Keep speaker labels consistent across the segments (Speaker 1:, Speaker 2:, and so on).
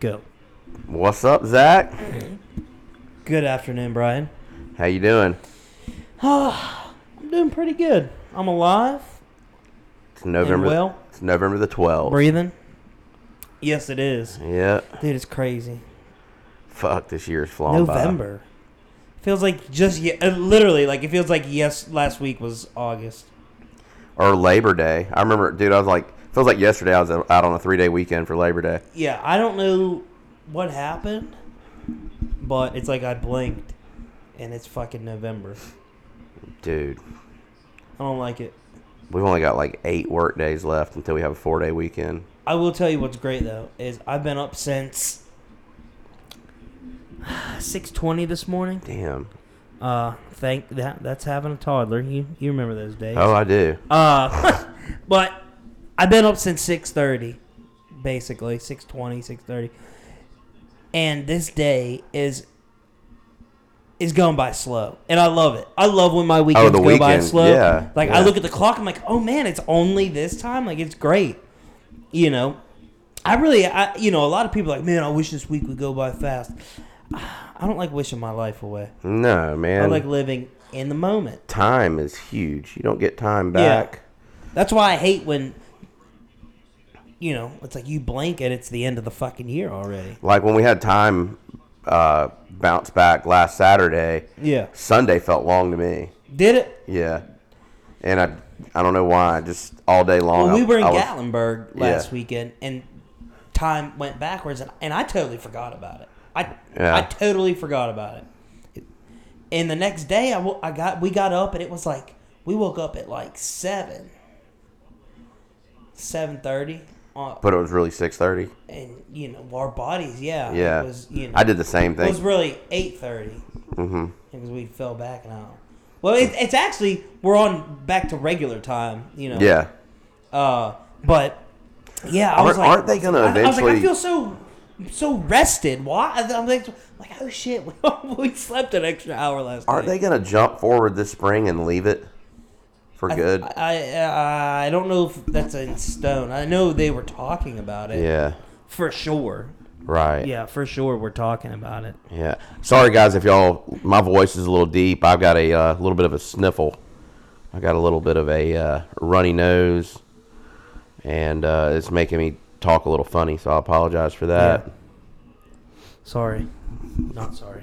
Speaker 1: Go.
Speaker 2: What's up, Zach?
Speaker 1: Good afternoon, Brian.
Speaker 2: How you doing?
Speaker 1: Oh, I'm doing pretty good. I'm alive,
Speaker 2: It's November.
Speaker 1: well?
Speaker 2: it's November the twelfth.
Speaker 1: breathing. Yes, it is.
Speaker 2: Yeah.
Speaker 1: Dude, it's crazy.
Speaker 2: Fuck, this year's flown by.
Speaker 1: November. Feels like just ye- uh, literally like it feels like yes last week was August.
Speaker 2: Or Labor Day. I remember, dude. I was like, feels like yesterday. I was out on a three day weekend for Labor Day.
Speaker 1: Yeah, I don't know what happened, but it's like I blinked and it's fucking November.
Speaker 2: Dude,
Speaker 1: I don't like it.
Speaker 2: we've only got like eight work days left until we have a four day weekend.
Speaker 1: I will tell you what's great though is I've been up since 6:20 this morning.
Speaker 2: Damn.
Speaker 1: Uh, thank that that's having a toddler. You you remember those days?
Speaker 2: Oh, I do.
Speaker 1: Uh, but I've been up since 6:30, basically 6:20, 6:30, and this day is is going by slow, and I love it. I love when my weekends
Speaker 2: Oh, the
Speaker 1: go by
Speaker 2: weekend,
Speaker 1: slow.
Speaker 2: yeah,
Speaker 1: like I
Speaker 2: yeah.
Speaker 1: look at the clock, I'm like, oh man, it's only this time. Like it's great, you know. I really, I you know, a lot of people are like, man, I wish this week would go by fast. I don't like wishing my life away.
Speaker 2: No,
Speaker 1: I
Speaker 2: man.
Speaker 1: like living in the moment.
Speaker 2: time is huge. You don't get time
Speaker 1: Yeah.
Speaker 2: back.
Speaker 1: That's why I hate when, you know, it's like you blink and it's the end of the fucking year already.
Speaker 2: Like when we had time uh, bounce back last Saturday,
Speaker 1: Yeah.
Speaker 2: Sunday felt long to me.
Speaker 1: Did it?
Speaker 2: Yeah, and I I don't know why. Just all day long.
Speaker 1: Well,
Speaker 2: I-
Speaker 1: we were in
Speaker 2: Oh, I was-
Speaker 1: Gatlinburg last
Speaker 2: Yeah.
Speaker 1: weekend and time went backwards and, and I totally forgot about it. I
Speaker 2: Yeah.
Speaker 1: I totally forgot about it. And the next day I, wo- I got we got up and it was like we woke up at like 7 7:30 on
Speaker 2: but it was really six thirty.
Speaker 1: uh, and you know our bodies yeah it
Speaker 2: Yeah,
Speaker 1: was, you know,
Speaker 2: I did the same
Speaker 1: It was
Speaker 2: thing.
Speaker 1: really eight thirty
Speaker 2: hmm
Speaker 1: because we fell back an hour. Well, it, it's actually we're on back to regular time, you know.
Speaker 2: Yeah,
Speaker 1: Uh, but yeah, I was
Speaker 2: Aren't-
Speaker 1: like,
Speaker 2: aren't they gonna
Speaker 1: I, I was like, I
Speaker 2: eventually-
Speaker 1: feel so so rested. Why? I- I'm like, like oh shit, we slept an extra hour last
Speaker 2: aren't they
Speaker 1: night.
Speaker 2: gonna jump forward this spring and leave it for good?
Speaker 1: I, I I don't know if that's in stone. I know they were talking about it.
Speaker 2: yeah,
Speaker 1: for sure.
Speaker 2: right.
Speaker 1: Yeah, for sure, we're talking about it.
Speaker 2: yeah. Sorry guys, if y'all my voice is a little deep. I've got a uh, little bit of a sniffle. I got a little bit of a uh, runny nose, and uh, it's making me talk a little funny. So I apologize for that.
Speaker 1: Yeah. Sorry, not sorry.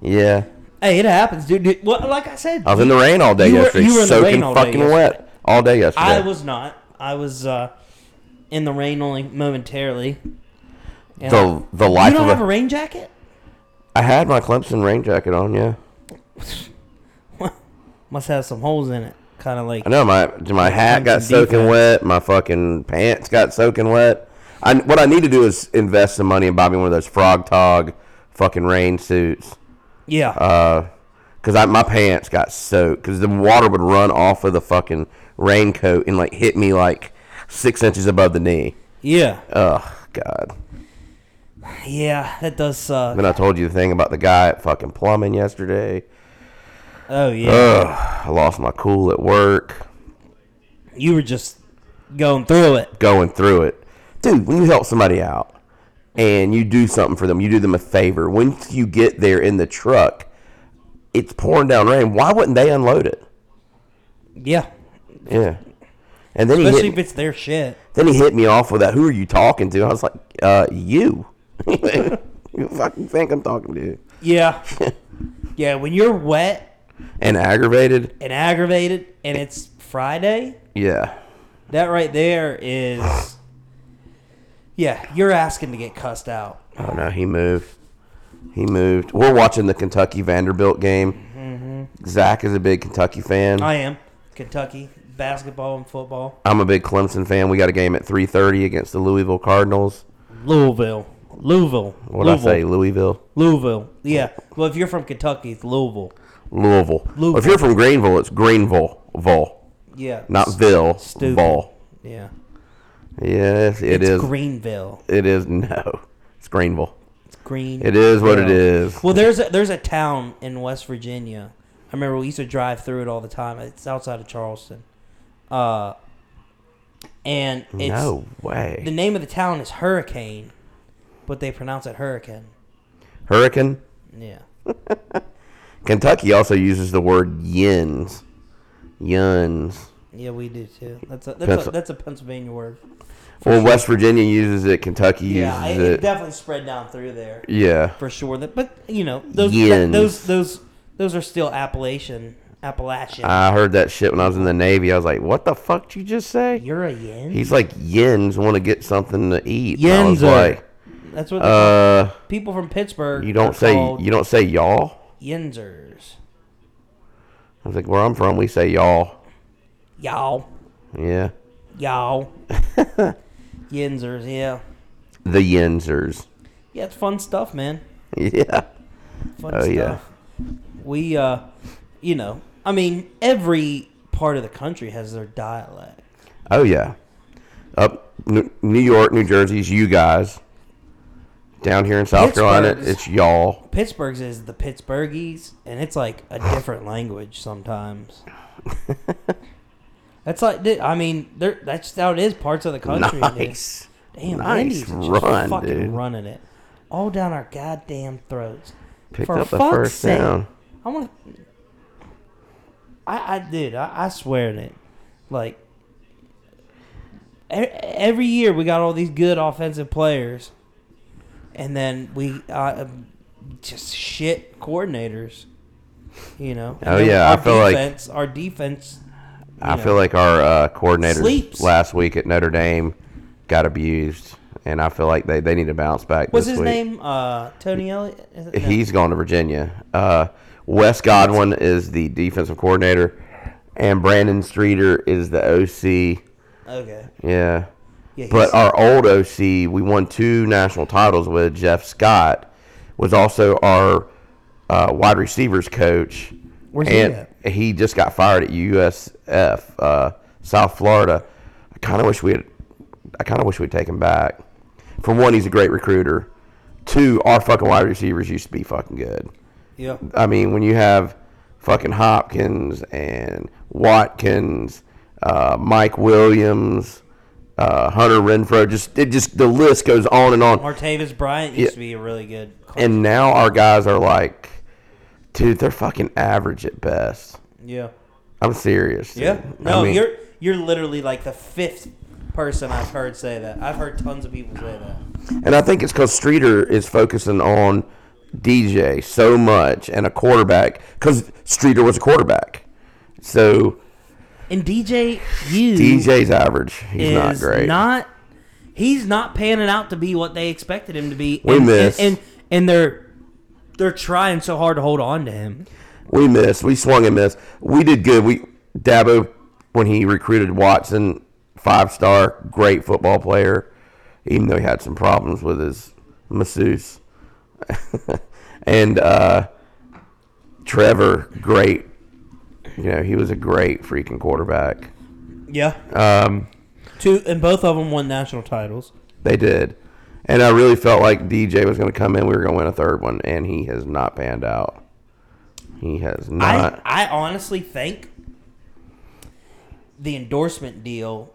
Speaker 2: Yeah.
Speaker 1: Hey, it happens, dude. dude well, like I said,
Speaker 2: I was in the rain all day
Speaker 1: You were-
Speaker 2: yesterday,
Speaker 1: you were in the rain
Speaker 2: soaking
Speaker 1: all day
Speaker 2: fucking wet all day yesterday.
Speaker 1: I was not. I was uh, in the rain only momentarily. And
Speaker 2: the the
Speaker 1: I- you
Speaker 2: life
Speaker 1: don't
Speaker 2: of
Speaker 1: have
Speaker 2: a,
Speaker 1: a
Speaker 2: I
Speaker 1: rain jacket?
Speaker 2: had my Clemson rain jacket on. Yeah,
Speaker 1: Must have some holes in it. Kind of like
Speaker 2: I know my my hat got
Speaker 1: Clemson
Speaker 2: soaking
Speaker 1: defense.
Speaker 2: wet. My fucking pants got soaking wet. I what I need to do is invest some money and buy me one of those frog tog fucking rain suits.
Speaker 1: yeah.
Speaker 2: Uh, cause I my pants got soaked because the water would run off of the fucking raincoat and like hit me like six inches above the knee.
Speaker 1: yeah.
Speaker 2: Oh God.
Speaker 1: Yeah, that does suck.
Speaker 2: Then I told you the thing about the guy at fucking plumbing yesterday.
Speaker 1: Oh yeah.
Speaker 2: Ugh, I lost my cool at work.
Speaker 1: you were just going through it.
Speaker 2: Going through it, dude. When you help somebody out and you do something for them, you do them a favor. Once you get there in the truck, it's pouring down rain. Why wouldn't they unload it?
Speaker 1: Yeah.
Speaker 2: Yeah. And then he
Speaker 1: Especially if
Speaker 2: hit,
Speaker 1: it's their shit.
Speaker 2: then he hit me off with that. Who are you talking to? I was like, uh, you. you fucking think I'm talking to you?
Speaker 1: Yeah. yeah, when you're wet
Speaker 2: And aggravated?
Speaker 1: and aggravated and it's Friday,
Speaker 2: Yeah.
Speaker 1: that right there is Yeah, you're asking to get cussed out.
Speaker 2: Oh no, he moved. He moved. We're watching the Kentucky Vanderbilt game. Zach is a big Kentucky fan.
Speaker 1: Mm-hmm. I am. Kentucky basketball and football.
Speaker 2: I'm a big Clemson fan. We got a game at 3:30 against the Louisville Cardinals.
Speaker 1: Louisville. Louisville.
Speaker 2: What did I
Speaker 1: Louisville.
Speaker 2: say? Louisville.
Speaker 1: Louisville. Yeah. Well, if you're from Kentucky, it's Louisville.
Speaker 2: Louisville.
Speaker 1: Louisville.
Speaker 2: If you're from Greenville, it's Greenville. Vol.
Speaker 1: Yeah.
Speaker 2: Not
Speaker 1: S-
Speaker 2: Ville.
Speaker 1: Stupid.
Speaker 2: Vol.
Speaker 1: Yeah.
Speaker 2: Yes, it
Speaker 1: it's
Speaker 2: is.
Speaker 1: Greenville.
Speaker 2: it is no. It's Greenville.
Speaker 1: It's Green.
Speaker 2: It is what it
Speaker 1: Yeah.
Speaker 2: is.
Speaker 1: Well, there's a, there's a town in West Virginia. I remember we used to drive through it all the time. It's outside of Charleston. Uh, and it's
Speaker 2: no way.
Speaker 1: the name of the town is Hurricane. but they pronounce it hurricane.
Speaker 2: Hurricane.
Speaker 1: Yeah.
Speaker 2: Kentucky also uses the word yins. Yuns.
Speaker 1: Yeah, we do too. That's a that's, a,
Speaker 2: Pencil-
Speaker 1: that's a Pennsylvania word.
Speaker 2: Well, West Virginia uses it. Kentucky uses
Speaker 1: Yeah, I, it,
Speaker 2: it.
Speaker 1: definitely spread down through there
Speaker 2: yeah.
Speaker 1: for sure. That, but you know, those that-
Speaker 2: Yens.
Speaker 1: those those those are still Appalachian Appalachian.
Speaker 2: I heard that shit when I was in the Navy. I was like, "What the fuck did you just say?"
Speaker 1: You're a yen.
Speaker 2: He's like, "Yins want to get something to eat." And I was
Speaker 1: Yenzer.
Speaker 2: like,
Speaker 1: that's what they call-
Speaker 2: "Uh,
Speaker 1: people from Pittsburgh.
Speaker 2: you don't say you don't say y'all."
Speaker 1: yenzers.
Speaker 2: I was like, "Where I'm from, we say y'all."
Speaker 1: Y'all,
Speaker 2: Yeah,
Speaker 1: y'all. yenzers, yeah,
Speaker 2: the Yinzers.
Speaker 1: yeah. It's fun stuff, man.
Speaker 2: Yeah,
Speaker 1: Fun
Speaker 2: Oh,
Speaker 1: stuff.
Speaker 2: yeah.
Speaker 1: We, uh, you know, I mean, every part of the country has their dialect.
Speaker 2: oh yeah. Up N- New York, New Jersey's you guys. Down here in South Carolina,
Speaker 1: Pittsburgh's.
Speaker 2: it's y'all.
Speaker 1: Pittsburgh's is the Pittsburghese, and it's like a different language sometimes. that's like, dude, I mean, there. That's how it is. Parts of the country. dude.
Speaker 2: Nice.
Speaker 1: Damn,
Speaker 2: Nice
Speaker 1: Wendy's is just
Speaker 2: run,
Speaker 1: fucking
Speaker 2: dude.
Speaker 1: running it all down our goddamn throats.
Speaker 2: Picked
Speaker 1: For
Speaker 2: up the
Speaker 1: fuck's
Speaker 2: first
Speaker 1: sake.
Speaker 2: down.
Speaker 1: I want. I I did. I, I swear in it. Like e- every year we got all these good offensive players, and then we uh, um, just shit coordinators. You know. And
Speaker 2: Oh,
Speaker 1: then
Speaker 2: yeah, I feel like-
Speaker 1: defense, our defense.
Speaker 2: I
Speaker 1: you
Speaker 2: feel
Speaker 1: know,
Speaker 2: like our uh, coordinators
Speaker 1: Sleeps.
Speaker 2: last week at Notre Dame got abused, and I feel like they, they need to bounce back.
Speaker 1: What's
Speaker 2: this
Speaker 1: his
Speaker 2: week.
Speaker 1: name? Uh, Tony Elliott. Is it- no.
Speaker 2: He's gone to Virginia. Uh, Wes Godwin is the defensive coordinator, and Brandon Streeter is the OC.
Speaker 1: okay.
Speaker 2: Yeah.
Speaker 1: Yeah,
Speaker 2: But
Speaker 1: he's-
Speaker 2: our old OC, we won two national titles with Jeff Scott, was also our uh, wide receivers coach.
Speaker 1: Where's he
Speaker 2: and he, just got fired at USF, uh, South Florida. I kind of wish we had. I kind of wish we'd take him back. For one, he's a great recruiter. Two, our fucking wide receivers used to be fucking good.
Speaker 1: yeah.
Speaker 2: I mean, when you have fucking Hopkins and Watkins, uh, Mike Williams, uh, Hunter Renfro, just it just the list goes on and on.
Speaker 1: Martavis Bryant used to be a really good. coach.
Speaker 2: And now our guys are like, dude, they're fucking average at best.
Speaker 1: yeah.
Speaker 2: I'm serious. dude.
Speaker 1: Yeah.
Speaker 2: I
Speaker 1: No,
Speaker 2: mean,
Speaker 1: you're you're literally like the fifth person I've heard say that. I've heard tons of people say that.
Speaker 2: and I think it's because Streeter is focusing on DJ so much and a quarterback because Streeter was a quarterback. So
Speaker 1: And DJ you
Speaker 2: DJ's average. He's
Speaker 1: is
Speaker 2: not
Speaker 1: not
Speaker 2: great.
Speaker 1: he's not panning out to be what they expected him to be.
Speaker 2: We
Speaker 1: and,
Speaker 2: missed.
Speaker 1: and, and and they're they're trying so hard to hold on to him.
Speaker 2: We missed. We swung and missed. We did good. We Dabo when he recruited Watson, five star, great football player, even though he had some problems with his masseuse. and uh, Trevor, great. You know, he was a great freaking quarterback.
Speaker 1: Yeah.
Speaker 2: Um,
Speaker 1: Two and both of them won national titles.
Speaker 2: they did. And I really felt like DJ was going to come in. We were going to win a third one, and he has not panned out. He has not.
Speaker 1: I, I honestly think the endorsement deal,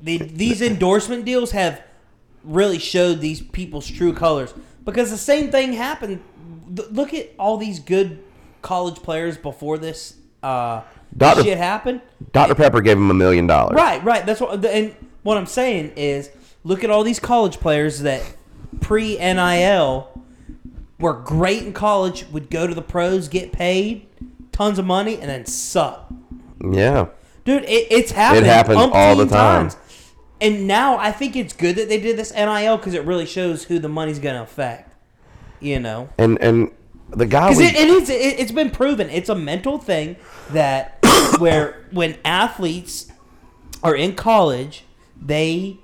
Speaker 1: the, these endorsement deals have really showed these people's true colors because the same thing happened. Th- Look at all these good college players before this uh,
Speaker 2: Dr.
Speaker 1: shit happened.
Speaker 2: Dr. Pepper gave him a million dollars.
Speaker 1: Right, right. That's what. And what I'm saying is, look at all these college players that pre NIL were great in college, would go to the pros, get paid tons of money, and then suck.
Speaker 2: Yeah.
Speaker 1: Dude, it, it's happened.
Speaker 2: happens all the
Speaker 1: umpteen
Speaker 2: time.
Speaker 1: And now I think it's good that they did this NIL because it really shows who the money's going to affect. You know.
Speaker 2: And and the guy
Speaker 1: Because
Speaker 2: we,
Speaker 1: it, it is, it, it's been proven. It's a mental thing that where when athletes are in college, they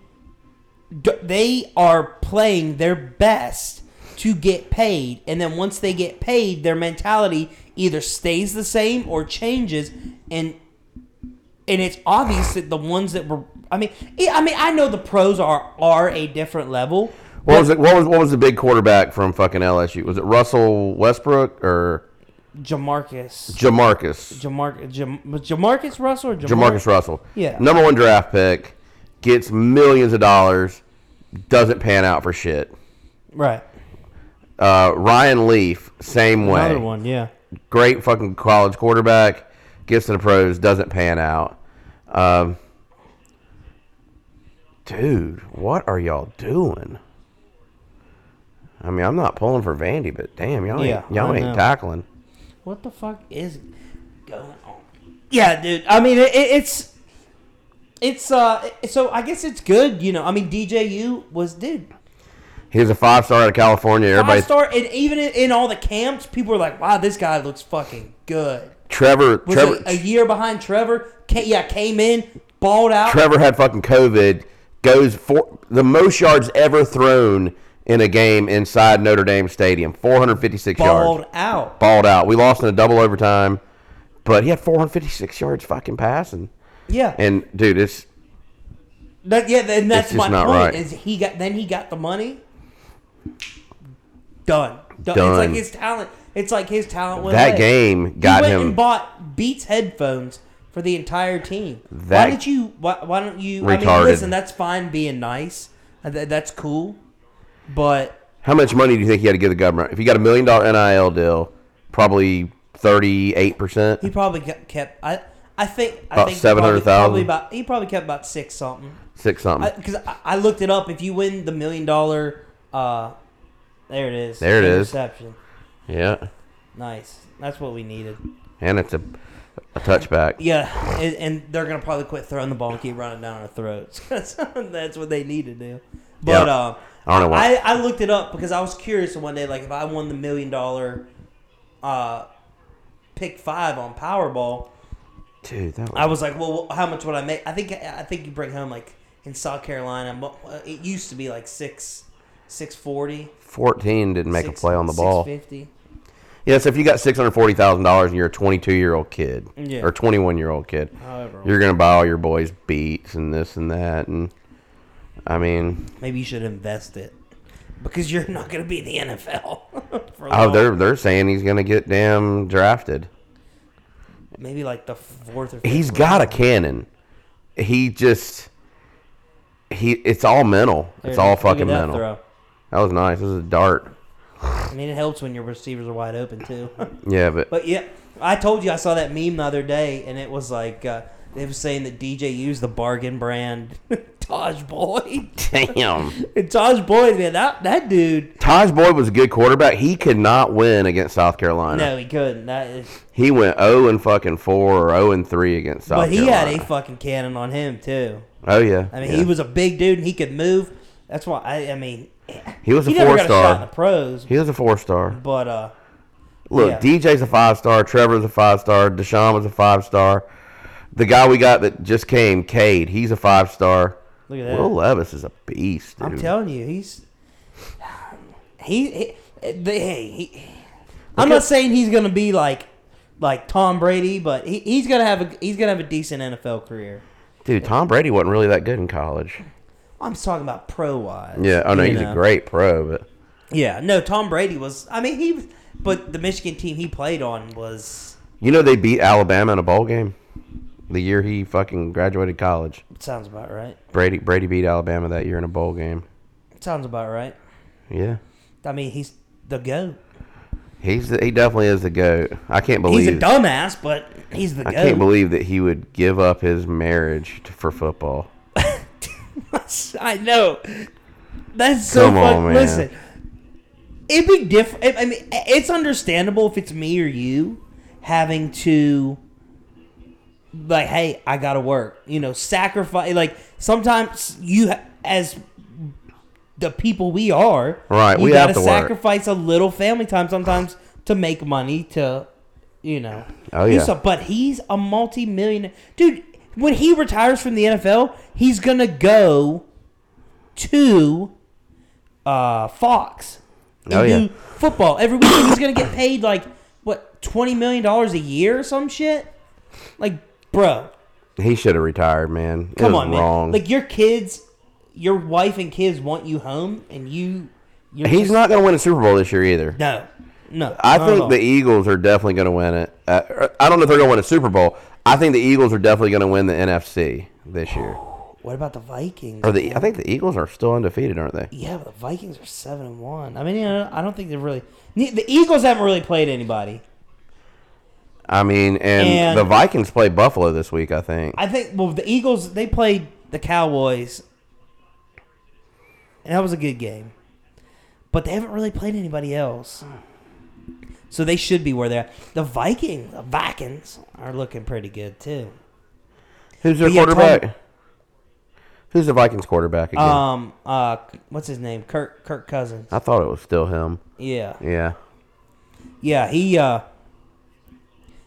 Speaker 1: d- they are playing their best to get paid, and then once they get paid, their mentality either stays the same or changes, and and it's obvious that the ones that were, I mean, yeah, I mean, I know the pros are are a different level.
Speaker 2: what was it, what was what was the big quarterback from fucking LSU? Was it Russell Westbrook or
Speaker 1: Jamarcus.
Speaker 2: Jamarcus?
Speaker 1: Jamar Jam, was Jamarcus Russell or Jamar-
Speaker 2: Jamarcus Russell.
Speaker 1: Yeah.
Speaker 2: Number one draft pick, gets millions of dollars, doesn't pan out for shit.
Speaker 1: Right.
Speaker 2: Uh, Ryan Leaf, same way.
Speaker 1: Another one, yeah.
Speaker 2: Great fucking college quarterback. Gets to the pros, doesn't pan out. Um, dude, what are y'all doing? I mean, I'm not pulling for Vandy, but damn, y'all ain't,
Speaker 1: Yeah,
Speaker 2: y'all
Speaker 1: I
Speaker 2: ain't
Speaker 1: know.
Speaker 2: tackling.
Speaker 1: What the fuck is going on? Yeah, dude. I mean, it, it- it's it's uh. it- So I guess it's good, you know. I mean, DJU was dude
Speaker 2: He was a five star out of California. Everybody,
Speaker 1: five star, and even in, in all the camps, people were like, "Wow, this guy looks fucking good."
Speaker 2: Trevor,
Speaker 1: Was
Speaker 2: Trevor,
Speaker 1: a, a year behind Trevor. Ca yeah, came in, balled out.
Speaker 2: Trevor had fucking COVID. Goes for the most yards ever thrown in a game inside Notre Dame Stadium, 456
Speaker 1: balled
Speaker 2: yards.
Speaker 1: out.
Speaker 2: Balled out. We lost in a double overtime, but he had 456 yards fucking passing.
Speaker 1: Yeah, and
Speaker 2: And dude, it's
Speaker 1: that, yeah, and that's
Speaker 2: just
Speaker 1: my
Speaker 2: not
Speaker 1: point.
Speaker 2: right.
Speaker 1: Is he got then he got the money. Done. Done.
Speaker 2: Done.
Speaker 1: It's like his talent. It's like his talent went
Speaker 2: that
Speaker 1: away.
Speaker 2: game
Speaker 1: he
Speaker 2: got
Speaker 1: went
Speaker 2: him.
Speaker 1: and bought Beats headphones for the entire team.
Speaker 2: That-
Speaker 1: why did you? Why, why don't you? I
Speaker 2: Retarded.
Speaker 1: mean, listen, that's fine being nice. Uh, th- That's cool, but
Speaker 2: How much money do you think he had to give the government? If he got a million dollar NIL deal, probably 38 percent.
Speaker 1: he probably ke- kept. I I think I think
Speaker 2: About
Speaker 1: he probably-
Speaker 2: 700,000?
Speaker 1: probably about- He probably kept about six something.
Speaker 2: Six something.
Speaker 1: Because I, I, looked it up. If you win the million dollar, uh, there it is.
Speaker 2: There it is.
Speaker 1: Interception.
Speaker 2: yeah,
Speaker 1: Nice. That's what we needed.
Speaker 2: and it's a a touchback.
Speaker 1: Yeah, and, and they're gonna probably quit throwing the ball and keep running down our throats. That's what they need to do. But
Speaker 2: Yeah.
Speaker 1: um,
Speaker 2: I don't know why.
Speaker 1: I, I looked it up because I was curious one day, like if I won the million dollar, uh, pick five on Powerball,
Speaker 2: Dude, that was
Speaker 1: I was like, well, how much would I make? I think I think you bring home like in South Carolina, mo- uh, it used to be like six, six forty.
Speaker 2: 14 didn't make
Speaker 1: six-
Speaker 2: a play on the ball.
Speaker 1: 650.
Speaker 2: Yeah, so if you got six hundred forty thousand dollars and you're a twenty two year old kid
Speaker 1: Yeah.
Speaker 2: or twenty one year old kid,
Speaker 1: However,
Speaker 2: you're gonna buy all your boys beats and this and that and I mean
Speaker 1: maybe you should invest it because you're not going to be in the NFL. for
Speaker 2: oh
Speaker 1: long.
Speaker 2: they're they're saying he's gonna get damn drafted.
Speaker 1: maybe like the fourth or. Fifth
Speaker 2: He's got a
Speaker 1: round.
Speaker 2: cannon. He just he it's all mental.
Speaker 1: There
Speaker 2: It's
Speaker 1: it
Speaker 2: all
Speaker 1: is. Look at
Speaker 2: fucking
Speaker 1: that
Speaker 2: mental.
Speaker 1: throw.
Speaker 2: That was nice. This is a dart.
Speaker 1: I mean, it helps when your receivers are wide open too.
Speaker 2: Yeah, but,
Speaker 1: but yeah, I told you I saw that meme the other day, and it was like uh, they was saying that DJ used the bargain brand Taj Boyd.
Speaker 2: damn.
Speaker 1: and Taj Boyd, man, that that dude.
Speaker 2: Taj Boyd was a good quarterback. He could not win against South Carolina.
Speaker 1: No, he couldn't. That is,
Speaker 2: He went 0 and fucking 4 or 0 and 3 against South
Speaker 1: but he
Speaker 2: Carolina.
Speaker 1: had a fucking cannon on him too.
Speaker 2: Oh yeah.
Speaker 1: I mean,
Speaker 2: yeah.
Speaker 1: he was a big dude and he could move. That's why I, I mean,
Speaker 2: He was a
Speaker 1: he never
Speaker 2: four
Speaker 1: got a shot in the
Speaker 2: star.
Speaker 1: pros,
Speaker 2: He was a four star.
Speaker 1: but uh,
Speaker 2: Look,
Speaker 1: Yeah.
Speaker 2: DJ's a five star. Trevor's a five star. Deshaun was a five star. The guy we got that just came, Cade, he's a five star.
Speaker 1: Look at that.
Speaker 2: Will Levis is a beast. Dude.
Speaker 1: I'm telling you, he's he. he they, hey, he, I'm
Speaker 2: Look
Speaker 1: not
Speaker 2: at-
Speaker 1: saying he's gonna be like like Tom Brady, but he, he's gonna have a he's gonna have a decent NFL career.
Speaker 2: dude, Tom Brady wasn't really that good in college.
Speaker 1: I'm just talking about pro wise.
Speaker 2: Yeah, oh no, he's a great pro, but
Speaker 1: Yeah, no, Tom Brady was. I mean, he. was- But the Michigan team he played on was
Speaker 2: you know they beat Alabama in a bowl game the year he fucking graduated college.
Speaker 1: sounds about right.
Speaker 2: Brady Brady beat Alabama that year in a bowl game.
Speaker 1: Sounds about right.
Speaker 2: Yeah,
Speaker 1: I mean, he's the goat.
Speaker 2: he's the, he definitely is the goat. I can't believe
Speaker 1: He's a dumbass, but he's the
Speaker 2: I
Speaker 1: goat.
Speaker 2: can't believe that he would give up his marriage to, for football.
Speaker 1: I know. That's so
Speaker 2: Come on,
Speaker 1: fun.
Speaker 2: man.
Speaker 1: Listen, it'd be different. I mean, it's understandable if it's me or you having to, like, hey, I gotta work. You know, sacrifice. Like sometimes you, ha- as the people we are,
Speaker 2: Right,
Speaker 1: you
Speaker 2: we have
Speaker 1: gotta
Speaker 2: to work.
Speaker 1: sacrifice a little family time sometimes to make money to, you know,
Speaker 2: Oh,
Speaker 1: do
Speaker 2: yeah.
Speaker 1: some- But he's a multi-millionaire dude. When he retires from the NFL, he's gonna go to uh, Fox and
Speaker 2: Oh, yeah.
Speaker 1: do football every weekend. He's gonna get paid like what twenty million dollars a year or some shit. Like, bro,
Speaker 2: He should have retired, man. It
Speaker 1: come
Speaker 2: was
Speaker 1: on,
Speaker 2: wrong.
Speaker 1: man. Like your kids, your wife and kids want you home, and you. You're
Speaker 2: He's
Speaker 1: just-
Speaker 2: not going to win a Super Bowl this year either.
Speaker 1: No, no. not
Speaker 2: I
Speaker 1: at all.
Speaker 2: think the Eagles are definitely going to win it. Uh, I don't know if they're going to win a Super Bowl. I think the Eagles are definitely going to win the NFC this year.
Speaker 1: What about the Vikings?
Speaker 2: Or the
Speaker 1: man?
Speaker 2: I think the Eagles are still undefeated, aren't they?
Speaker 1: yeah, but the Vikings are seven and one. I mean, you know, I don't think they've really. ne- The Eagles haven't really played anybody.
Speaker 2: I mean, and,
Speaker 1: And-
Speaker 2: the Vikings play Buffalo this week. I think.
Speaker 1: I think. Well, the Eagles they played the Cowboys, and that was a good game. But they haven't really played anybody else, so they should be where they're. at. The Vikings, the Vikings are looking pretty good too.
Speaker 2: Who's their
Speaker 1: But yeah, Tom-
Speaker 2: quarterback? Who's the Vikings quarterback again?
Speaker 1: Um, uh, what's his name? Kirk Kirk Cousins.
Speaker 2: I thought it was still him.
Speaker 1: Yeah,
Speaker 2: Yeah,
Speaker 1: yeah. He uh,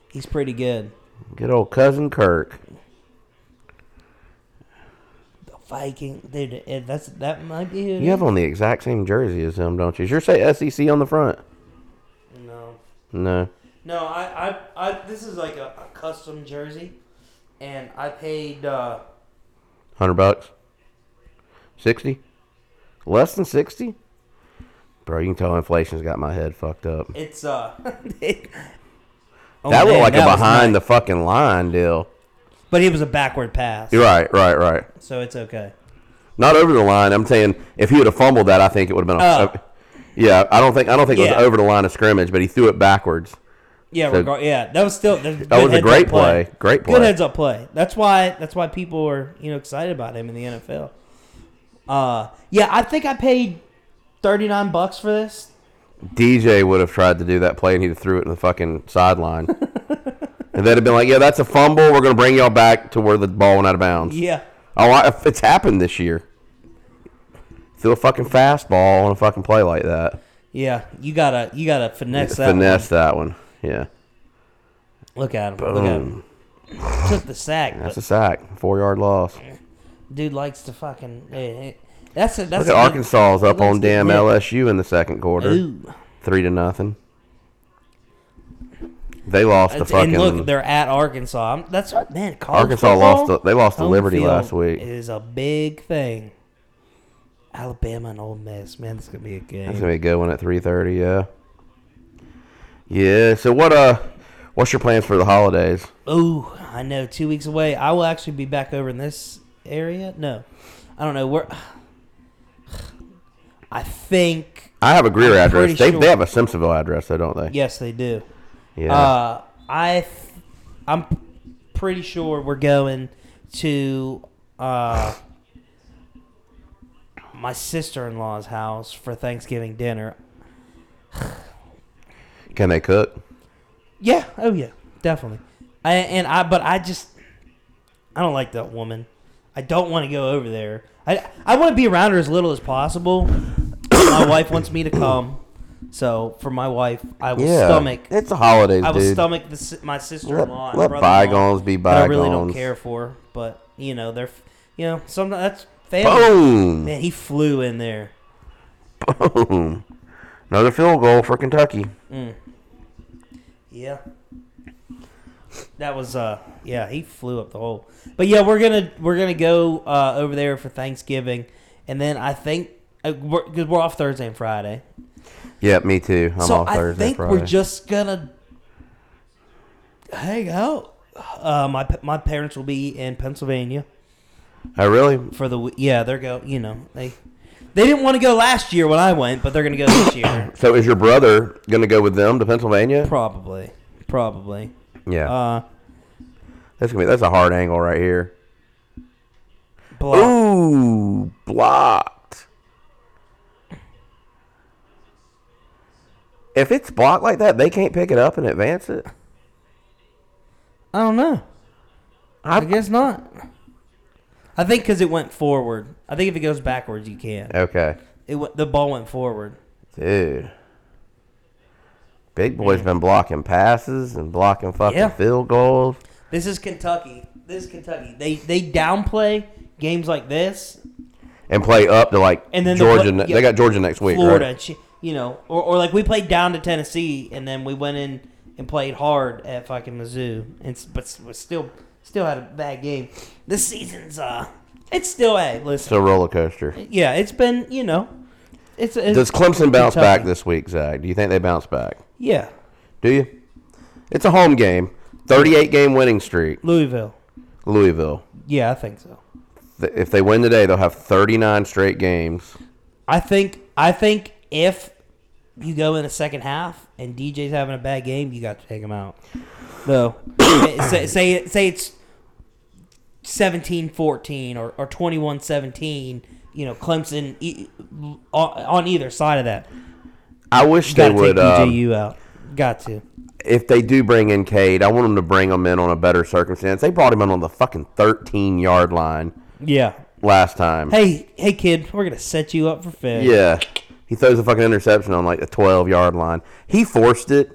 Speaker 1: he's pretty good.
Speaker 2: good old cousin Kirk.
Speaker 1: The Viking, dude. eh, That's that might be. Who
Speaker 2: You have on the exact same jersey as him, don't you? Is your say SEC on the front?
Speaker 1: no.
Speaker 2: No.
Speaker 1: No, I, I, I this is like a, a custom jersey, and I paid. Uh,
Speaker 2: Hundred bucks. Sixty. Less than sixty. Bro, you can tell inflation's got my head fucked up.
Speaker 1: it's uh. Oh,
Speaker 2: that looked like a behind the fucking line deal.
Speaker 1: But it was a backward pass,
Speaker 2: You're right, right, right.
Speaker 1: so it's okay.
Speaker 2: Not over the line. I'm saying if he would have fumbled that, I think it would have been. A,
Speaker 1: Oh.
Speaker 2: yeah, I don't think I don't think it
Speaker 1: Yeah.
Speaker 2: was over the line of scrimmage, but he threw it backwards.
Speaker 1: Yeah,
Speaker 2: So-
Speaker 1: regard, yeah, that was still that was,
Speaker 2: That
Speaker 1: good
Speaker 2: was a
Speaker 1: heads-up
Speaker 2: great play. Great play.
Speaker 1: Good heads up play. That's why that's why people are you know excited about him in the NFL. Uh, yeah, I think I paid thirty nine bucks for this.
Speaker 2: DJ would have tried to do that play and he'd have threw it in the fucking sideline. and they'd have been like, "Yeah, that's a fumble. We're gonna bring y'all back to where the ball went out of bounds."
Speaker 1: Yeah,
Speaker 2: Oh, I, it's happened this year. Threw a fucking fastball on a fucking play like that.
Speaker 1: yeah, you gotta you gotta finesse that. one.
Speaker 2: Finesse that one. Yeah.
Speaker 1: Look at him. Look at him.
Speaker 2: Boom.
Speaker 1: Took the sack.
Speaker 2: That's
Speaker 1: but
Speaker 2: a sack. Four yard loss.
Speaker 1: dude likes to fucking. eh, eh. That's a, that's
Speaker 2: Look at
Speaker 1: a good-
Speaker 2: Arkansas's up
Speaker 1: that's
Speaker 2: on
Speaker 1: a-
Speaker 2: damn
Speaker 1: yeah.
Speaker 2: LSU in the second quarter.
Speaker 1: Ooh.
Speaker 2: Three to nothing. They lost the
Speaker 1: It's-
Speaker 2: fucking.
Speaker 1: and look, they're at Arkansas. I'm, that's what man. college
Speaker 2: Arkansas lost.
Speaker 1: football,
Speaker 2: To, they lost to
Speaker 1: home
Speaker 2: Liberty
Speaker 1: field
Speaker 2: last week.
Speaker 1: Is a big thing. Alabama and Ole Miss, man, this is gonna be a game.
Speaker 2: That's gonna be a good one at three thirty. Yeah. Yeah. So what? Uh, what's your plans for the holidays?
Speaker 1: Ooh, I know. Two weeks away. I will actually be back over in this area. No, I don't know. Where I think
Speaker 2: I have a Greer
Speaker 1: I'm
Speaker 2: address.
Speaker 1: pretty
Speaker 2: They,
Speaker 1: sure-
Speaker 2: they have a Simpsonville address, though, don't they?
Speaker 1: yes, they do.
Speaker 2: Yeah.
Speaker 1: Uh, I, th- I'm pretty sure we're going to uh, my sister-in-law's house for Thanksgiving dinner.
Speaker 2: Can they cook?
Speaker 1: Yeah. Oh yeah. Definitely. I, and I, but I just, I don't like that woman. I don't want to go over there. I, I want to be around her as little as possible. my wife wants me to come, so for my wife, I will stomach.
Speaker 2: It's the holidays,
Speaker 1: I will
Speaker 2: dude.
Speaker 1: stomach the, si- my sister-in-law.
Speaker 2: let,
Speaker 1: and
Speaker 2: let
Speaker 1: brother-in-law
Speaker 2: bygones be
Speaker 1: that
Speaker 2: bygones.
Speaker 1: I really don't care for. But you know, they're f- you know some that's family.
Speaker 2: Boom.
Speaker 1: Man, he flew in there.
Speaker 2: Boom. Another field goal for Kentucky.
Speaker 1: Mm. Yeah. That was uh yeah, he flew up the hole. But yeah, we're gonna we're gonna go uh, over there for Thanksgiving, and then I think uh, we're, cause we're off Thursday and Friday,
Speaker 2: Yeah, me too. I'm
Speaker 1: so
Speaker 2: off Thursday,
Speaker 1: I think
Speaker 2: Friday.
Speaker 1: we're just gonna hang out. Uh, my pa- my parents will be in Pennsylvania.
Speaker 2: oh, really?
Speaker 1: for the w- yeah they're go you know they they didn't want to go last year when I went but they're gonna go this year
Speaker 2: So is your brother gonna go with them to Pennsylvania?
Speaker 1: probably probably
Speaker 2: yeah,
Speaker 1: uh
Speaker 2: that's gonna be that's a hard angle right here.
Speaker 1: block.
Speaker 2: Ooh, blocked. If it's blocked like that, they can't pick it up and advance it.
Speaker 1: I don't know I
Speaker 2: I,
Speaker 1: guess not I think because it went forward I think if it goes backwards you can
Speaker 2: okay,
Speaker 1: it w- the ball went forward
Speaker 2: dude. Big boy's been blocking passes and blocking fucking
Speaker 1: Yeah.
Speaker 2: field goals.
Speaker 1: this is Kentucky this is Kentucky they they downplay games like this
Speaker 2: and play up to like
Speaker 1: And then the
Speaker 2: Georgia.
Speaker 1: pla-
Speaker 2: ne-
Speaker 1: yeah.
Speaker 2: They got Georgia next week,
Speaker 1: Florida
Speaker 2: right?
Speaker 1: chi- you know or, or like we played down to Tennessee and then we went in and played hard at fucking Mizzou and s- but s- was still still had a bad game. This season's uh it's still a
Speaker 2: It's
Speaker 1: listen.
Speaker 2: a roller coaster.
Speaker 1: Yeah, it's been, you know, it's, it's
Speaker 2: Does Clemson bounce
Speaker 1: Kentucky.
Speaker 2: back this week, Zach? Do you think they bounce back?
Speaker 1: yeah,
Speaker 2: Do you? It's a home game. 38 game winning streak.
Speaker 1: Louisville.
Speaker 2: Louisville.
Speaker 1: Yeah, I think so.
Speaker 2: th- if they win today, they'll have 39 straight games.
Speaker 1: I think I think if you go in the second half and DJ's having a bad game, you got to take him out. Though, say, say say it's 17-14 or, or 21-17, you know, Clemson e- on, on either side of that.
Speaker 2: I wish
Speaker 1: You
Speaker 2: they
Speaker 1: got to take
Speaker 2: would. um,
Speaker 1: DJU out. Got to.
Speaker 2: if they do bring in Cade, I want them to bring him in on a better circumstance. They brought him in on the fucking 13 yard line
Speaker 1: Yeah.
Speaker 2: last time.
Speaker 1: Hey, hey kid, we're going to set you up for failure.
Speaker 2: Yeah. He throws a fucking interception on like the 12 yard line. He forced it.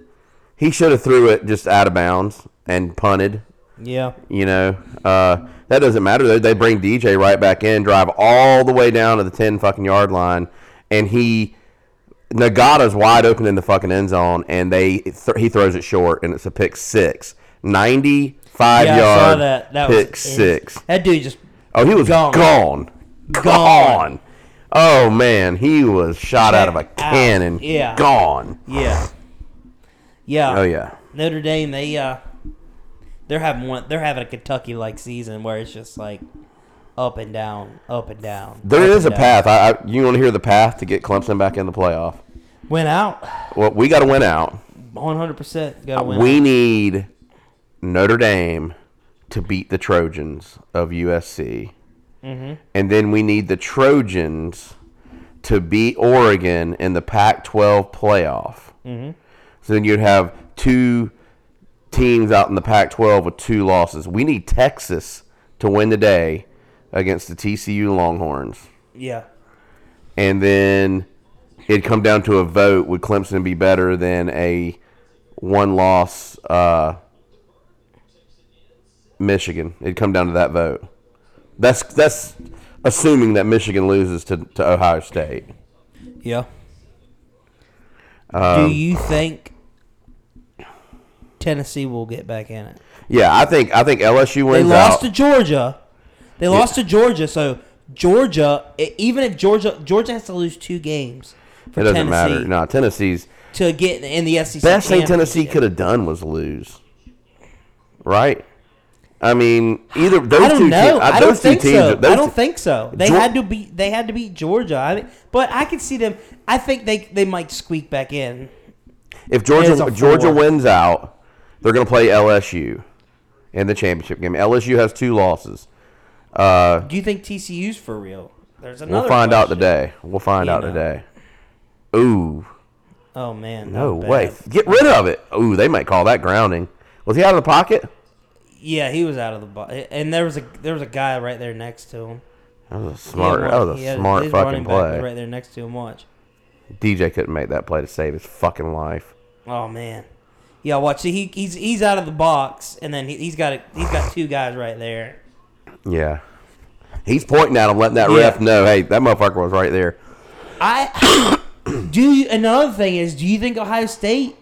Speaker 2: He should have threw it just out of bounds and punted.
Speaker 1: Yeah.
Speaker 2: You know, uh, that doesn't matter though. They bring DJ right back in, drive all the way down to the 10 fucking yard line, and he. Nagata's wide open in the fucking end zone, and they th- he throws it short, and it's a pick six. 95
Speaker 1: Yeah, I
Speaker 2: yard
Speaker 1: saw that. That was
Speaker 2: pick six.
Speaker 1: That dude just
Speaker 2: Oh, he was
Speaker 1: Gone.
Speaker 2: gone. Gone.
Speaker 1: Gone.
Speaker 2: Oh man, he was shot out of a
Speaker 1: Check out.
Speaker 2: cannon.
Speaker 1: Yeah. Uh,
Speaker 2: Gone.
Speaker 1: yeah. Yeah.
Speaker 2: Oh yeah.
Speaker 1: Notre Dame, they uh, they're having one. They're having a Kentucky like season where it's just like up and down, up and down.
Speaker 2: There
Speaker 1: up
Speaker 2: is a
Speaker 1: and down.
Speaker 2: path. I, I you want to hear the path to get Clemson back in the playoff?
Speaker 1: Went out,
Speaker 2: Well, we got to win out.
Speaker 1: one hundred percent. Got to win.
Speaker 2: we need Notre Dame to beat the Trojans of USC, and then we need the Trojans to beat Oregon in the Pac-12 playoff. So then you'd have two teams out in the Pac-12 with two losses. We need Texas to win today against the TCU Longhorns
Speaker 1: yeah,
Speaker 2: and then it'd come down to a vote. Would Clemson be better than a one loss uh, Michigan? It'd come down to that vote. That's that's assuming that Michigan loses to, to Ohio State.
Speaker 1: yeah.
Speaker 2: Um,
Speaker 1: Do you think Tennessee will get back in it?
Speaker 2: Yeah, I think I think LSU
Speaker 1: They
Speaker 2: wins
Speaker 1: lost
Speaker 2: out.
Speaker 1: to Georgia. They lost to Georgia. So Georgia, e- even if Georgia Georgia has to lose two games for
Speaker 2: it doesn't
Speaker 1: Tennessee
Speaker 2: matter. No, Tennessee's
Speaker 1: to get in the E SEC.
Speaker 2: best thing Tennessee
Speaker 1: championship.
Speaker 2: could have done was lose. Right. I mean, either those
Speaker 1: I don't
Speaker 2: two
Speaker 1: know.
Speaker 2: teams.
Speaker 1: I don't
Speaker 2: those two
Speaker 1: think
Speaker 2: teams.
Speaker 1: so.
Speaker 2: those
Speaker 1: I don't
Speaker 2: two-
Speaker 1: think so. They
Speaker 2: Geor-
Speaker 1: had to beat. They had to beat Georgia. I mean, but I could see them. I think they they might squeak back in. It's
Speaker 2: If
Speaker 1: a
Speaker 2: Georgia Georgia
Speaker 1: four.
Speaker 2: wins out, they're going to play LSU in the championship game. LSU has two losses. Uh,
Speaker 1: Do you think TCU's for real? There's another.
Speaker 2: we'll find out
Speaker 1: question.
Speaker 2: today. We'll find
Speaker 1: You
Speaker 2: out
Speaker 1: know.
Speaker 2: today. Ooh,
Speaker 1: Oh man.
Speaker 2: no
Speaker 1: that's
Speaker 2: way!
Speaker 1: bad.
Speaker 2: Get rid of it. Ooh, they might call that grounding. Was he out of the pocket?
Speaker 1: Yeah, he was out of the ball, and there was a there was a guy right there next to him.
Speaker 2: That was
Speaker 1: He had
Speaker 2: a smart.
Speaker 1: one-
Speaker 2: That was
Speaker 1: he
Speaker 2: a
Speaker 1: had-
Speaker 2: smart
Speaker 1: his
Speaker 2: fucking
Speaker 1: running back was
Speaker 2: play.
Speaker 1: Right there next to him. Watch.
Speaker 2: DJ couldn't make that play to save his fucking life.
Speaker 1: Oh man. Yeah, watch. See, he, he's he's out of the box, and then he, he's got a, he's got two guys right there.
Speaker 2: Yeah, he's pointing at him, letting that
Speaker 1: Yeah.
Speaker 2: ref know, "Hey, that motherfucker was right there."
Speaker 1: I do. You, another thing is, do you think Ohio State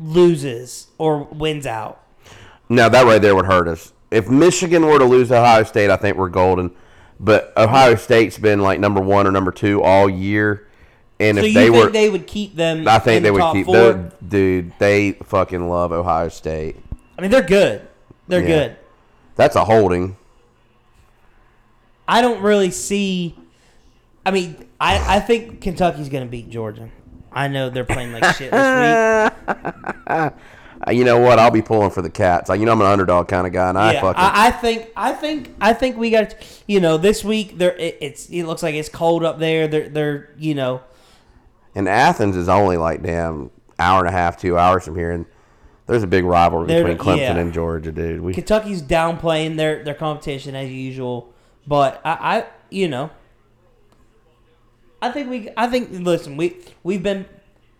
Speaker 1: loses or wins out?
Speaker 2: No, that right there would hurt us. If Michigan were to lose to Ohio State, I think we're golden. But Ohio State's been like number one or number two all year, and
Speaker 1: So
Speaker 2: if
Speaker 1: you
Speaker 2: they
Speaker 1: think
Speaker 2: were,
Speaker 1: they would keep them?
Speaker 2: I think
Speaker 1: in
Speaker 2: they
Speaker 1: the
Speaker 2: would
Speaker 1: top
Speaker 2: keep.
Speaker 1: four?
Speaker 2: they're- Dude, they fucking love Ohio State.
Speaker 1: I mean, they're good. They're
Speaker 2: Yeah.
Speaker 1: good.
Speaker 2: That's a holding.
Speaker 1: I don't really see. I mean, I, I think Kentucky's going to beat Georgia. I know they're playing like shit this week.
Speaker 2: Uh, You know what? I'll be pulling for the Cats. Like, you know, I'm an underdog kind of guy, and I
Speaker 1: yeah,
Speaker 2: fucking
Speaker 1: I, I think I think I think we got you know this week. There, it, it's it looks like it's cold up there. They're they're you know
Speaker 2: and Athens is only like damn hour and a half, two hours from here, and there's a big rivalry
Speaker 1: There-
Speaker 2: between Clemson
Speaker 1: yeah.
Speaker 2: and Georgia, dude. We
Speaker 1: Kentucky's downplaying their, their competition as usual, but I, I you know I think we I think listen we we've been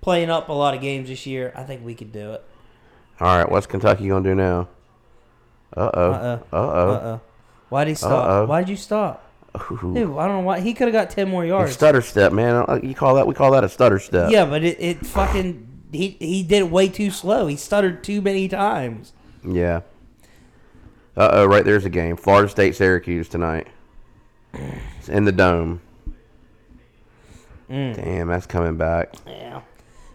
Speaker 1: playing up a lot of games this year. I think we could do it.
Speaker 2: all right. What's Kentucky gonna do now? Uh oh.
Speaker 1: Uh-oh. Uh
Speaker 2: Uh
Speaker 1: oh, why did he stop?
Speaker 2: Uh-oh.
Speaker 1: Why did you stop?
Speaker 2: oh.
Speaker 1: Dude, I don't know why he could have got ten more
Speaker 2: A
Speaker 1: yards.
Speaker 2: stutter step, man. Uh, You call that? We call that a stutter step.
Speaker 1: yeah, but it, it fucking he he did it way too slow. He stuttered too many times.
Speaker 2: Yeah. Uh oh, right there's a game. Florida State, Syracuse tonight.
Speaker 1: Mm.
Speaker 2: It's in the dome. Damn, that's coming back.
Speaker 1: Yeah.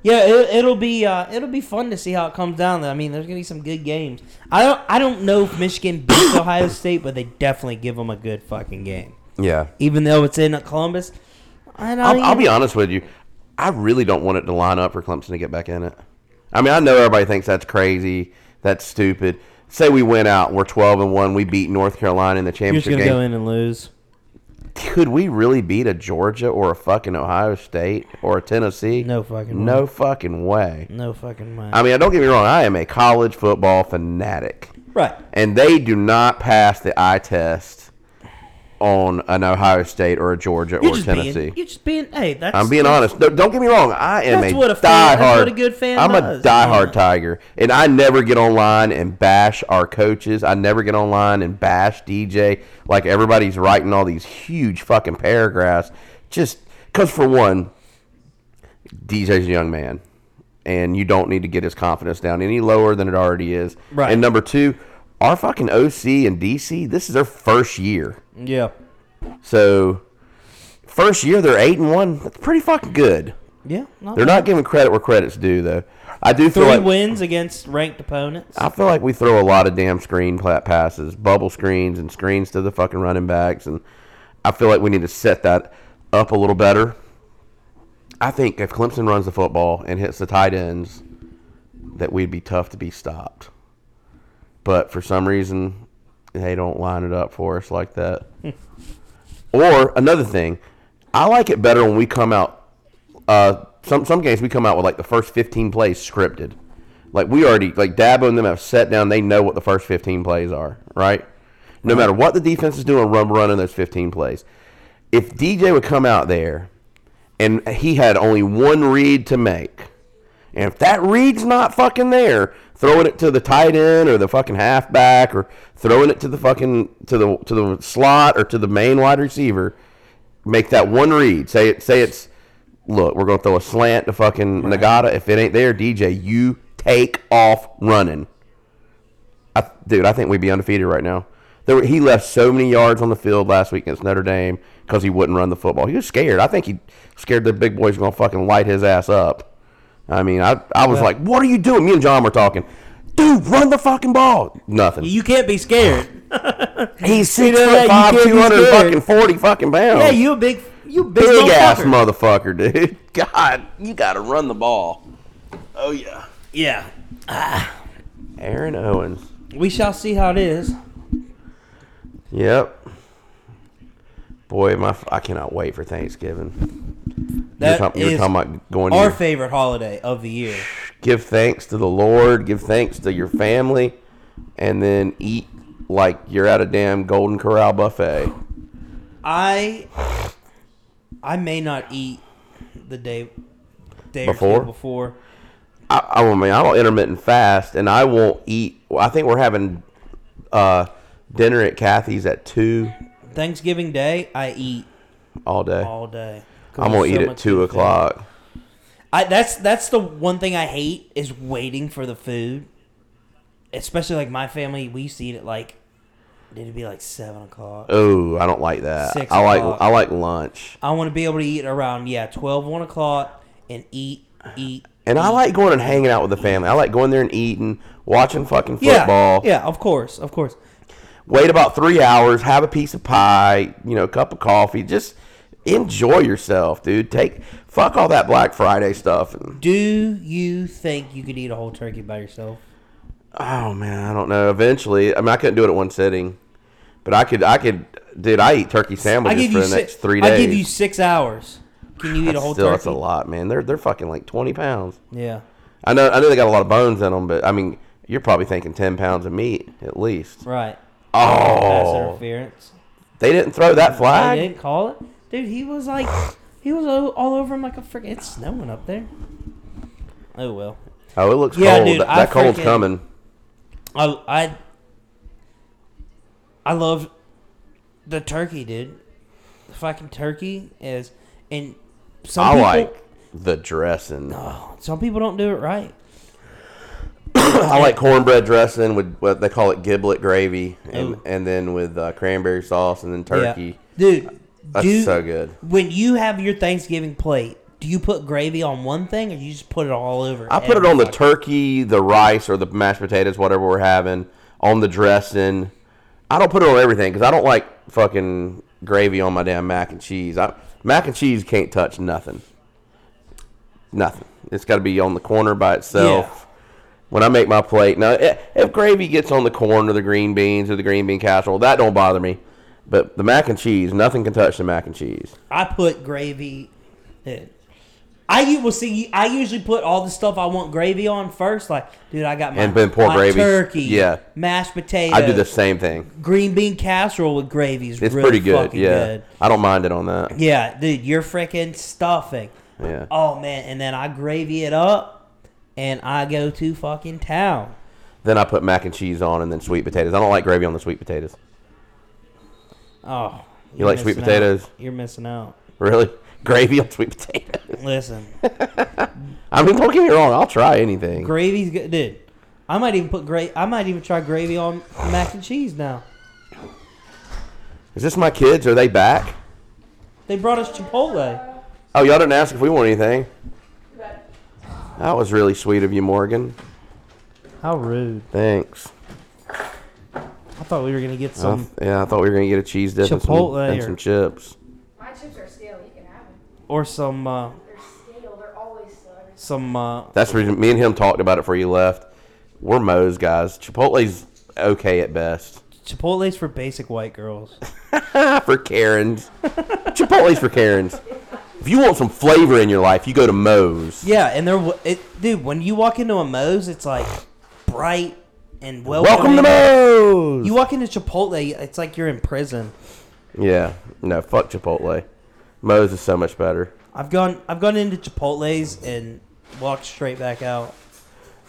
Speaker 1: Yeah, it, it'll be uh, it'll be fun to see how it comes down. Though. I mean, there's gonna be some good games. I don't I don't know if Michigan beats Ohio State, but they definitely give them a good fucking game.
Speaker 2: Yeah.
Speaker 1: Even though it's in Columbus, I don't
Speaker 2: I'll, I'll
Speaker 1: even-
Speaker 2: be honest with you. I really don't want it to line up for Clemson to get back in it. I mean, I know everybody thinks that's crazy, that's stupid. Say we went out, we're twelve and one, we beat North Carolina in the
Speaker 1: You're just
Speaker 2: championship
Speaker 1: gonna
Speaker 2: game.
Speaker 1: go in and lose.
Speaker 2: Could we really beat a Georgia or a fucking Ohio State or a Tennessee?
Speaker 1: No fucking
Speaker 2: no
Speaker 1: way.
Speaker 2: fucking way.
Speaker 1: No fucking way.
Speaker 2: I mean, don't get me wrong. I am a college football fanatic,
Speaker 1: right.
Speaker 2: and they do not pass the eye test on an Ohio State or a Georgia
Speaker 1: You're
Speaker 2: or
Speaker 1: just
Speaker 2: Tennessee.
Speaker 1: being. You're just being. Hey, that's.
Speaker 2: I'm being honest. No, don't get me wrong. I am
Speaker 1: That's
Speaker 2: a
Speaker 1: what a
Speaker 2: diehard.
Speaker 1: fan- that's what a good fan
Speaker 2: I'm
Speaker 1: does.
Speaker 2: a diehard
Speaker 1: Uh.
Speaker 2: Tiger, and I never get online and bash our coaches. I never get online and bash DJ. Like everybody's writing all these huge fucking paragraphs, just because for one, DJ's a young man, and you don't need to get his confidence down any lower than it already is.
Speaker 1: Right.
Speaker 2: And number two, our fucking OC and DC, this is their first year.
Speaker 1: Yeah.
Speaker 2: So, first year they're eight and one. That's pretty fucking good.
Speaker 1: Yeah. Not
Speaker 2: They're not giving credit where credit's due, though. I do feel
Speaker 1: three
Speaker 2: like
Speaker 1: wins against ranked opponents.
Speaker 2: I feel like we throw a lot of damn screen plat passes, bubble screens, and screens to the fucking running backs, and I feel like we need to set that up a little better. I think if Clemson runs the football and hits the tight ends, that we'd be tough to be stopped. But for some reason, they don't line it up for us like that. or another thing, I like it better when we come out. Uh, some some games we come out with like the first fifteen plays scripted. Like we already like Dabo and them have set down. They know what the first fifteen plays are, right? No matter what the defense is doing, run running those fifteen plays. If DJ would come out there and he had only one read to make. And if that read's not fucking there, throwing it to the tight end or the fucking halfback or throwing it to the fucking to the to the slot or to the main wide receiver, make that one read. Say it say it's look, we're gonna throw a slant to fucking Nagata. If it ain't there, DJ, you take off running. I, dude, I think we'd be undefeated right now. There were, he left so many yards on the field last week against Notre Dame because he wouldn't run the football. He was scared. I think he scared the big boys gonna fucking light his ass up. I mean, I I was like, what are you doing? Me and John were talking. Dude, run the fucking ball. Nothing.
Speaker 1: You can't be scared.
Speaker 2: He's six
Speaker 1: know that, you can't
Speaker 2: foot five,
Speaker 1: be
Speaker 2: two hundred
Speaker 1: scared.
Speaker 2: fucking forty fucking pounds.
Speaker 1: yeah, you a big. You a big,
Speaker 2: big ass
Speaker 1: motherfucker.
Speaker 2: motherfucker, dude. God, you gotta run the ball. Oh yeah.
Speaker 1: Yeah.
Speaker 2: Aaron Owens.
Speaker 1: We shall see how it is.
Speaker 2: Yep. Boy, my f- I cannot wait for Thanksgiving.
Speaker 1: That
Speaker 2: you're, talking, you're
Speaker 1: is
Speaker 2: talking about going to
Speaker 1: our
Speaker 2: your-
Speaker 1: favorite holiday of the year.
Speaker 2: give thanks to the Lord, give thanks to your family, and then eat like you're at a damn Golden Corral buffet.
Speaker 1: I I may not eat the day day or
Speaker 2: Before?
Speaker 1: two before.
Speaker 2: I, I mean, I'm on intermittent fast, and I won't eat. well, I think we're having uh, dinner at Kathy's at two
Speaker 1: Thanksgiving Day, I eat
Speaker 2: all day.
Speaker 1: all day. 'Cause
Speaker 2: I'm gonna
Speaker 1: there's so
Speaker 2: eat at
Speaker 1: much
Speaker 2: two
Speaker 1: good food.
Speaker 2: o'clock.
Speaker 1: I that's that's the one thing I hate is waiting for the food. Especially like my family, we used to eat at like it'd be like seven o'clock.
Speaker 2: Oh, I don't like that.
Speaker 1: Six
Speaker 2: I like
Speaker 1: o'clock.
Speaker 2: I like lunch,
Speaker 1: I want to be able to eat around yeah 12, 1 o'clock and eat eat.
Speaker 2: and I like going and hanging out with the family. I like going there and eating, watching fucking
Speaker 1: Yeah,
Speaker 2: football.
Speaker 1: yeah, of course, of course.
Speaker 2: wait about three hours, have a piece of pie, you know, a cup of coffee, just enjoy yourself, dude. Take fuck all that Black Friday stuff. And,
Speaker 1: Do you think you could eat a whole turkey by yourself?
Speaker 2: oh man, I don't know. Eventually, I mean, I couldn't do it at one sitting, but I could, I could, dude. I eat turkey sandwiches for the
Speaker 1: si-
Speaker 2: next three days.
Speaker 1: I give you six hours. Can you eat a
Speaker 2: That's
Speaker 1: whole
Speaker 2: Still,
Speaker 1: turkey?
Speaker 2: that's a lot, man. They're they're fucking like twenty pounds.
Speaker 1: Yeah.
Speaker 2: I know, I know they got a lot of bones in them, but I mean, you're probably thinking ten pounds of meat at least.
Speaker 1: Right. Pass
Speaker 2: Oh,
Speaker 1: interference.
Speaker 2: they didn't throw that
Speaker 1: I
Speaker 2: flag.
Speaker 1: didn't call it, dude. He was like, he was o- all over him like a freaking. It's snowing up there. Oh well.
Speaker 2: Oh, it looks
Speaker 1: Yeah,
Speaker 2: cold.
Speaker 1: dude,
Speaker 2: that
Speaker 1: I
Speaker 2: that cold's
Speaker 1: freaking-
Speaker 2: coming.
Speaker 1: I I I love the turkey, dude. The fucking turkey is and some
Speaker 2: I
Speaker 1: people Oh,
Speaker 2: like the dressing.
Speaker 1: some people don't do it right.
Speaker 2: I like cornbread dressing with what they call it giblet gravy, and,
Speaker 1: Ooh.
Speaker 2: and then with uh, cranberry sauce, and then turkey.
Speaker 1: Yeah. Dude,
Speaker 2: That's
Speaker 1: do-
Speaker 2: so good.
Speaker 1: When you have your Thanksgiving plate, do you put gravy on one thing or you just put it all over?
Speaker 2: I put it on the
Speaker 1: everything?
Speaker 2: turkey, the rice, or the mashed potatoes, whatever we're having, on the dressing. I don't put it on everything because I don't like fucking gravy on my damn mac and cheese. I, mac and cheese can't touch nothing. Nothing. It's got to be on the corner by itself. When I make my plate, now i- if gravy gets on the corn or the green beans or the green bean casserole, that don't bother me. But the mac and cheese, nothing can touch the mac and cheese.
Speaker 1: I put gravy. In. I u- well see. I usually put all the stuff I want gravy on first. Like, dude, I got my,
Speaker 2: And then pour
Speaker 1: my
Speaker 2: gravy.
Speaker 1: turkey,
Speaker 2: Yeah.
Speaker 1: mashed potatoes.
Speaker 2: I do the same thing.
Speaker 1: green bean casserole with gravy is
Speaker 2: It's
Speaker 1: really
Speaker 2: pretty good.
Speaker 1: fucking
Speaker 2: Yeah,
Speaker 1: good.
Speaker 2: I don't mind it on that.
Speaker 1: Yeah, dude, you're freaking stuffing.
Speaker 2: Yeah.
Speaker 1: Oh man, and then I gravy it up, and I go to fucking town.
Speaker 2: Then I put mac and cheese on, and then sweet potatoes. I don't like gravy on the sweet potatoes.
Speaker 1: Oh,
Speaker 2: You
Speaker 1: you're
Speaker 2: like sweet
Speaker 1: missing out.
Speaker 2: potatoes?
Speaker 1: You're missing out.
Speaker 2: Really, gravy on sweet potatoes.
Speaker 1: Listen,
Speaker 2: I mean, don't get me wrong. I'll try anything.
Speaker 1: gravy's good, dude. I might even put gra- I might even try gravy on mac and cheese now.
Speaker 2: Is this my kids? Are they back?
Speaker 1: They brought us Chipotle.
Speaker 2: Oh, y'all didn't ask if we want anything. That was really sweet of you, Morgan.
Speaker 1: How rude!
Speaker 2: Thanks.
Speaker 1: I thought we were gonna get
Speaker 2: I th- yeah, I thought we were gonna get a cheese dip and some,
Speaker 1: Chipotle
Speaker 2: and
Speaker 1: or-
Speaker 2: some chips.
Speaker 3: My chips are stale. You can have them.
Speaker 1: or some uh,
Speaker 3: They're stale. They're always stale. Every
Speaker 1: some. Uh,
Speaker 2: That's the reason me and him talked about it before you left. We're Moe's guys. Chipotle's okay at best. Ah,
Speaker 1: Chipotle's for basic white girls.
Speaker 2: for Karens. Chipotle's for Karens. If you want some flavor in your life, you go to Moe's.
Speaker 1: Yeah, and they're w- it, dude. When you walk into a Moe's, it's like bright and welcoming.
Speaker 2: Welcome to Moe's.
Speaker 1: Oh, You walk into Chipotle, it's like you're in prison.
Speaker 2: yeah, no, fuck Chipotle. Moe's is so much better.
Speaker 1: I've gone I've gone into Chipotle's and walked straight back out.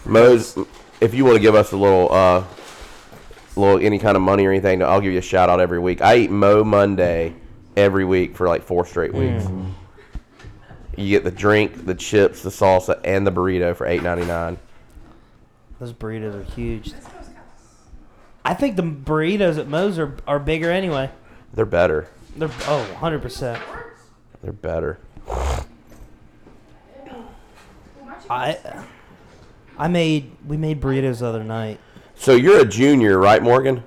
Speaker 2: Moe's. If you want to give us a little, uh, little any kind of money or anything, I'll give you a shout out every week. I eat Mo Monday every week for like four straight weeks. You get the drink, the chips, the salsa, and the burrito for eight ninety nine.
Speaker 1: Those burritos are huge. I think the burritos at Moe's are, are bigger anyway.
Speaker 2: They're better.
Speaker 1: They're oh 100 percent.
Speaker 2: They're better.
Speaker 1: I I made we made burritos the other night.
Speaker 2: So you're a junior, right, Morgan?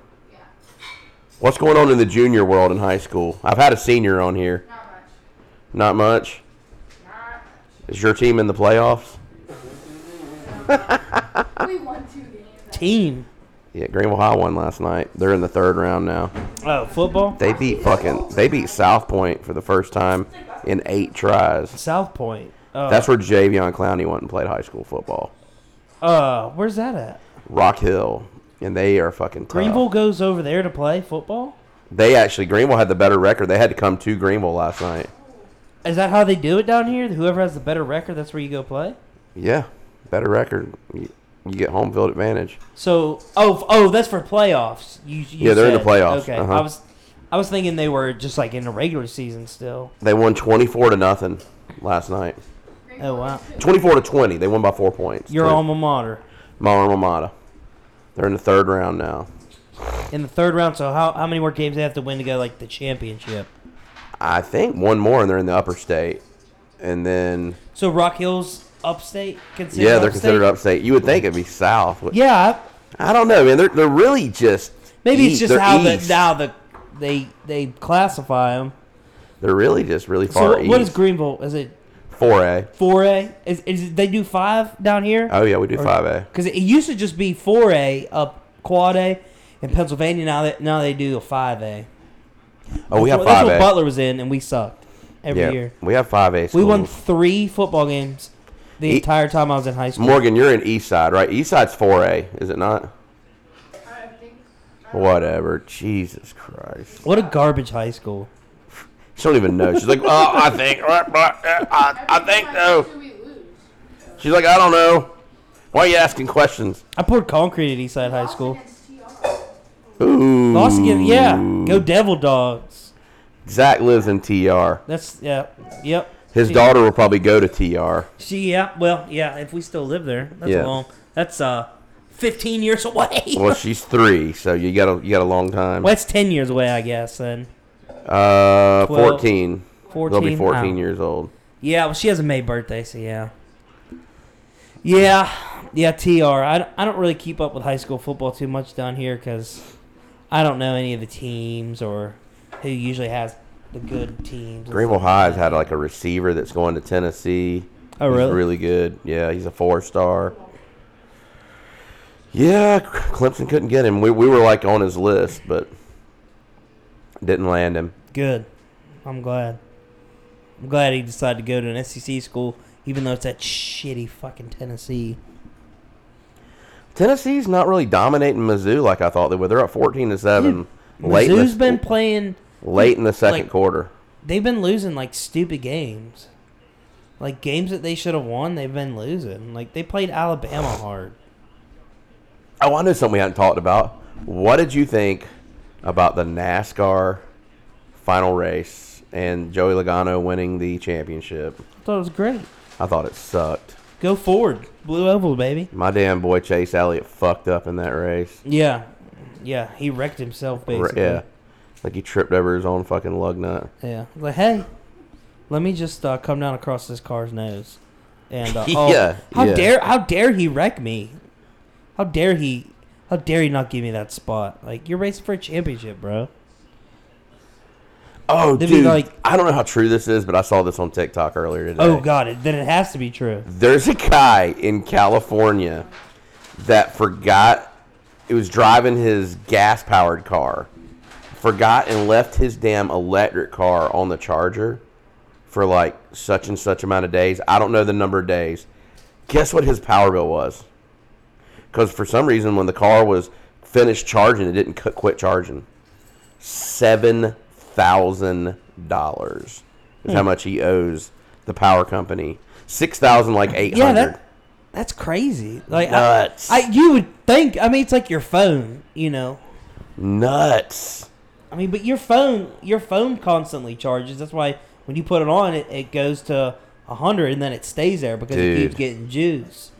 Speaker 2: What's going on in the junior world in high school? I've had a senior on here.
Speaker 3: Not much.
Speaker 2: Not much.
Speaker 3: Not
Speaker 2: Is your team in the playoffs?
Speaker 3: much. we won two games.
Speaker 1: Team.
Speaker 2: Yeah, Greenville High won last night. They're in the third round now.
Speaker 1: Oh, football.
Speaker 2: They beat fucking. They beat South Point for the first time in eight tries.
Speaker 1: South Point. Oh,
Speaker 2: That's where Javion Clowney went and played high school football.
Speaker 1: uh, where's that at?
Speaker 2: Rock Hill, and they are fucking. tough.
Speaker 1: Greenville goes over there to play football.
Speaker 2: They actually Greenville had the better record. They had to come to Greenville last night.
Speaker 1: Is that how they do it down here? Whoever has the better record, that's where you go play.
Speaker 2: Yeah, better record. You, you get home field advantage.
Speaker 1: So, oh, f- oh, that's for playoffs. You, you
Speaker 2: Yeah, they're in the
Speaker 1: said.
Speaker 2: playoffs.
Speaker 1: Okay,
Speaker 2: Uh-huh.
Speaker 1: I was, I was thinking they were just like in the regular season still.
Speaker 2: They won 24 to nothing last night.
Speaker 1: Oh wow,
Speaker 2: 24 to 20. They won by four points.
Speaker 1: your
Speaker 2: Twenty-
Speaker 1: alma mater
Speaker 2: my alma mater. They're in the third round now.
Speaker 1: in the third round. So how how many more games they have to win to go like the championship?
Speaker 2: I think one more, and they're in the upper state. And then
Speaker 1: So Rock Hills upstate considered.
Speaker 2: yeah, they're
Speaker 1: upstate?
Speaker 2: considered upstate. You would think it'd be south. but-
Speaker 1: Yeah, I-
Speaker 2: I don't know, man. They're they're really just
Speaker 1: maybe
Speaker 2: east.
Speaker 1: it's just
Speaker 2: E, They're
Speaker 1: how the
Speaker 2: east.
Speaker 1: now the they they classify them.
Speaker 2: They're really just really
Speaker 1: So
Speaker 2: far
Speaker 1: what, what is
Speaker 2: east.
Speaker 1: Greenville? Is it
Speaker 2: Four A.
Speaker 1: four A? Is is it, they do five down here?
Speaker 2: Oh yeah, we do five A.
Speaker 1: Because it used to just be four A up quad A in Pennsylvania. Now they now they do a five A.
Speaker 2: Oh, we have
Speaker 1: That's
Speaker 2: five
Speaker 1: what
Speaker 2: A.
Speaker 1: Butler was in, and we sucked every
Speaker 2: Yeah,
Speaker 1: year.
Speaker 2: we have five A.
Speaker 1: We won three football games the
Speaker 2: E-
Speaker 1: entire time I was in high school.
Speaker 2: Morgan, you're in East Side, right? East Side's four A, is it not?
Speaker 3: I don't think.
Speaker 2: Whatever. Jesus Christ.
Speaker 1: What a garbage high school!
Speaker 2: She don't even know. She's like, oh, I think, right, right, uh, I, I think so.
Speaker 3: Who we lose?
Speaker 2: She's like, I don't know. Why are you asking questions?
Speaker 1: I poured concrete at Eastside High
Speaker 3: Lost
Speaker 1: School.
Speaker 3: against TR.
Speaker 2: Ooh.
Speaker 1: Lost again, yeah. Go Devil Dogs.
Speaker 2: Zach lives in TR.
Speaker 1: That's yeah, yep.
Speaker 2: His
Speaker 1: She-
Speaker 2: daughter will probably go to TR.
Speaker 1: She yeah. Well yeah. If we still live there, that's
Speaker 2: Yeah.
Speaker 1: a long. That's uh, fifteen years away.
Speaker 2: Well, she's three, so you got a you got a long time.
Speaker 1: well, that's ten years away, I guess. Then
Speaker 2: Uh,
Speaker 1: Twelve,
Speaker 2: fourteen. They'll
Speaker 1: 14?
Speaker 2: be fourteen
Speaker 1: Oh.
Speaker 2: years old.
Speaker 1: Yeah, well, she has a May birthday, so yeah. Yeah, yeah, TR. I, don't- I don't really keep up with high school football too much down here because I don't know any of the teams or who usually has the good teams.
Speaker 2: Greenville High's had like a receiver that's going to Tennessee.
Speaker 1: Oh,
Speaker 2: He's
Speaker 1: really?
Speaker 2: really good. Yeah, he's a four star. Yeah, Clemson couldn't get him. We, we were like on his list, but didn't land him.
Speaker 1: Good. I'm glad. I'm glad he decided to go to an SEC school, even though it's that shitty fucking Tennessee.
Speaker 2: Tennessee's not really dominating Mizzou like I thought they were. They're up fourteen to seven. Late in,
Speaker 1: Mizzou's
Speaker 2: the,
Speaker 1: been playing.
Speaker 2: late in the second
Speaker 1: like-
Speaker 2: quarter.
Speaker 1: They've been losing like stupid games, like games that they should have won. They've been losing. Like they played Alabama hard.
Speaker 2: Oh, I know something we haven't talked about. What did you think about the NASCAR final race and Joey Logano winning the championship?
Speaker 1: I thought it was great.
Speaker 2: I thought it sucked.
Speaker 1: Go forward, blue oval, baby.
Speaker 2: My damn boy Chase Elliott fucked up in that race.
Speaker 1: Yeah, yeah. He wrecked himself
Speaker 2: R-
Speaker 1: basically.
Speaker 2: Yeah. Like he tripped over his own fucking lug nut.
Speaker 1: Yeah. Like, hey, let me just uh, come down across this car's nose. And uh, oh,
Speaker 2: Yeah,
Speaker 1: how
Speaker 2: yeah.
Speaker 1: dare how dare he wreck me? How dare he? How dare he not give me that spot? Like you're racing for a championship, bro.
Speaker 2: Oh,
Speaker 1: They'd be
Speaker 2: dude.
Speaker 1: like-
Speaker 2: I don't know how true this is, but I saw this on TikTok earlier today.
Speaker 1: Oh God, it, then it has to be true.
Speaker 2: There's a guy in California that forgot it was driving his gas powered car. Forgot and left his damn electric car on the charger for like such and such amount of days. I don't know the number of days. Guess what his power bill was? Cuz for some reason when the car was finished charging, it didn't cu- quit charging. $7,000 is
Speaker 1: Hmm.
Speaker 2: how much he owes the power company. 6,000 like 800.
Speaker 1: Yeah, that that's crazy. Like I-
Speaker 2: Nuts.
Speaker 1: I, you would think. I mean, it's like your phone, you know.
Speaker 2: Nuts.
Speaker 1: I mean, but your phone, your phone constantly charges. That's why when you put it on, it, it goes to hundred and then it stays there because
Speaker 2: Dude.
Speaker 1: it keeps getting juice.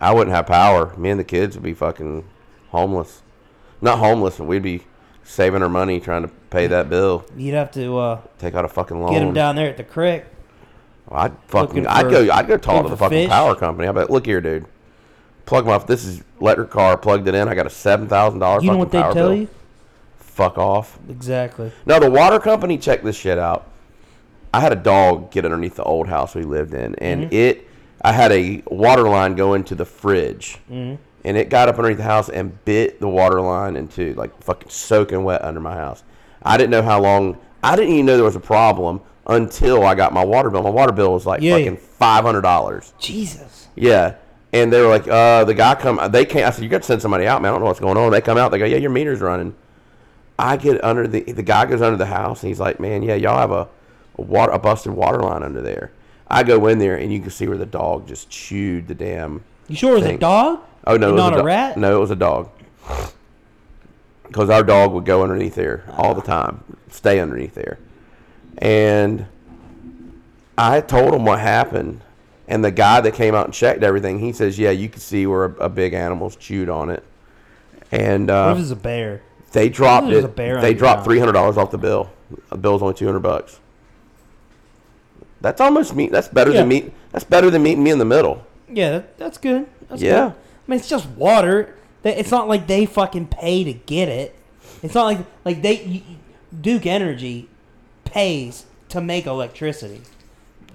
Speaker 2: I wouldn't have power. Me and the kids would be fucking homeless. Not homeless, but we'd be saving our money trying to pay that bill.
Speaker 1: You'd have to uh,
Speaker 2: Take out a fucking loan.
Speaker 1: get him down there at the creek.
Speaker 2: I'd fucking.
Speaker 1: Looking
Speaker 2: I'd
Speaker 1: for-
Speaker 2: go. I'd go
Speaker 1: looking
Speaker 2: talk to the
Speaker 1: for
Speaker 2: fucking
Speaker 1: fish.
Speaker 2: power company. I bet. Look here, dude. Plug my. This is electric car. Plugged it in. I got a seven thousand dollars.
Speaker 1: You know what they tell you?
Speaker 2: Fuck off.
Speaker 1: Exactly.
Speaker 2: Now the water company checked this shit out. I had a dog get underneath the old house we lived in, and it. I had a water line go into the fridge, and it got up underneath the house and bit the water line in two, like fucking soaking wet under my house. I didn't know how long. I didn't even know there was a problem until I got my water bill. My water bill was like
Speaker 1: Yeah.
Speaker 2: fucking five hundred dollars.
Speaker 1: Jesus.
Speaker 2: Yeah. And they were like, uh, the guy come, they can't. I said, you got to send somebody out, man. I don't know what's going on. They come out. They go, yeah, your meter's running. I get under the the guy goes under the house and he's like, man, yeah, y'all have a, a water a busted water line under there. I go in there and you can see where the dog just chewed the damn.
Speaker 1: You sure it was a
Speaker 2: Thanks.
Speaker 1: dog?
Speaker 2: Oh no, it was
Speaker 1: Not
Speaker 2: a,
Speaker 1: a
Speaker 2: dog.
Speaker 1: rat?
Speaker 2: No, it was a dog. Because our dog would go underneath there all the time, stay underneath there, and I told him what happened. And the guy that came out and checked everything, he says, "Yeah, you can see where a, a big animal's chewed on it." And uh,
Speaker 1: What if it's a bear?
Speaker 2: they dropped
Speaker 1: There's
Speaker 2: it.
Speaker 1: a bear on
Speaker 2: they
Speaker 1: the
Speaker 2: dropped
Speaker 1: ground.
Speaker 2: three hundred dollars off the bill. The bill's only two hundred bucks. That's almost me. That's better
Speaker 1: Yeah.
Speaker 2: than me. That's better than meeting me in the middle.
Speaker 1: Yeah, that, that's good. That's
Speaker 2: Yeah.
Speaker 1: Good. I mean, it's just water. They- It's not like they fucking pay to get it. It's not like like they you- you- Duke Energy pays to make electricity.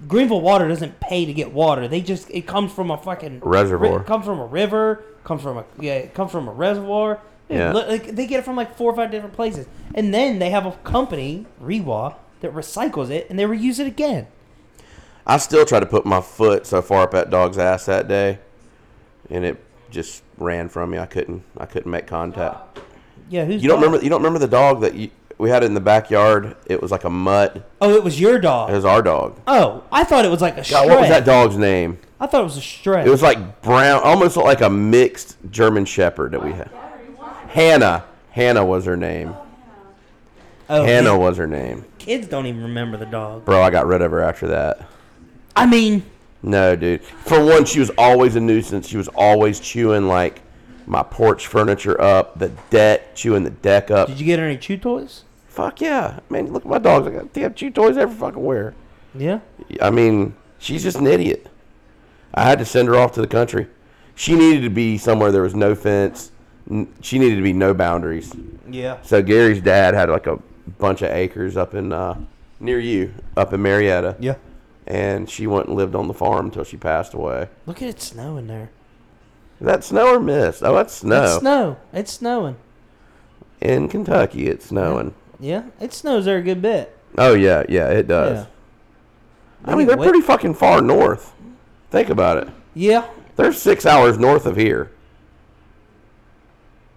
Speaker 1: Greenville Water doesn't pay to get water. They just it comes from a fucking
Speaker 2: Reservoir.
Speaker 1: It comes from a river. Comes from a yeah. It comes from a reservoir. Dude,
Speaker 2: Yeah.
Speaker 1: look, like, they get it from like four or five different places, and then they have a company Rewa that recycles it and they reuse it again.
Speaker 2: I still tried to put my foot so far up that dog's ass that day, and it just ran from me. I couldn't. I couldn't make contact.
Speaker 1: Yeah, who's
Speaker 2: You don't
Speaker 1: dog?
Speaker 2: remember? You don't remember the dog that you, we had in the backyard? It was like a mutt.
Speaker 1: Oh, it was your dog.
Speaker 2: It was our dog.
Speaker 1: Oh, I thought it was like a
Speaker 2: God,
Speaker 1: shred.
Speaker 2: what was that dog's name?
Speaker 1: I thought it was a shred.
Speaker 2: It was like brown, almost looked like a mixed German Shepherd that we had. Hannah. Hannah was her name.
Speaker 1: oh,
Speaker 2: Hannah
Speaker 1: man,
Speaker 2: was her name.
Speaker 1: Kids don't even remember the dog.
Speaker 2: Bro, I got rid of her after that.
Speaker 1: I mean,
Speaker 2: No, dude. For one, she was always a nuisance. She was always chewing like my porch furniture up, the deck, chewing the deck up.
Speaker 1: did you get any chew toys?
Speaker 2: Fuck yeah. Man, look at my dogs. I got damn chew toys every fucking where.
Speaker 1: Yeah.
Speaker 2: I mean, She's just an idiot. I had to send her off to the country. She needed to be somewhere there was no fence. N- She needed to be no boundaries.
Speaker 1: Yeah.
Speaker 2: So Gary's dad had like a bunch of acres up in uh, near you, up in Marietta.
Speaker 1: Yeah.
Speaker 2: And she went and lived on the farm until she passed away.
Speaker 1: Look at it snowing there.
Speaker 2: Is that snow or mist? Oh, that's snow.
Speaker 1: It's snow. It's snowing.
Speaker 2: in Kentucky, it's snowing.
Speaker 1: Yeah. It snows there a good bit.
Speaker 2: Oh yeah, yeah, it does.
Speaker 1: Yeah.
Speaker 2: I mean, they're
Speaker 1: Wait.
Speaker 2: pretty fucking far north. Think about it.
Speaker 1: Yeah.
Speaker 2: They're six hours north of here.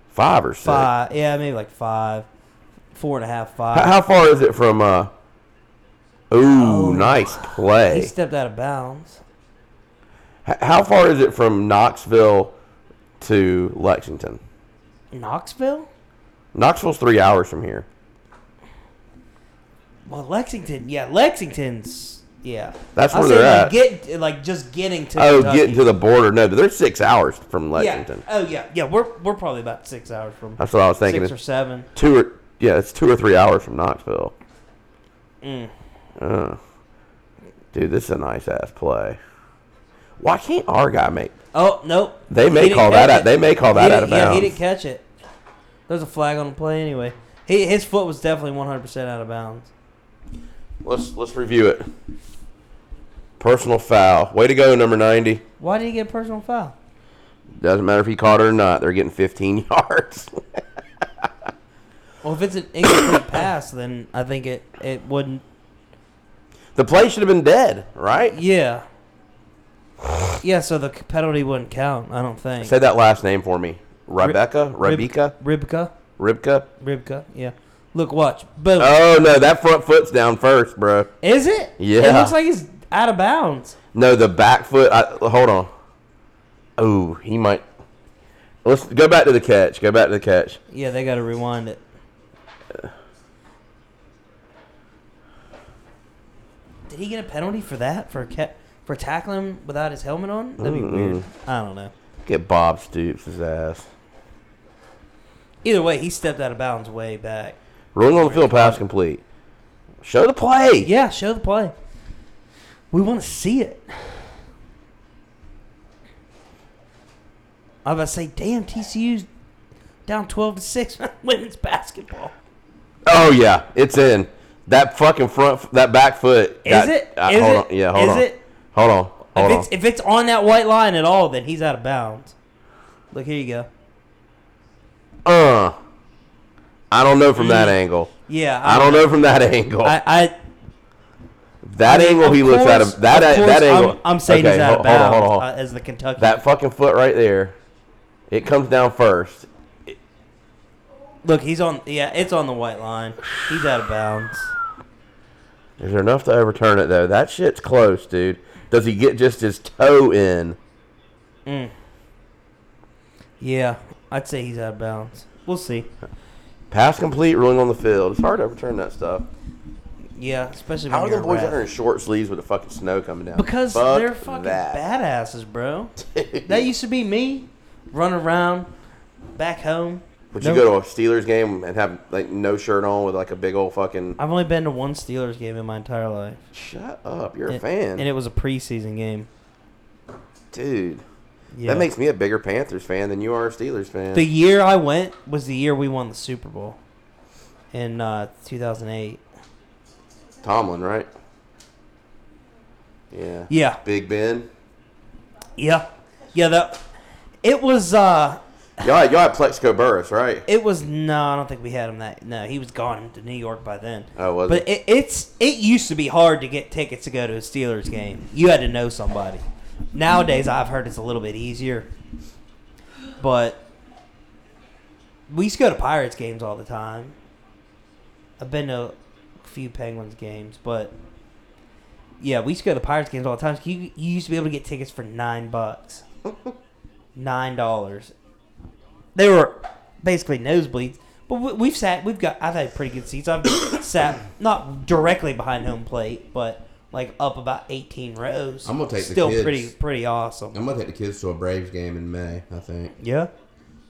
Speaker 2: Five or six.
Speaker 1: Five. Yeah, maybe like five. Four and a half, five.
Speaker 2: How, how far is it from? uh
Speaker 1: Oh,
Speaker 2: Ooh, nice play.
Speaker 1: He stepped out of bounds.
Speaker 2: H- How far is it from Knoxville to Lexington?
Speaker 1: Knoxville?
Speaker 2: Knoxville's three hours from here.
Speaker 1: Well, Lexington. Yeah, Lexington's. Yeah.
Speaker 2: That's
Speaker 1: I was
Speaker 2: where they're
Speaker 1: saying, like, Get, like, just getting to
Speaker 2: Oh,
Speaker 1: Kentucky.
Speaker 2: getting to the border. No, but they're six hours from Lexington.
Speaker 1: Yeah. Oh, yeah. Yeah, we're, we're probably about six hours from
Speaker 2: That's what I was thinking.
Speaker 1: six or seven.
Speaker 2: two or yeah, it's two or three hours from Knoxville.
Speaker 1: Mm.
Speaker 2: Uh, dude, this is a nice ass play. Why can't our guy make?
Speaker 1: Oh, nope.
Speaker 2: They
Speaker 1: He
Speaker 2: may
Speaker 1: didn't
Speaker 2: call that
Speaker 1: catch
Speaker 2: out-
Speaker 1: it.
Speaker 2: they may call that
Speaker 1: He
Speaker 2: out
Speaker 1: didn't-
Speaker 2: of
Speaker 1: Yeah, he
Speaker 2: bounds.
Speaker 1: didn't catch it. There's a flag on the play anyway. He, his foot was definitely 100% out of bounds.
Speaker 2: Let's let's review it. Personal foul. Way to go, number ninety.
Speaker 1: Why did he get a personal foul?
Speaker 2: Doesn't matter if he caught it or not. They're getting fifteen yards.
Speaker 1: Well, if it's an incomplete pass, then I think it, it wouldn't.
Speaker 2: the play should have been dead, right?
Speaker 1: Yeah. Yeah, so the penalty wouldn't count, I don't think.
Speaker 2: Say that last name for me. Rebecca,
Speaker 1: Rib-
Speaker 2: Rebecca,
Speaker 1: Ribka?
Speaker 2: Ribka.
Speaker 1: Ribka, yeah. Look, watch. Boom.
Speaker 2: Oh no, that front foot's down first, bro.
Speaker 1: Is it? It
Speaker 2: Yeah.
Speaker 1: looks like it's out of bounds.
Speaker 2: No, the back foot. I, hold on. Oh, he might. Let's go back to the catch. Go back to the catch.
Speaker 1: Yeah, they got to rewind it. Did he get a penalty for that? For ca- for tackling without his helmet on? That'd be
Speaker 2: Mm.
Speaker 1: weird. I don't know.
Speaker 2: Get Bob Stoops' his ass.
Speaker 1: Either way, he stepped out of bounds way back.
Speaker 2: Ruling on the field pass complete. Show the play.
Speaker 1: Yeah, show the play. We want to see it. I was about to say, damn, TCU's down twelve to six on women's basketball.
Speaker 2: Oh yeah, it's in. That fucking front. That back foot.
Speaker 1: Is
Speaker 2: got-
Speaker 1: it?
Speaker 2: uh,
Speaker 1: Is
Speaker 2: hold
Speaker 1: it?
Speaker 2: on. Yeah,
Speaker 1: Is
Speaker 2: hold on.
Speaker 1: it?
Speaker 2: Hold on. Hold
Speaker 1: if
Speaker 2: on.
Speaker 1: it's if it's on that white line at all, then he's out of bounds. Look here, you go.
Speaker 2: uh. I don't know from that angle.
Speaker 1: Yeah,
Speaker 2: I don't know from that angle.
Speaker 1: I, I
Speaker 2: that angle
Speaker 1: of
Speaker 2: he looks out
Speaker 1: course-
Speaker 2: of that
Speaker 1: course
Speaker 2: that angle.
Speaker 1: I'm, I'm saying
Speaker 2: Okay,
Speaker 1: he's out of
Speaker 2: hold- hold on,
Speaker 1: bounds
Speaker 2: hold on, hold on.
Speaker 1: uh, as the Kentucky.
Speaker 2: That fucking foot right there. It comes down first.
Speaker 1: Look, he's on. Yeah, it's on the white line. He's out of bounds.
Speaker 2: Is there enough to overturn it though? That shit's close, dude. Does he get just his toe in?
Speaker 1: Mm. Yeah, I'd say he's out of bounds. We'll see.
Speaker 2: Pass complete, ruling on the field. It's hard to overturn that stuff.
Speaker 1: Yeah, especially
Speaker 2: How
Speaker 1: when
Speaker 2: are
Speaker 1: you're
Speaker 2: the
Speaker 1: a
Speaker 2: boys
Speaker 1: rat.
Speaker 2: out here in short sleeves with the fucking snow coming down?
Speaker 1: Because
Speaker 2: Fuck
Speaker 1: they're fucking
Speaker 2: that.
Speaker 1: badasses, bro. that used to be me, run around, back home.
Speaker 2: But
Speaker 1: No-
Speaker 2: you go to a Steelers game and have like no shirt on with like a big old fucking.
Speaker 1: I've only been to one Steelers game in my entire life.
Speaker 2: Shut up! You're a
Speaker 1: And-
Speaker 2: fan,
Speaker 1: And it was a preseason game.
Speaker 2: dude.
Speaker 1: Yeah.
Speaker 2: That makes me a bigger Panthers fan than you are a Steelers fan.
Speaker 1: the year I went was the year we won the Super Bowl in uh, 2008.
Speaker 2: Tomlin, right? Yeah.
Speaker 1: Yeah.
Speaker 2: Big Ben.
Speaker 1: Yeah. Yeah, that it was uh
Speaker 2: Y'all, had- y'all had Plexico Burris, right?
Speaker 1: it was no, I don't think we had him that. No, he was gone to New York by then.
Speaker 2: Oh, was
Speaker 1: But it, it's it used to be hard to get tickets to go to a Steelers game. You had to know somebody. Nowadays, I've heard it's a little bit easier. But we used to go to Pirates games all the time. I've been to a few Penguins games, but yeah, we used to go to Pirates games all the time. You, you used to be able to get tickets for nine bucks, nine dollars. They were basically nosebleeds, but we, we've sat. We've got. I've had pretty good seats. I've sat not directly behind home plate, but like up about eighteen rows.
Speaker 2: I'm gonna take the
Speaker 1: still
Speaker 2: kids.
Speaker 1: pretty pretty awesome.
Speaker 2: I'm gonna take the kids to a Braves game in May. I think.
Speaker 1: Yeah.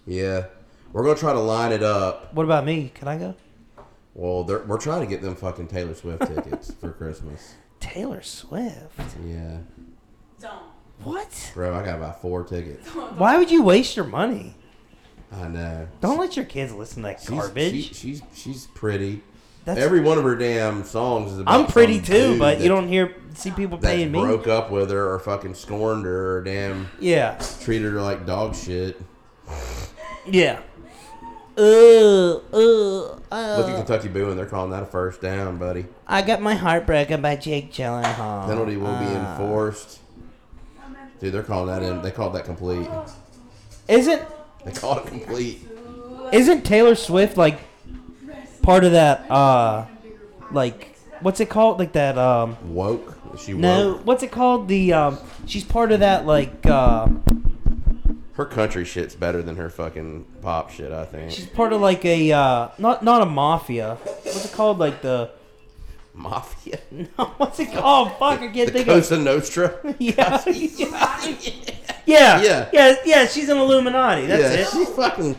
Speaker 2: Yeah, we're gonna try to line it up.
Speaker 1: What about me? Can I go?
Speaker 2: Well, they're- we're trying to get them fucking Taylor Swift tickets for Christmas.
Speaker 1: Taylor Swift.
Speaker 2: Yeah,
Speaker 3: Don't.
Speaker 1: What?
Speaker 2: bro, I got about four tickets.
Speaker 1: Why would you waste your money?
Speaker 2: I know.
Speaker 1: Don't let your kids listen to that
Speaker 2: She's-
Speaker 1: garbage.
Speaker 2: she- she's she's pretty.
Speaker 1: That's
Speaker 2: Every one of her damn songs is. About
Speaker 1: I'm pretty
Speaker 2: some
Speaker 1: too,
Speaker 2: dude
Speaker 1: but
Speaker 2: that-
Speaker 1: you don't hear see people
Speaker 2: that
Speaker 1: paying me.
Speaker 2: broke up with her or fucking scorned her or damn
Speaker 1: Yeah,
Speaker 2: treated her like dog shit.
Speaker 1: yeah. Ugh, ugh,
Speaker 2: Look at
Speaker 1: uh,
Speaker 2: Kentucky Boo, and they're calling that a first down, buddy.
Speaker 1: I got my heart broken by Jake Gyllenhaal.
Speaker 2: Penalty will be
Speaker 1: Uh,
Speaker 2: enforced. Dude, they're calling that in. They called that complete.
Speaker 1: Isn't
Speaker 2: They called it complete.
Speaker 1: isn't Taylor Swift like part of that? Uh, like what's it called? Like that? Um,
Speaker 2: Woke. Is She woke.
Speaker 1: no, what's it called? The um, she's part of that like uh,
Speaker 2: Her country shit's better than her fucking pop shit. I
Speaker 1: she's
Speaker 2: think.
Speaker 1: part of like a uh, not not a mafia. What's it called? Like the
Speaker 2: Mafia.
Speaker 1: no, what's it called? Oh, Fuck, I can't
Speaker 2: The
Speaker 1: think of.
Speaker 2: Cosa Nostra.
Speaker 1: Yeah. Yeah.
Speaker 2: Yeah.
Speaker 1: Yeah. Yeah. She's an Illuminati.
Speaker 2: yeah,
Speaker 1: That's
Speaker 2: she
Speaker 1: it.
Speaker 2: fucking.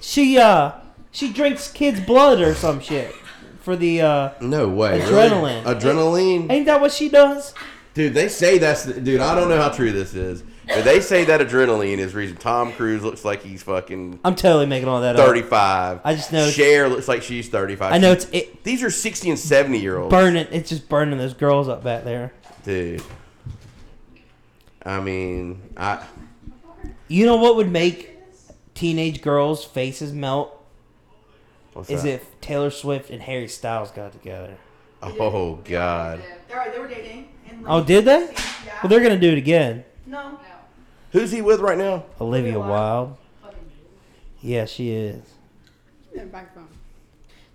Speaker 1: She uh she drinks kids' blood or some shit for the uh
Speaker 2: No way. really?
Speaker 1: Adrenaline.
Speaker 2: Adrenaline.
Speaker 1: ain't that what she does?
Speaker 2: Dude, they say that's. Dude, I don't know how true this is, but they say that adrenaline is the reason Tom Cruise looks like he's fucking
Speaker 1: I'm totally making all that up.
Speaker 2: 35.
Speaker 1: I just know-
Speaker 2: Cher looks like she's 35.
Speaker 1: I know it's it
Speaker 2: These are 60 and 70 year olds.
Speaker 1: burning. It's just burning those girls up back there.
Speaker 2: Dude. I mean, I.
Speaker 1: You know what would make teenage girls' faces melt
Speaker 2: What's
Speaker 1: is
Speaker 2: that?
Speaker 1: if Taylor Swift and Harry Styles got together.
Speaker 2: Oh, God.
Speaker 3: They're, they were dating. And like,
Speaker 1: Oh, did they?
Speaker 3: Yeah.
Speaker 1: Well, they're gonna do it again.
Speaker 3: no. No.
Speaker 2: Who's he with right now?
Speaker 1: Olivia
Speaker 3: Olivia
Speaker 1: Wilde.
Speaker 3: Fucking
Speaker 1: Yeah, she is.
Speaker 4: Their microphone.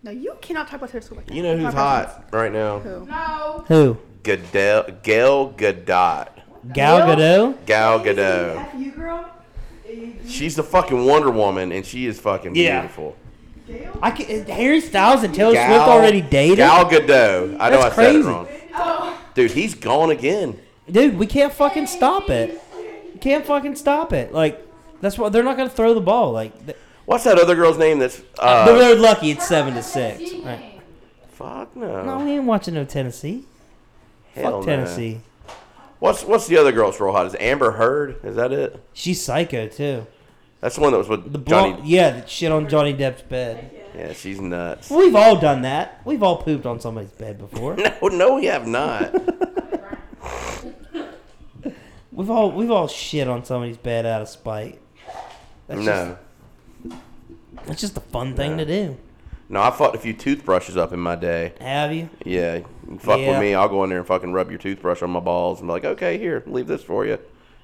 Speaker 4: No, you cannot talk about Taylor Swift. like that.
Speaker 2: You know who's
Speaker 4: Not
Speaker 2: hot right now?
Speaker 4: Who?
Speaker 3: No.
Speaker 1: Who?
Speaker 2: Gadel, Gail Gadot.
Speaker 1: Gal
Speaker 3: Gail?
Speaker 1: Gadot.
Speaker 2: Gal Gadot.
Speaker 3: F you, girl. Eh,
Speaker 2: She's the fucking Wonder Woman, and she is fucking
Speaker 1: Yeah.
Speaker 2: beautiful.
Speaker 3: Gail?
Speaker 1: I can, is Harry Styles and Taylor
Speaker 2: Gal-
Speaker 1: Swift already dated.
Speaker 2: Gal Gadot. I know
Speaker 1: That's
Speaker 2: I said
Speaker 1: crazy.
Speaker 2: it wrong.
Speaker 3: Oh.
Speaker 2: Dude, he's gone again.
Speaker 1: Dude, we can't fucking stop it. Can't fucking stop it. Like that's why they're not gonna throw the ball. Like th-
Speaker 2: What's that other girl's name? That's uh,
Speaker 1: they're, they're lucky. It's seven to six. Right.
Speaker 2: fuck no.
Speaker 1: No, we ain't watching no Tennessee.
Speaker 2: Hell no.
Speaker 1: Fuck Tennessee.
Speaker 2: What's what's the other girl's real hot? Is it Amber Heard? Is that it?
Speaker 1: She's psycho too.
Speaker 2: That's the one that was with
Speaker 1: The
Speaker 2: Johnny.
Speaker 1: blonde, yeah, the shit on Johnny Depp's bed.
Speaker 2: Yeah, she's nuts.
Speaker 1: We've all done that. We've all pooped on somebody's bed before.
Speaker 2: No, no, we have not.
Speaker 1: We've all we've all shit on somebody's bed out of spite. That's
Speaker 2: no,
Speaker 1: just that's just a fun thing
Speaker 2: No.
Speaker 1: to do.
Speaker 2: no, I fucked a few toothbrushes up in my day.
Speaker 1: Have you?
Speaker 2: Yeah, you fuck
Speaker 1: Yeah.
Speaker 2: with me, I'll go in there and fucking rub your toothbrush on my balls and be like, okay, here, leave this for you.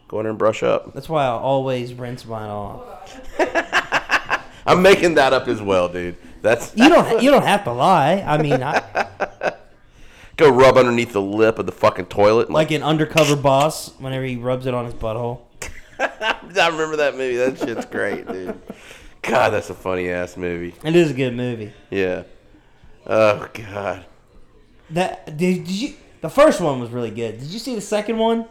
Speaker 2: Go in there and brush up.
Speaker 1: That's why I always rinse mine off.
Speaker 2: I'm making that up as well, dude. That's
Speaker 1: You don't you don't have to lie. I mean, I,
Speaker 2: go rub underneath the lip of the fucking toilet. and,
Speaker 1: like an undercover boss whenever he rubs it on his butthole.
Speaker 2: I remember that movie. That shit's great, dude. God, that's a funny ass movie.
Speaker 1: It is a good movie.
Speaker 2: Yeah. Oh God.
Speaker 1: That did, did you? The first one was really good. Did you see the second one?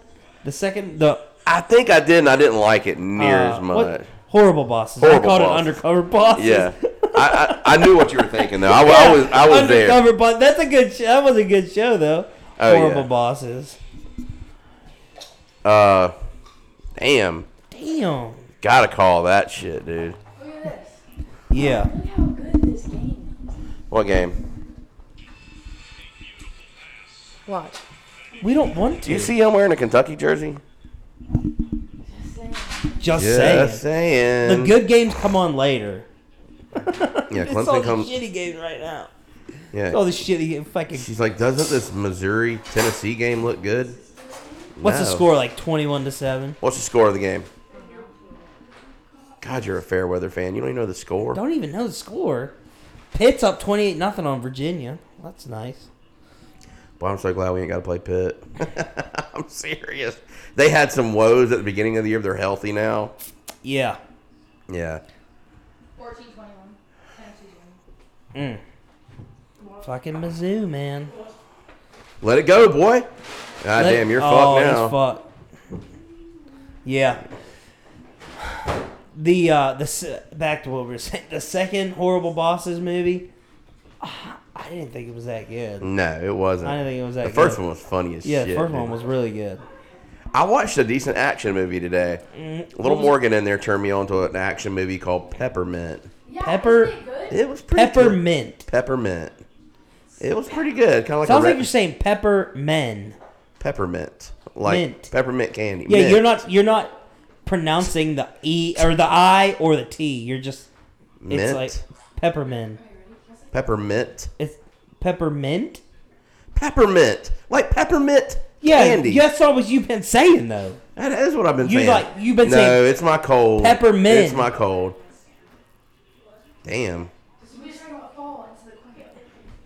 Speaker 1: The second the
Speaker 2: I think I did, and I didn't like it near
Speaker 1: uh,
Speaker 2: as
Speaker 1: what-
Speaker 2: much.
Speaker 1: horrible bosses. I
Speaker 2: Horrible
Speaker 1: called it
Speaker 2: Bosses.
Speaker 1: undercover bosses.
Speaker 2: Yeah. I, I, I knew what you were thinking though. I, wa- I was I was there.
Speaker 1: undercover boss. That's a good. Sh- that was a good show though.
Speaker 2: Oh, yeah.
Speaker 1: horrible bosses.
Speaker 2: Uh, damn.
Speaker 1: Damn.
Speaker 2: Gotta call that shit, dude.
Speaker 3: Look at this.
Speaker 1: Yeah.
Speaker 3: Look how good this game is.
Speaker 2: What game?
Speaker 4: What?
Speaker 1: We don't want to.
Speaker 2: Do you see him wearing a Kentucky jersey?
Speaker 3: Just saying.
Speaker 1: Just
Speaker 2: Just
Speaker 1: saying.
Speaker 2: saying.
Speaker 1: The good games come on later.
Speaker 2: Yeah,
Speaker 1: It's
Speaker 2: Clemson
Speaker 1: all the
Speaker 2: comes-
Speaker 1: shitty games right now.
Speaker 2: Yeah.
Speaker 1: All Oh, the shitty fucking.
Speaker 2: She's like, doesn't this Missouri Tennessee game look good?
Speaker 1: What's the
Speaker 2: No.
Speaker 1: score? Like twenty-one to seven.
Speaker 2: What's the score of the game? God, you're a fair weather fan. You don't even know the score.
Speaker 1: Don't even know the score. Pitt's up twenty-eight nothing on Virginia. That's nice.
Speaker 2: Well, I'm so glad we ain't got to play Pitt. I'm serious. They had some woes at the beginning of the year. but They're healthy now.
Speaker 1: Yeah.
Speaker 2: Yeah.
Speaker 3: 1421. Tennessee's winning.
Speaker 1: Mm. Fucking Mizzou, man.
Speaker 2: Let it go, boy. God
Speaker 1: Let-
Speaker 2: Ah, damn, you're
Speaker 1: oh,
Speaker 2: fucked
Speaker 1: that's
Speaker 2: now.
Speaker 1: fucked. Yeah. The uh the s- back to what we were saying. The second horrible bosses movie I didn't think it was that good.
Speaker 2: No, it wasn't.
Speaker 1: I didn't think it was
Speaker 2: The
Speaker 1: that
Speaker 2: first
Speaker 1: good.
Speaker 2: one was funny as
Speaker 1: Yeah,
Speaker 2: Mm, shit.
Speaker 1: the first
Speaker 2: dude.
Speaker 1: one was really good.
Speaker 2: I watched a decent action movie today.
Speaker 1: Mm-hmm.
Speaker 2: Little Morgan in there turned me on to an action movie called Peppermint.
Speaker 3: Yeah,
Speaker 1: Pepper-
Speaker 3: Isn't it good?
Speaker 2: It was pretty good.
Speaker 1: Peppermint.
Speaker 2: Peppermint. It was pretty good. Kind of like
Speaker 1: Sounds
Speaker 2: a
Speaker 1: like
Speaker 2: red-
Speaker 1: you're saying pepper men.
Speaker 2: peppermint, like
Speaker 1: Mint.
Speaker 2: peppermint candy.
Speaker 1: Yeah,
Speaker 2: Mint.
Speaker 1: you're not you're not pronouncing the e or the i or the t. You're just it's
Speaker 2: Mint.
Speaker 1: like peppermint.
Speaker 2: peppermint.
Speaker 1: It's peppermint.
Speaker 2: Peppermint, like peppermint
Speaker 1: Yeah,
Speaker 2: candy.
Speaker 1: yeah, that's not what you've been saying though.
Speaker 2: that is what I've been
Speaker 1: You
Speaker 2: saying.
Speaker 1: like- you've been
Speaker 2: no,
Speaker 1: saying
Speaker 2: it's my cold.
Speaker 1: peppermint.
Speaker 2: It's my cold. Damn,
Speaker 3: We just trying to fall into the quiet.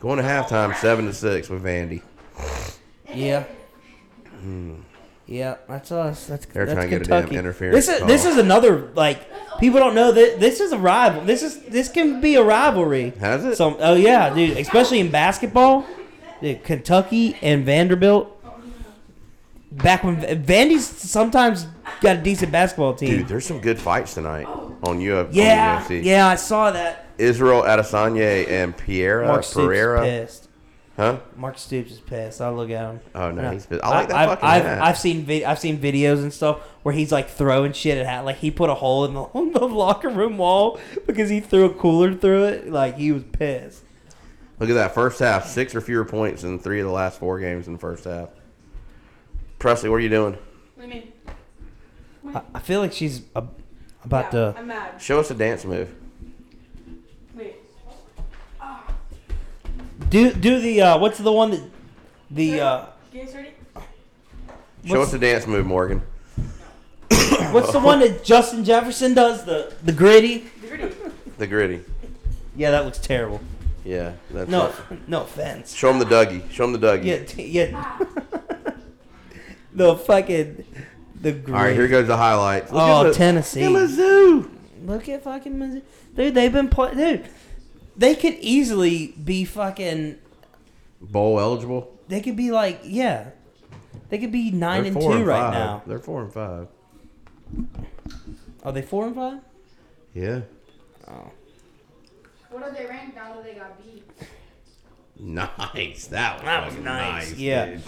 Speaker 2: going to halftime seven to six with Vandy.
Speaker 1: Yeah. Yeah, that's us. That's
Speaker 2: They're
Speaker 1: that's
Speaker 2: trying to get a damn
Speaker 1: Kentucky.
Speaker 2: interference
Speaker 1: This is this
Speaker 2: call.
Speaker 1: is another like people don't know that this is a rival. This is this can be a rivalry.
Speaker 2: Has it?
Speaker 1: Some oh yeah, dude, especially in basketball, dude, Kentucky and Vanderbilt. Back when Vandy's sometimes got a decent basketball team.
Speaker 2: Dude, oh, there's some good fights tonight on UF.
Speaker 1: yeah,
Speaker 2: on UFC.
Speaker 1: yeah, I saw that.
Speaker 2: Israel Adesanya and Piera
Speaker 1: Mark Stoops
Speaker 2: Pereira.
Speaker 1: is pissed.
Speaker 2: Huh?
Speaker 1: Mark Stoops is pissed. I look at him.
Speaker 2: Oh, no, he's pissed. I
Speaker 1: I
Speaker 2: like that
Speaker 1: I've,
Speaker 2: fucking
Speaker 1: I've,
Speaker 2: hat.
Speaker 1: I've seen vid- I've seen videos and stuff where he's like throwing shit at hat. Like he put a hole in the, in the locker room wall because he threw a cooler through it. Like he was pissed.
Speaker 2: Look at that first half. Six or fewer points in three of the last four games in the first half. Presley, what are you doing?
Speaker 4: What do you mean?
Speaker 1: I, I feel like she's a, about
Speaker 4: Yeah,
Speaker 1: to.
Speaker 4: I'm mad.
Speaker 2: Show us a dance move.
Speaker 4: Wait.
Speaker 1: Do do the uh, what's the one that the uh,
Speaker 4: Game's ready?
Speaker 2: Show
Speaker 1: What's-
Speaker 2: us a dance move, Morgan.
Speaker 1: what's the one that Justin Jefferson does the the gritty?
Speaker 4: The gritty.
Speaker 2: The gritty.
Speaker 1: Yeah, that looks terrible.
Speaker 2: Yeah. That's
Speaker 1: No,
Speaker 2: it.
Speaker 1: no offense.
Speaker 2: Show him the Dougie. Show him the Dougie.
Speaker 1: Yeah, t- yeah. the fucking the gritty.
Speaker 2: All right, here goes the highlights. Look
Speaker 1: Oh,
Speaker 2: at the-
Speaker 1: Tennessee.
Speaker 2: Look at Mizzou.
Speaker 1: Look at fucking Mizzou. Dude, they've been playing. Dude, they could easily be fucking.
Speaker 2: Bowl eligible.
Speaker 1: They could be like, yeah. They could be 9
Speaker 2: They're
Speaker 1: and 2
Speaker 2: four
Speaker 1: right
Speaker 2: five.
Speaker 1: now.
Speaker 2: They're four and five.
Speaker 1: Are they 4 and 5?
Speaker 2: Yeah.
Speaker 1: Oh.
Speaker 3: What are they ranked now that they got beat?
Speaker 2: Nice. That was,
Speaker 1: That was
Speaker 2: fucking
Speaker 1: nice. Yeah.
Speaker 2: dude.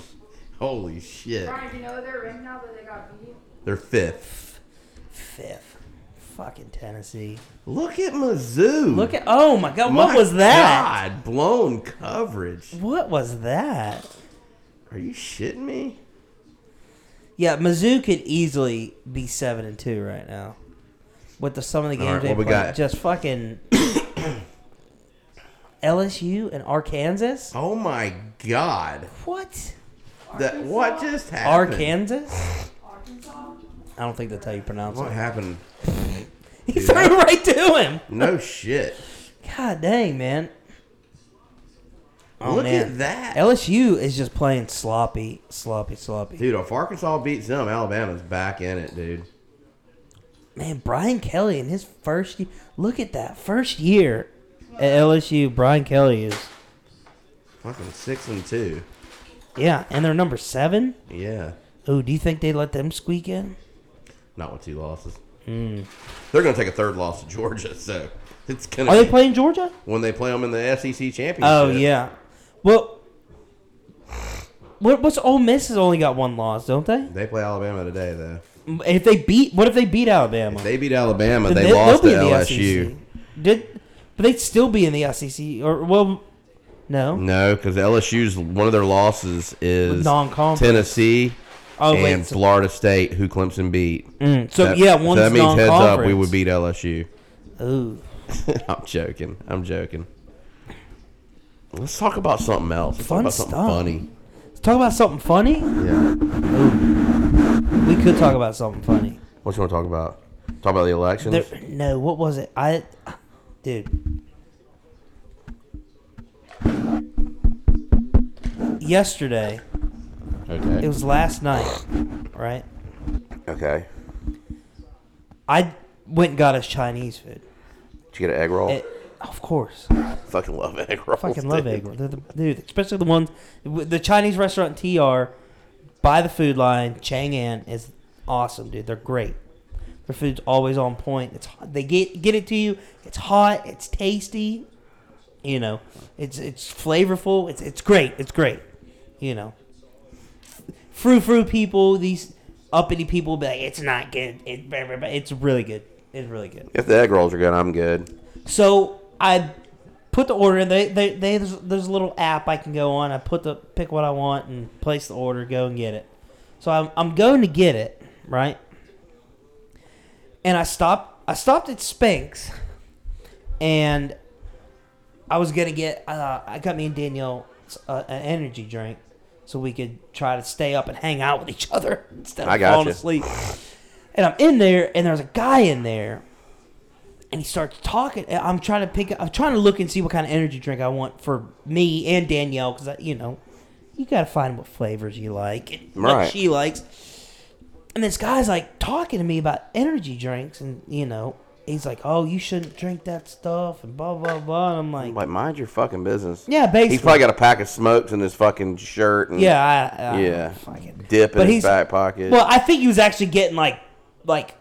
Speaker 2: Holy shit.
Speaker 3: Brian, do you know they're ranked now that they got beat?
Speaker 2: They're fifth.
Speaker 1: Fifth. Fucking Tennessee.
Speaker 2: Look at Mizzou.
Speaker 1: Look at. Oh my God.
Speaker 2: My
Speaker 1: what was that?
Speaker 2: God, blown coverage.
Speaker 1: What was that?
Speaker 2: Are you shitting me?
Speaker 1: Yeah, Mizzou could easily be 7 and 2 right now. With the, some of the
Speaker 2: All
Speaker 1: games
Speaker 2: right,
Speaker 1: they
Speaker 2: what we
Speaker 1: played.
Speaker 2: got?
Speaker 1: Just fucking. LSU and Arkansas?
Speaker 2: Oh my god.
Speaker 1: What?
Speaker 2: That what just happened?
Speaker 1: Arkansas?
Speaker 3: Arkansas?
Speaker 1: I don't think that's how you pronounce
Speaker 2: What
Speaker 1: it.
Speaker 2: happened?
Speaker 1: He threw it right to him.
Speaker 2: No shit.
Speaker 1: God dang, man. Oh
Speaker 2: Look at
Speaker 1: man,
Speaker 2: that.
Speaker 1: LSU is just playing sloppy, sloppy, sloppy.
Speaker 2: dude, if Arkansas beats them, Alabama's back in it, dude.
Speaker 1: Man, Brian Kelly in his first year. Look at that first year at LSU. Brian Kelly is
Speaker 2: Fucking six and two.
Speaker 1: yeah, and they're number seven.
Speaker 2: Yeah.
Speaker 1: Oh, do you think they let them squeak in?
Speaker 2: Not with two losses.
Speaker 1: Hmm.
Speaker 2: They're gonna take a third loss to Georgia, so it's gonna
Speaker 1: Are they
Speaker 2: be-
Speaker 1: playing Georgia?
Speaker 2: when they play them in the SEC championship.
Speaker 1: Oh yeah. Well, what, what's Ole Miss has only got one loss, don't they?
Speaker 2: They play Alabama today though.
Speaker 1: If they beat, what if they beat Alabama?
Speaker 2: They beat Alabama.
Speaker 1: But
Speaker 2: They,
Speaker 1: they'll
Speaker 2: lost to
Speaker 1: be in the E
Speaker 2: LSU.
Speaker 1: SEC. Did but they'd still be in the SEC or well, no.
Speaker 2: No, because LSU's one of their losses is
Speaker 1: Non-conference.
Speaker 2: Tennessee
Speaker 1: Oh
Speaker 2: and
Speaker 1: wait, so,
Speaker 2: Florida State, who Clemson beat.
Speaker 1: mm, so
Speaker 2: That-
Speaker 1: yeah, one's
Speaker 2: that means heads up we would
Speaker 1: be.
Speaker 2: beat LSU.
Speaker 1: Ooh,
Speaker 2: I'm joking. I'm joking. Let's talk about something else. Let's
Speaker 1: Fun
Speaker 2: talk about something
Speaker 1: stuff.
Speaker 2: funny.
Speaker 1: Let's talk about something funny.
Speaker 2: Yeah.
Speaker 1: Ooh, we could talk about something funny.
Speaker 2: What you want to talk about? Talk about the elections.
Speaker 1: There, no, what was it? I, dude. Yesterday,
Speaker 2: okay.
Speaker 1: it was last night, right?
Speaker 2: okay.
Speaker 1: I went and got us Chinese food.
Speaker 2: Did you get an egg roll?
Speaker 1: It, of course.
Speaker 2: fucking love egg rolls.
Speaker 1: fucking love
Speaker 2: dude.
Speaker 1: egg rolls. They're the, dude, especially the ones the Chinese restaurant TR by the food line, Chang'an is awesome, dude. They're great. Their food's always on point. It's hot. they get get it to you. It's hot. It's tasty. You know, it's it's flavorful. It's it's great. It's great. You know, frou frou people, these uppity people, be like, it's not good. It, blah, blah, blah." it's really good. It's really good.
Speaker 2: If the egg rolls are good, I'm good.
Speaker 1: So I put the order in. They, they, they there's, there's a little app I can go on. I put the pick what I want and place the order. Go and get it. So I'm, I'm going to get it right, and I stop. I stopped at Spanx, and I was gonna get. Uh, I got me and Danielle uh, an energy drink. So we could try to stay up and hang out with each other instead of
Speaker 2: I gotcha.
Speaker 1: falling asleep. And I'm in there, and there's a guy in there, and he starts talking. and I'm trying to pick. I'm trying to look and see what kind of energy drink I want for me and Danielle because you know, you gotta find what flavors you like and what
Speaker 2: Right.
Speaker 1: she likes. And this guy's like talking to me about energy drinks, and you know, he's like, "Oh, you shouldn't drink that stuff," and blah blah blah. And I'm like,
Speaker 2: Like, mind your fucking business.
Speaker 1: "Yeah, basically,
Speaker 2: He's probably got a pack of smokes in his fucking shirt. And
Speaker 1: yeah, I, I,
Speaker 2: Yeah.
Speaker 1: fucking
Speaker 2: Dip in
Speaker 1: But
Speaker 2: his
Speaker 1: he's-
Speaker 2: back pocket.
Speaker 1: Well, I think he was actually getting like like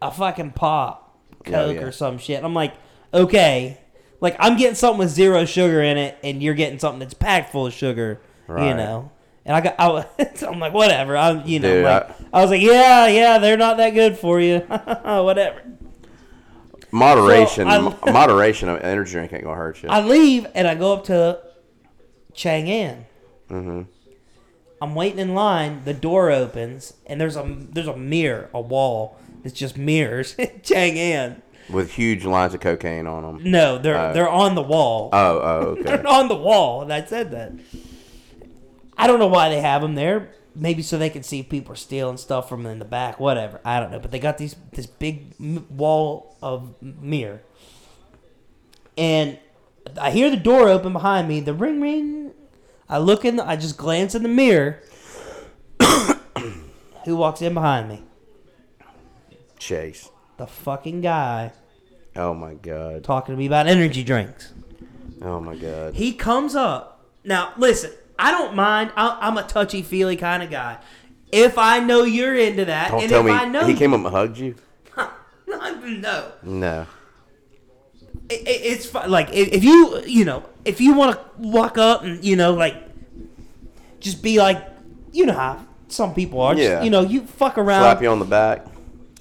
Speaker 1: a fucking pop coke
Speaker 2: Oh, yeah.
Speaker 1: or some shit. I'm like, okay, like I'm getting something with zero sugar in it, and you're getting something that's packed full of sugar. You
Speaker 2: Right.
Speaker 1: know. And I got, I was, so I'm like, whatever. I'm, you know,
Speaker 2: Dude,
Speaker 1: like, I, was like, yeah, yeah, they're not that good for you, whatever.
Speaker 2: moderation,
Speaker 1: so I-
Speaker 2: moderation of energy drink ain't gonna hurt you.
Speaker 1: I leave and I go up to Chang'an. I'm waiting in line. The door opens and there's a there's a mirror, a wall that's just mirrors. Chang'an.
Speaker 2: With huge lines of cocaine on them.
Speaker 1: No, they're
Speaker 2: Oh.
Speaker 1: they're on the wall.
Speaker 2: Oh, oh, okay.
Speaker 1: They're on the wall, and I said that. I don't know why they have them there. Maybe so they can see if people are stealing stuff from in the back, whatever. I don't know, but they got these this big m- wall of m- mirror, and I hear the door open behind me. The ring, ring. I look in. The, I just glance in the mirror. Who walks in behind me?
Speaker 2: Chase.
Speaker 1: The fucking guy
Speaker 2: Oh my god.
Speaker 1: talking to me about energy drinks.
Speaker 2: Oh my god.
Speaker 1: He comes up. Now, listen, I don't mind. I, I'm a touchy feely kind of guy. If I know you're into that,
Speaker 2: Don't
Speaker 1: and
Speaker 2: tell
Speaker 1: if
Speaker 2: me
Speaker 1: I know
Speaker 2: he came up and hugged you.
Speaker 1: no,
Speaker 2: No.
Speaker 1: it, it- it's fi- like if if you you know if you want to walk up and you know like just be like you know how some people are. Just,
Speaker 2: Yeah.
Speaker 1: you know you fuck around.
Speaker 2: Slap you on the back.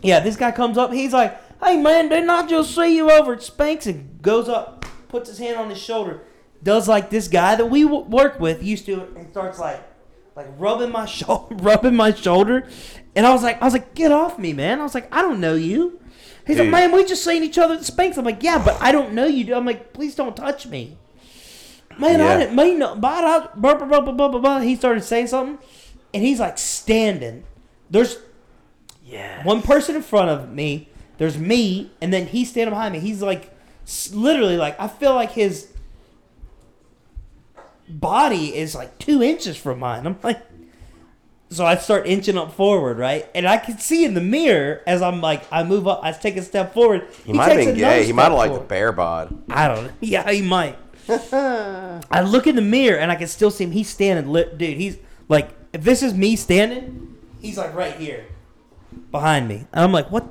Speaker 1: Yeah, this guy comes up. He's like, "Hey man, didn't I just see you over at Spanx?" And goes up, puts his hand on his shoulder, does like this guy that we w- work with used to, and starts like, like rubbing my shoulder, rubbing my shoulder, and I was like, I was like, "Get off me, man!" I was like, "I don't know you." He's
Speaker 2: Dude.
Speaker 1: like, "Man, we just seen each other at Spanx." I'm like, "Yeah, but I don't know you." dude." I'm like, "Please don't touch me." Man, I
Speaker 2: Yeah.
Speaker 1: didn't mean no. But I, blah, blah, blah, blah, blah, blah, blah. He started saying something, and he's like standing. There's
Speaker 2: Yeah.
Speaker 1: one person in front of me. There's me, and then he's standing behind me. He's like, s- literally, like I feel like his body is like two inches from mine. I'm like, so I start inching up forward, right? And I can see in the mirror as I'm like, I move up, I take a step forward.
Speaker 2: He, might have
Speaker 1: takes
Speaker 2: been
Speaker 1: another
Speaker 2: gay. He might have
Speaker 1: step
Speaker 2: liked the
Speaker 1: forward.
Speaker 2: bear bod.
Speaker 1: I don't know. Yeah, he might. I look in the mirror and I can still see him. He's standing, lit, dude. He's like, if this is me standing, he's like right here, behind me, and I'm like, what?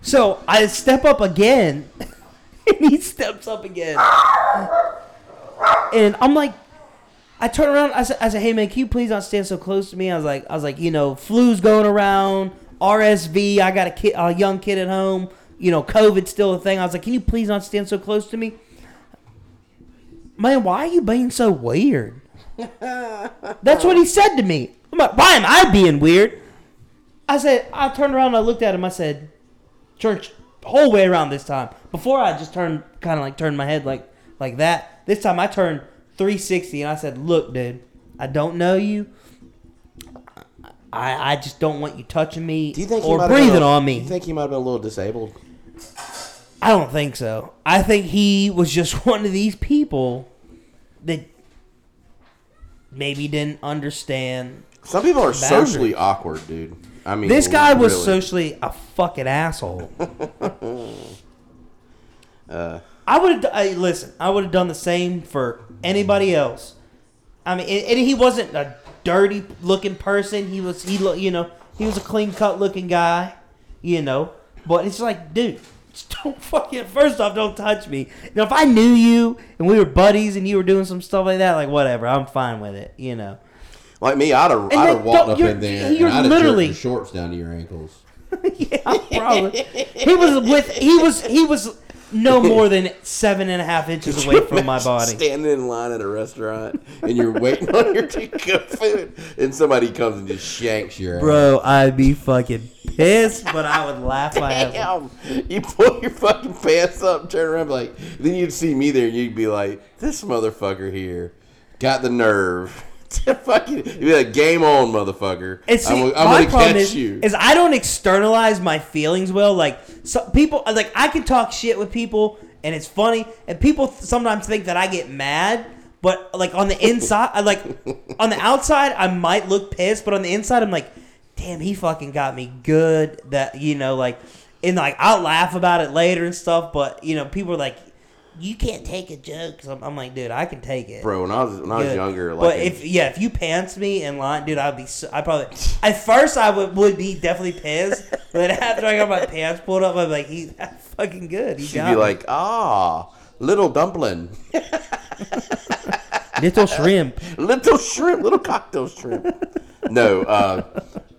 Speaker 1: So I step up again, and he steps up again, and I'm like, I turn around. I said, I said, hey man, can you please not stand so close to me? I was like, I was like, you know, flu's going around, RSV. I got a kid, a young kid at home. You know, COVID's still a thing. I was like, can you please not stand so close to me? Man, why are you being so weird? That's what he said to me. I'm like, why am I being weird? I said, I turned around and I looked at him. I said, church, whole way around this time. Before I just turned, kind of like turned my head like like that. This time I turned 360 and I said, look, dude, I don't know you. I, I just don't want you touching me or breathing on me.
Speaker 2: You think he might have been a little disabled?
Speaker 1: I don't think so. I think he was just one of these people that maybe didn't understand.
Speaker 2: Some people are
Speaker 1: Boundaries.
Speaker 2: socially awkward, dude. I mean,
Speaker 1: This guy was
Speaker 2: really.
Speaker 1: socially a fucking asshole.
Speaker 2: Uh,
Speaker 1: I would have. I listen. I would have done the same for anybody else. I mean, and, and he wasn't a dirty looking person. He was. He look. You know. He was a clean cut looking guy. You know. But it's like, dude, Just don't fucking. First off, don't touch me. Now, if I knew you and we were buddies and you were doing some stuff like that, like whatever, I'm fine with it. You know.
Speaker 2: Like me, I'd have, I'd
Speaker 1: then
Speaker 2: have walked
Speaker 1: don't-
Speaker 2: up
Speaker 1: you're-
Speaker 2: in there and
Speaker 1: you're
Speaker 2: I'd have
Speaker 1: literally-
Speaker 2: jerked your shorts down to your ankles.
Speaker 1: yeah, probably. He was with. He was. He was no more than seven and a half inches away from my body.
Speaker 2: Standing in line at a restaurant and you're waiting on your to go food, and somebody comes and just shanks your ass.
Speaker 1: Bro, I'd be fucking pissed, but I would laugh my ass off.
Speaker 2: Damn! You pull your fucking pants up, turn around, like then you'd see me there, and you'd be like, "This motherfucker here got the nerve to fucking." You'd be like, "Game on, motherfucker!
Speaker 1: And see,
Speaker 2: I'm,
Speaker 1: my
Speaker 2: I'm gonna
Speaker 1: problem
Speaker 2: catch
Speaker 1: is,
Speaker 2: you."
Speaker 1: is I don't externalize my feelings well. Like so people, like I can talk shit with people, and it's funny. And people th- sometimes think that I get mad, but like on the inside, I like on the outside, I might look pissed, but on the inside, I'm like, damn, he fucking got me good. That you know, like, and like I'll laugh about it later and stuff. But you know, people are like, you can't take a joke. So I'm, I'm like, dude, I can take it
Speaker 2: Bro, when I was when I was
Speaker 1: good.
Speaker 2: younger, like
Speaker 1: but
Speaker 2: in-
Speaker 1: if yeah, if you pants me in line, dude, I'd be so, I probably at first I would would be definitely pissed, but after I got my pants pulled up, I'm like, he's fucking good. He
Speaker 2: she'd
Speaker 1: got
Speaker 2: be
Speaker 1: me.
Speaker 2: like, "Ah, little dumpling,
Speaker 1: little shrimp.
Speaker 2: little shrimp, little cocktail shrimp." no, uh,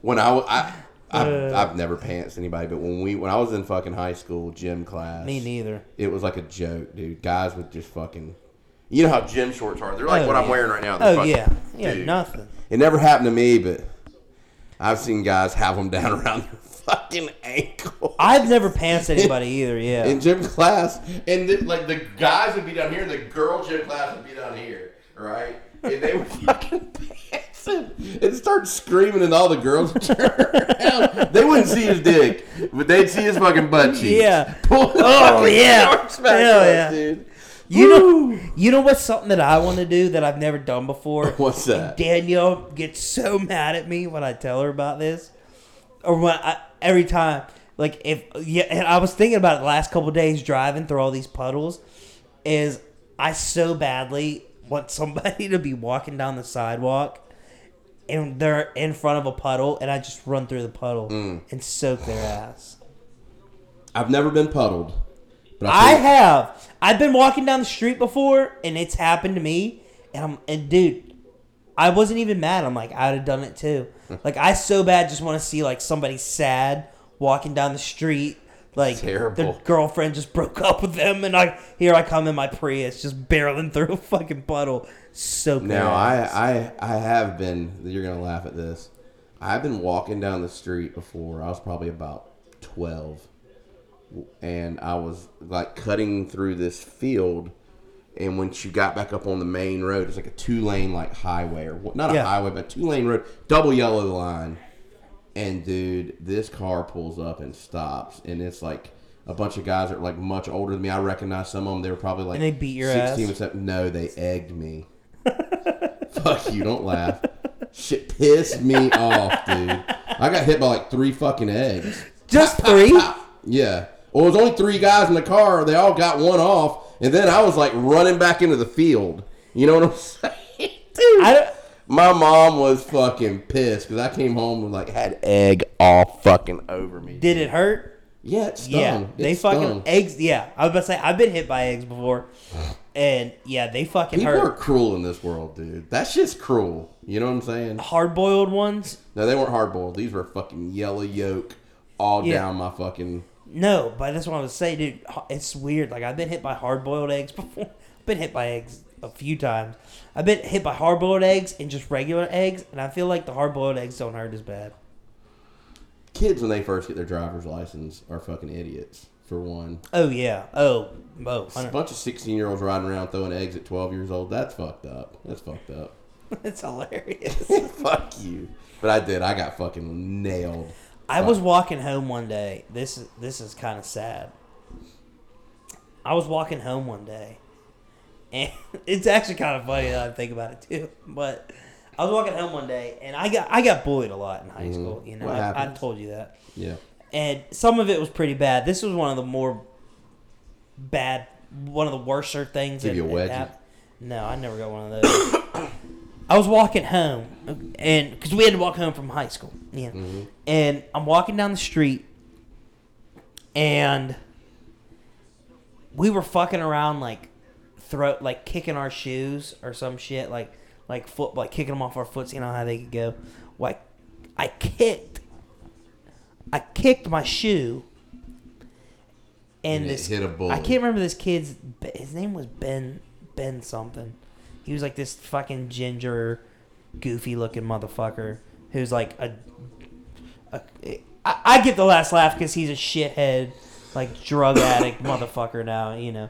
Speaker 2: when I, w- I I've,
Speaker 1: Uh.
Speaker 2: I've never pantsed anybody, but when we when I was in fucking high school gym class,
Speaker 1: Me neither.
Speaker 2: It was like a joke, dude. Guys would just fucking. You know how gym shorts are. They're like
Speaker 1: Oh,
Speaker 2: what
Speaker 1: yeah.
Speaker 2: I'm wearing right now. They're
Speaker 1: Oh
Speaker 2: fucking-
Speaker 1: yeah, yeah,
Speaker 2: dude.
Speaker 1: nothing.
Speaker 2: It never happened to me, but I've seen guys have them down around their fucking ankle.
Speaker 1: I've never pants anybody either. Yeah,
Speaker 2: in gym class, and the, like the guys would be down here, and the girl gym class would be down here, right? And they would fucking pants him and start screaming, and all the girls would turn around. They wouldn't see his dick, but they'd see his fucking butt cheeks.
Speaker 1: Yeah.
Speaker 2: Pull the
Speaker 1: Oh,
Speaker 2: fucking
Speaker 1: yeah.
Speaker 2: shorts back
Speaker 1: Hell,
Speaker 2: up,
Speaker 1: yeah.
Speaker 2: dude.
Speaker 1: you know, you know what's something that I want to do that I've never done before.
Speaker 2: What's that?
Speaker 1: Danielle gets so mad at me when I tell her about this, or when I, every time, like if yeah, and I was thinking about it the last couple days driving through all these puddles, is I so badly want somebody to be walking down the sidewalk. And they're in front of a puddle, and I just run through the puddle and soak their ass.
Speaker 2: I've never been puddled. But
Speaker 1: I
Speaker 2: think-
Speaker 1: have. I've been walking down the street before, and it's happened to me. And I'm and dude, I wasn't even mad. I'm like, I'd have done it too. like I so bad just want to see like somebody sad walking down the street. Like their
Speaker 2: Terrible.
Speaker 1: girlfriend just broke up with them, and I here I come in my Prius, just barreling through a fucking puddle, soaking.
Speaker 2: Now I, I I have been. You're gonna laugh at this. I've been walking down the street before. I was probably about twelve, and I was like cutting through this field. And when she got back up on the main road, it's like a two lane like highway or what- not
Speaker 1: Yeah.
Speaker 2: a highway, but two lane road, double yellow line. And dude, this car pulls up and stops, and it's like a bunch of guys that are like much older than me. I recognize some of them. They were probably like
Speaker 1: And they beat your ass?
Speaker 2: or something. No, they egged me. Fuck you! Don't laugh. Shit pissed me off, dude. I got hit by like three fucking eggs.
Speaker 1: just three.
Speaker 2: Yeah. Well, it was only three guys in the car. They all got one off, and then I was like running back into the field. You know what I'm saying?
Speaker 1: I don't.
Speaker 2: My mom was fucking pissed because I came home and like had egg all fucking over me.
Speaker 1: Did it hurt?
Speaker 2: Yeah, it stung.
Speaker 1: Yeah,
Speaker 2: It
Speaker 1: they fucking
Speaker 2: stung.
Speaker 1: eggs. Yeah, I was about to say I've been hit by eggs before, and yeah, they fucking
Speaker 2: People are
Speaker 1: hurt.
Speaker 2: cruel in this world, dude. That shit's cruel. You know what I'm saying?
Speaker 1: Hard boiled ones?
Speaker 2: No, they weren't hard boiled. These were fucking yellow yolk all
Speaker 1: Yeah.
Speaker 2: down my fucking.
Speaker 1: No, but that's what I was saying, dude. Ho- It's weird. Like I've been hit by hard boiled eggs before. I've been hit by eggs a few times. I've been hit by hard boiled eggs and just regular eggs, and I feel like the hard boiled eggs don't hurt as bad.
Speaker 2: Kids, when they first get their driver's license, are fucking idiots, for one.
Speaker 1: Oh yeah. Oh oh.
Speaker 2: A bunch of 16 year olds riding around throwing eggs at 12 years old. That's fucked up. That's fucked up.
Speaker 1: It's hilarious.
Speaker 2: Fuck you. But I did. I got fucking nailed.
Speaker 1: I was walking home one day. This is this is kind of sad. I was walking home one day, and it's actually kind of funny that I think about it too. But I was walking home one day, and I got I got bullied a lot in high school. You know,
Speaker 2: What
Speaker 1: I, I
Speaker 2: happens?
Speaker 1: told you that,
Speaker 2: Yeah.
Speaker 1: and some of it was pretty bad. This was one of the more bad, one of the worser things.
Speaker 2: Give you a wedgie.
Speaker 1: hap- No, I never got one of those. I was walking home, and because we had to walk home from high school,
Speaker 2: Mm-hmm.
Speaker 1: yeah. And I'm walking down the street, and we were fucking around like throw like kicking our shoes or some shit like like foot like kicking them off our foot, seeing how high they could go. Like I kicked, I kicked my shoe, and,
Speaker 5: And it
Speaker 1: this
Speaker 5: hit a bully.
Speaker 1: I can't remember this kid's. His name was Ben Ben something. He was like this fucking ginger, goofy looking motherfucker who's like a I I get the last laugh because he's a shithead, like drug addict motherfucker now, you know.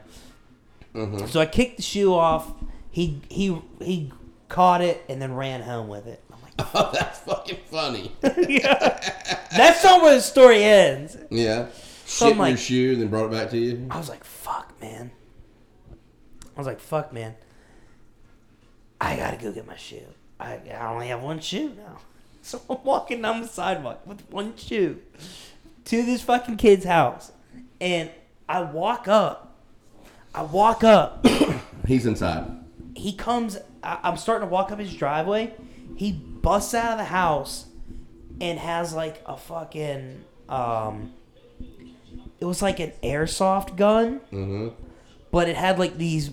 Speaker 2: Mm-hmm.
Speaker 1: So I kicked the shoe off. He he he caught it and then ran home with it. I'm like,
Speaker 5: Oh, that's fucking funny.
Speaker 1: that's not where the story ends.
Speaker 5: yeah.
Speaker 1: I'm
Speaker 5: Shit in your
Speaker 1: like-
Speaker 5: shoe and then brought it back to you.
Speaker 1: I was like, fuck, man. I was like, fuck, man. I gotta go get my shoe. I, I only have one shoe now. So I'm walking down the sidewalk with one shoe to this fucking kid's house. And I walk up. I walk up
Speaker 5: He's inside.
Speaker 1: he comes I, i'm starting to walk up his driveway he busts out of the house and has like a fucking um it was like an airsoft gun
Speaker 5: Mm-hmm.
Speaker 1: but it had like these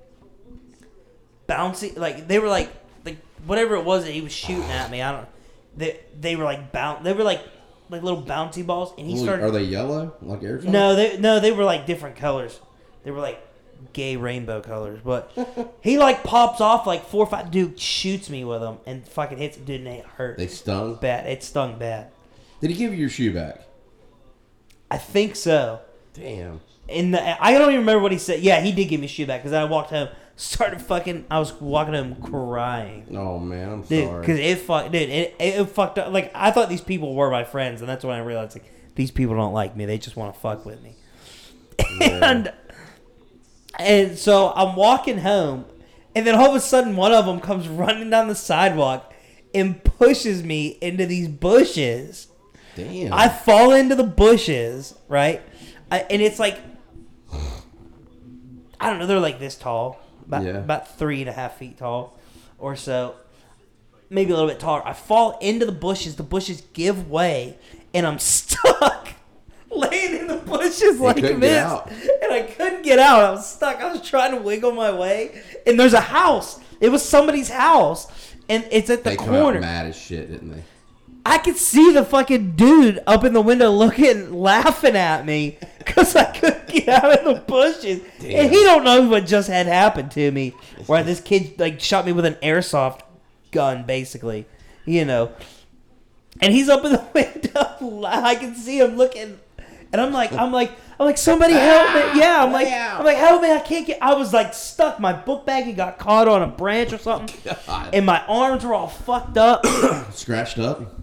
Speaker 1: bouncy like they were like like whatever it was that he was shooting at me i don't they, they were like bounce they were like like little bouncy balls and he
Speaker 5: Well,
Speaker 1: started
Speaker 5: Are they yellow? Like air?
Speaker 1: no, they no, they were like different colors. They were like gay rainbow colors. But he like pops off like four or five. Dude shoots me with them and fucking hits the dude and it hurt.
Speaker 5: They stung?
Speaker 1: bad. It stung bad.
Speaker 5: Did he give you your shoe back?
Speaker 1: I think so.
Speaker 5: Damn.
Speaker 1: In the I don't even remember what he said. Yeah, he did give me shit back because I walked home, started fucking. I was walking home crying.
Speaker 5: Oh man, I'm
Speaker 1: Dude,
Speaker 5: sorry.
Speaker 1: because it fucked, dude, it, it, it fucked up. Like I thought these people were my friends, and that's when I realized like these people don't like me. They just want to fuck with me. and and so I'm walking home, and then all of a sudden one of them comes running down the sidewalk and pushes me into these bushes.
Speaker 5: Damn.
Speaker 1: I fall into the bushes, right? I, and it's like, I don't know, they're like this tall, about,
Speaker 5: Yeah.
Speaker 1: about three and a half feet tall or so, maybe a little bit taller. I fall into the bushes, the bushes give way, and I'm stuck. Laying in the bushes like
Speaker 5: couldn't get
Speaker 1: this,
Speaker 5: out.
Speaker 1: and I couldn't get out. I was stuck. I was trying to wiggle my way, and there's a house. It was somebody's house, and it's at the
Speaker 5: they come out
Speaker 1: corner.
Speaker 5: mad as shit, didn't they?
Speaker 1: I could see the fucking dude up in the window looking, laughing at me because I couldn't get out of the bushes. And he don't know what just had happened to me, where this kid like shot me with an airsoft gun, basically, you know. And he's up in the window. la- I can see him looking, and I'm like, I'm like, I'm like, somebody help me! Yeah, I'm like, I'm like, help me! I can't get. I was like stuck. My book bag had got caught on a branch or something,
Speaker 5: God.
Speaker 1: and my arms were all fucked up.
Speaker 5: Scratched up.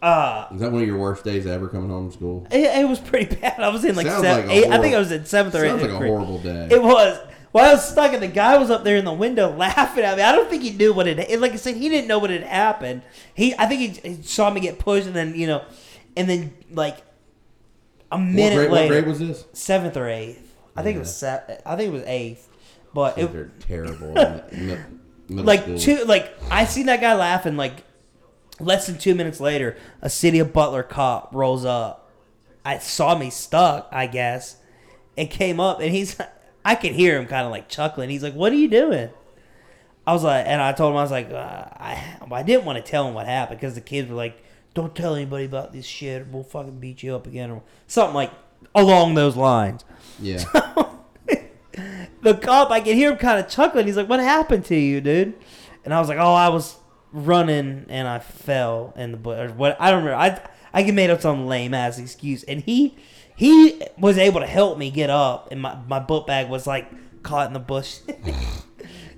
Speaker 1: Uh,
Speaker 5: Is that one of your worst days ever coming home from school?
Speaker 1: It, it was pretty bad. I was in like
Speaker 5: Sounds
Speaker 1: seven,
Speaker 5: like a
Speaker 1: eight, I
Speaker 5: horrible-
Speaker 1: think I was in seventh or
Speaker 5: Sounds
Speaker 1: eighth
Speaker 5: like a
Speaker 1: grade.
Speaker 5: horrible day.
Speaker 1: It was. Well, I was stuck, and the guy was up there in the window laughing at me. I don't think he knew what it. it- Like I said, he didn't know what had happened. He, I think he, he saw me get pushed, and then you know, and then like a
Speaker 5: what,
Speaker 1: minute
Speaker 5: grade, what
Speaker 1: later,
Speaker 5: grade was this?
Speaker 1: seventh or eighth. I think it was. Se- I think it was eighth, but it,
Speaker 5: They're terrible. in mi- middle
Speaker 1: like
Speaker 5: school.
Speaker 1: two like I seen that guy laughing like less than two minutes later a city of Butler cop rolls up I saw me stuck I guess and came up and he's I could hear him kind of like chuckling he's like what are you doing I was like and I told him I was like uh, I I didn't want to tell him what happened because the kids were like don't tell anybody about this shit we'll fucking beat you up again or something like along those lines
Speaker 5: Yeah.
Speaker 1: the cop, I can hear him kind of chuckling. He's like, "What happened to you, dude?" And I was like, "Oh, I was running and I fell in the bush." Or what? I don't remember. I I can made up some lame ass excuse, and he he was able to help me get up, and my my book bag was like caught in the bush. And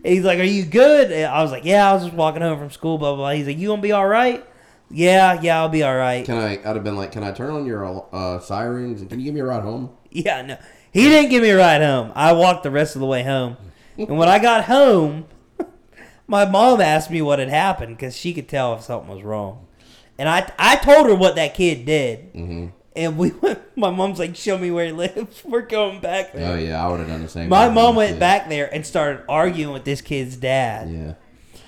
Speaker 1: he's like, "Are you good?" And I was like, "Yeah, I was just walking home from school." Blah blah. blah. He's like, "You gonna be all right?" Yeah, yeah, I'll be all right.
Speaker 5: Can I? I'd have been like, can I turn on your uh, sirens? Can you give me a ride home?
Speaker 1: Yeah, no. He didn't give me a ride home. I walked the rest of the way home. And when I got home, my mom asked me what had happened because she could tell if something was wrong. And I, I told her what that kid did.
Speaker 5: Mm-hmm.
Speaker 1: And we went, my mom's like, show me where he lives. We're going back there.
Speaker 5: Oh yeah, I would have done the same.
Speaker 1: My
Speaker 5: thing.
Speaker 1: mom went
Speaker 5: Yeah.
Speaker 1: back there and started arguing with this kid's dad.
Speaker 5: Yeah.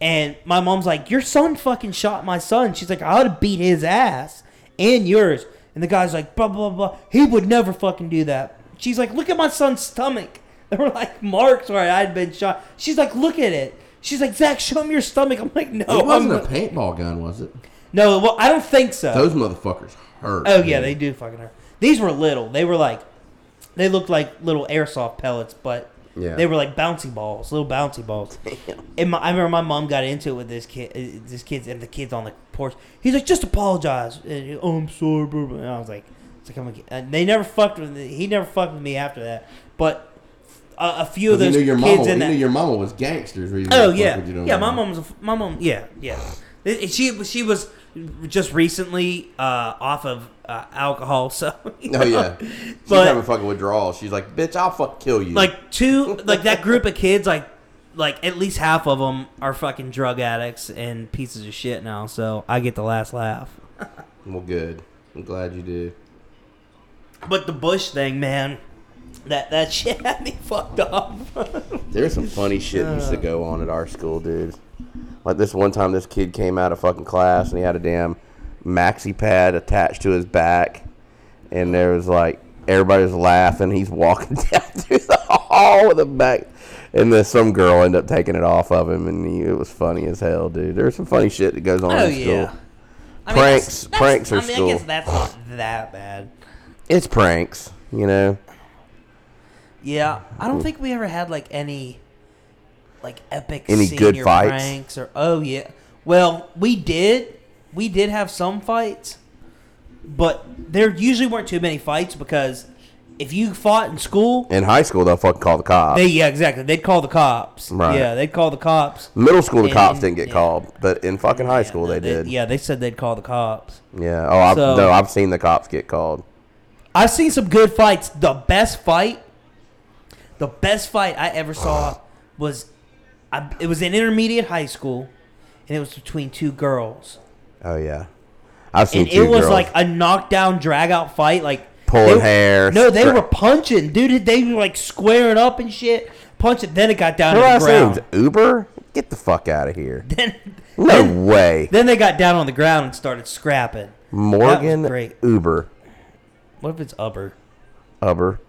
Speaker 1: And my mom's like, Your son fucking shot my son. She's like, I ought to beat his ass and yours. And the guy's like, blah, blah, blah. He would never fucking do that. She's like, look at my son's stomach. There were like marks where I'd been shot. She's like, look at it. She's like, Zach, show me your stomach. I'm like, no,
Speaker 2: It wasn't
Speaker 1: I'm
Speaker 2: a
Speaker 1: not-
Speaker 2: paintball gun, was it?
Speaker 1: no. Well, I don't think so.
Speaker 2: Those motherfuckers hurt.
Speaker 1: Uh, oh yeah,
Speaker 2: dude.
Speaker 1: they do fucking hurt. These were little. They were like, they looked like little airsoft pellets, but
Speaker 2: Yeah.
Speaker 1: they were like bouncy balls, little bouncy balls. And my, I remember my mom got into it with this kid, uh, this kid, and the kids on the porch. He's like, just apologize. And, oh, I'm sorry, bro. And I was like, it's like I'm a kid. And they never fucked with. He never fucked with me after that. But a, a few of
Speaker 2: You
Speaker 1: those
Speaker 2: knew your
Speaker 1: kids
Speaker 2: mama. You
Speaker 1: in that.
Speaker 2: knew your mama was gangsters. where you
Speaker 1: Oh
Speaker 2: fuck
Speaker 1: yeah,
Speaker 2: with you no
Speaker 1: yeah.
Speaker 2: more.
Speaker 1: My mom was a, my mom. Yeah, yeah. It- it- She she was just recently uh, off of uh, alcohol, so you
Speaker 2: Oh
Speaker 1: know.
Speaker 2: yeah, she's
Speaker 1: But-
Speaker 2: having fucking withdrawal. She's like, "Bitch, I'll fuck kill you."
Speaker 1: like two like that group of kids like like at least half of them are fucking drug addicts and pieces of shit now. So I get the last laugh.
Speaker 2: well, good. I'm glad you did.
Speaker 1: But the Bush thing, man, that that shit had me fucked up.
Speaker 2: There's some funny shit that used to go on at our school, dude. Like this one time, this kid came out of fucking class and he had a damn maxi pad attached to his back, and there was like everybody was laughing. He's walking down through the hall with a back, and then some girl ended up taking it off of him, and he, it was funny as hell, dude. There's some funny shit that goes on
Speaker 1: oh
Speaker 2: in school.
Speaker 1: yeah. I mean,
Speaker 2: Pranks-
Speaker 1: that's-
Speaker 2: pranks are
Speaker 1: I mean, I guess
Speaker 2: school.
Speaker 1: that's not that bad.
Speaker 2: It's pranks, you know.
Speaker 1: Yeah, I don't think we ever had like any like epic
Speaker 2: Any
Speaker 1: senior
Speaker 2: good fights?
Speaker 1: pranks or oh yeah. Well, we did we did have some fights, but there usually weren't too many fights because if you fought in school,
Speaker 2: In high school, they'll fucking call the cops.
Speaker 1: they yeah exactly they'd call the cops.
Speaker 2: Right.
Speaker 1: Yeah, they'd call the cops.
Speaker 2: Middle school, the
Speaker 1: And-
Speaker 2: cops didn't get
Speaker 1: yeah.
Speaker 2: called, but in fucking high school,
Speaker 1: Yeah,
Speaker 2: they, did.
Speaker 1: Yeah, they said they'd call the cops.
Speaker 2: Yeah. Oh, I've,
Speaker 1: So-
Speaker 2: no, I've seen the cops get called.
Speaker 1: I've seen some good fights. The best fight, the best fight I ever
Speaker 2: Uh.
Speaker 1: saw was, I, it was in intermediate high school, and it was between two girls,
Speaker 2: Oh yeah, I've seen.
Speaker 1: and
Speaker 2: two
Speaker 1: it was
Speaker 2: girls.
Speaker 1: like a knockdown, drag out fight, like
Speaker 2: Pulling
Speaker 1: they-
Speaker 2: hair,
Speaker 1: No, they
Speaker 2: stra-
Speaker 1: were punching, dude. They were like squaring up and shit, punching. Then it got down
Speaker 2: her
Speaker 1: to the
Speaker 2: last name's
Speaker 1: ground.
Speaker 2: Uber. Get the fuck out of here.
Speaker 1: Then,
Speaker 2: No
Speaker 1: then,
Speaker 2: way,
Speaker 1: then they got down on the ground and started scrapping.
Speaker 2: Morgan
Speaker 1: great.
Speaker 2: Uber
Speaker 1: What if it's Uber?
Speaker 2: Uber.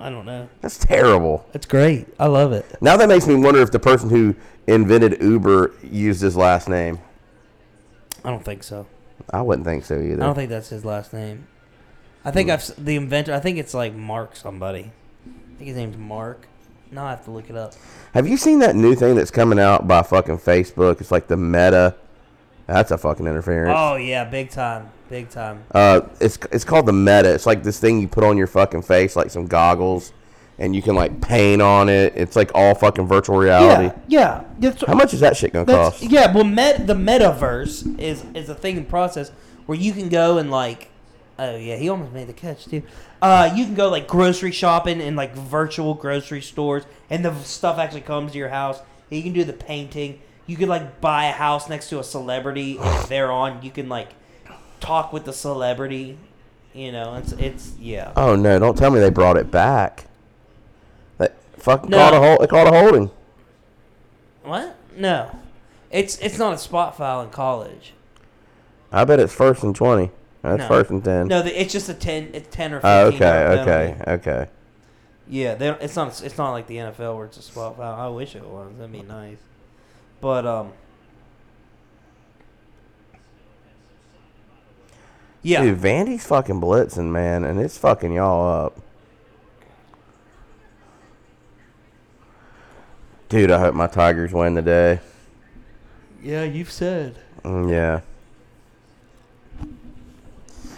Speaker 1: I don't know.
Speaker 2: That's terrible.
Speaker 1: That's great. I love it.
Speaker 2: Now that makes me wonder if the person who invented Uber used his last name.
Speaker 1: I don't think so.
Speaker 2: I wouldn't think so either.
Speaker 1: I don't think that's his last name. I think I've s- the inventor. I think it's like Mark somebody. I think his name's Mark. No, I have to look it up.
Speaker 2: Have you seen that new thing that's coming out by fucking Facebook? It's like the Meta. That's a fucking interference.
Speaker 1: Oh yeah, big time, big time.
Speaker 2: Uh, it's it's called the Meta. It's like this thing you put on your fucking face, like some goggles, and you can like paint on it. It's like all fucking virtual reality.
Speaker 1: yeah. That's,
Speaker 2: How much is that shit gonna
Speaker 1: that's-
Speaker 2: cost?
Speaker 1: yeah. Well, met, the metaverse is is a thing in process where you can go and like. Oh yeah, he almost made the catch too. Uh, you can go like grocery shopping in like virtual grocery stores, and the stuff actually comes to your house. You can do the painting. You could like buy a house next to a celebrity, and if they're on, you can like talk with the celebrity. You know, it's it's yeah.
Speaker 2: Oh no! Don't tell me they brought it back. They fucking
Speaker 1: No.
Speaker 2: called a hold. They called a holding.
Speaker 1: What? No, it's it's not a spot file in college.
Speaker 2: I bet it's first and twenty. That's
Speaker 1: No.
Speaker 2: first and ten.
Speaker 1: No, the, it's just a ten, it's ten or fifteen.
Speaker 2: Oh, okay,
Speaker 1: dollar penalty.
Speaker 2: okay, okay.
Speaker 1: Yeah, they don't, it's not it's not like the NFL where it's a spot foul. I wish it was. That'd be nice. But um, yeah,
Speaker 2: Dude, Vandy's fucking blitzing, man, and it's fucking y'all up. Dude, I hope my Tigers win today.
Speaker 1: yeah, you've said.
Speaker 2: Mm, Yeah.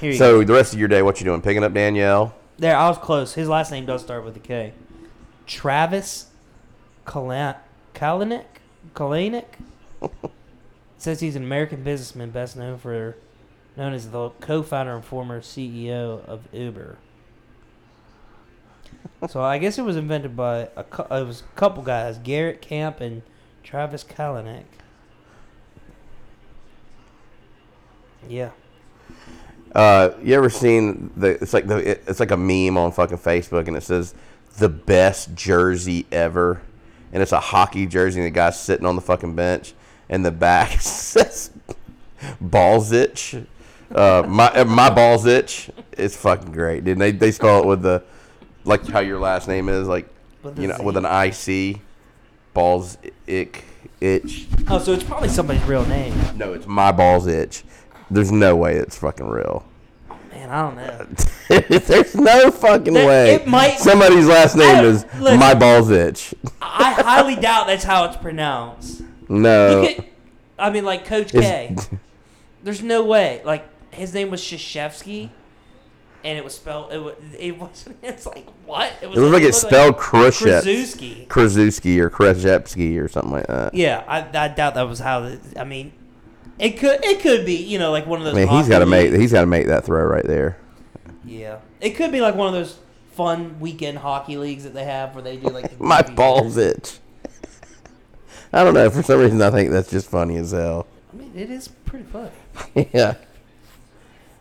Speaker 1: Here you go.
Speaker 2: So the rest of your day, what you doing? Picking up Danielle?
Speaker 1: There, I was close. His last name does start with a K. Travis Kalanick. Kalanick says he's an American businessman, best known for, known as the co-founder and former CEO of Uber. so I guess it was invented by a, cou- it was a couple guys, Garrett Camp and Travis Kalanick. Yeah.
Speaker 2: Uh, you ever seen the? It's like the. it- It's like a meme on fucking Facebook, and it says the best jersey ever, and it's a hockey jersey, and the guy's sitting on the fucking bench, and the back says balls itch. Uh, my uh, my balls itch. It's fucking great, dude. They they spell it with the
Speaker 6: like
Speaker 2: Like how your last name is, like
Speaker 1: With a
Speaker 2: you know,
Speaker 1: Z.
Speaker 2: with an I C, balls ick itch.
Speaker 1: Oh, so it's probably somebody's real name.
Speaker 2: No, it's my balls itch. There's no way it's fucking real.
Speaker 1: Man, I don't know.
Speaker 2: There's no fucking
Speaker 1: There-
Speaker 2: way.
Speaker 1: it might-
Speaker 2: Somebody's last
Speaker 1: I-
Speaker 2: name is
Speaker 1: listen.
Speaker 2: my balls itch.
Speaker 1: I highly doubt that's how it's pronounced.
Speaker 2: No,
Speaker 1: You could- I mean, like Coach K.
Speaker 2: Uh, it's,
Speaker 1: There's no way. Like his name was Shashevsky, and it was spelled. It was. It wasn't. It's like what?
Speaker 2: it looks like it's spelled Krushet,
Speaker 1: Krzyzewski.
Speaker 2: Kraszewski or Kraszewski or something like that.
Speaker 1: Yeah, I, I doubt that was how. The, I mean, it could. It could be. You know, like one of
Speaker 2: I
Speaker 1: those.
Speaker 2: mean, he's
Speaker 1: hockey
Speaker 2: got to make
Speaker 1: league-
Speaker 2: he's got to make that throw right there.
Speaker 1: Yeah, it could be like one of those fun weekend hockey leagues that they have where they do like the
Speaker 2: My
Speaker 1: goofy-
Speaker 2: balls itch. I don't know. For some reason, I think that's just funny as hell.
Speaker 1: I mean, it is pretty funny.
Speaker 2: yeah.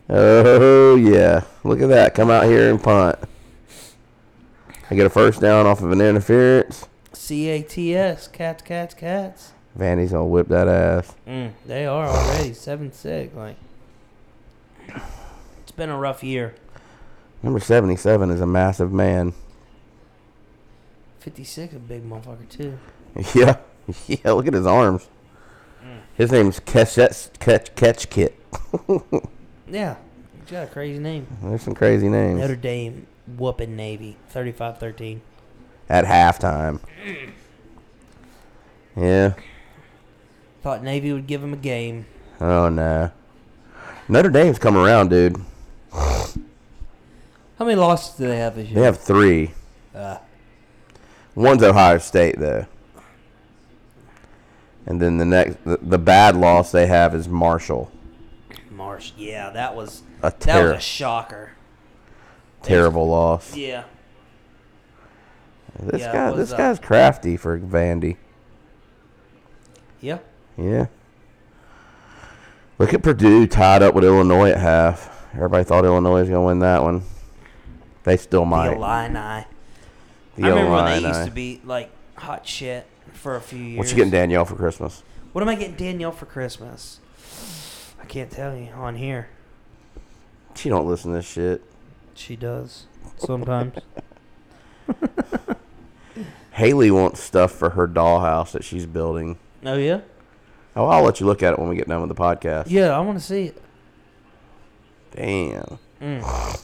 Speaker 2: Oh yeah. Look at that. Come out here and punt. I get a first down off of an interference.
Speaker 1: C A T S cats cats cats.
Speaker 2: Vandy's gonna whip that ass.
Speaker 1: Mm, they are already seven six. Like it's been a rough year.
Speaker 2: Number seventy-seven is a massive man.
Speaker 1: Fifty six, a big motherfucker too.
Speaker 2: Yeah. Yeah. Look at his arms. His name's Catch Catch Catch Kit.
Speaker 1: Yeah, he's got a crazy name.
Speaker 2: There's some crazy
Speaker 1: Notre
Speaker 2: names
Speaker 1: Dame whooping Navy 35-13.
Speaker 2: at halftime. Yeah.
Speaker 1: Thought Navy would give him a game.
Speaker 2: Oh no. Notre Dame's come around, dude.
Speaker 1: How many losses do they have this year?
Speaker 2: They have three.
Speaker 1: Uh,
Speaker 2: One's Ohio State though. And then the next, the, the bad loss they have is Marshall.
Speaker 1: Marsh. Yeah, that was
Speaker 2: A
Speaker 1: that was
Speaker 2: ter-
Speaker 1: a shocker.
Speaker 2: terrible loss.
Speaker 1: Yeah.
Speaker 2: This
Speaker 1: yeah, it
Speaker 2: guy,
Speaker 1: was,
Speaker 2: this
Speaker 1: uh,
Speaker 2: guy's crafty for Vandy.
Speaker 1: Yeah.
Speaker 2: Yeah. Look at Purdue tied up with Illinois at half. Everybody thought Illinois was gonna win that one. They still might.
Speaker 1: The Illini.
Speaker 2: The
Speaker 1: I remember when they
Speaker 2: Illini.
Speaker 1: used to be like hot shit for a few years.
Speaker 2: What you getting Danielle for Christmas?
Speaker 1: What am I getting Danielle for Christmas? I can't tell you on here.
Speaker 2: She don't listen to this shit.
Speaker 1: She does sometimes.
Speaker 2: Haley wants stuff for her dollhouse that she's building.
Speaker 1: oh yeah,
Speaker 2: Oh, I'll let you look at it when we get done with the podcast.
Speaker 1: yeah. I want to see it.
Speaker 2: Damn.
Speaker 1: Mm.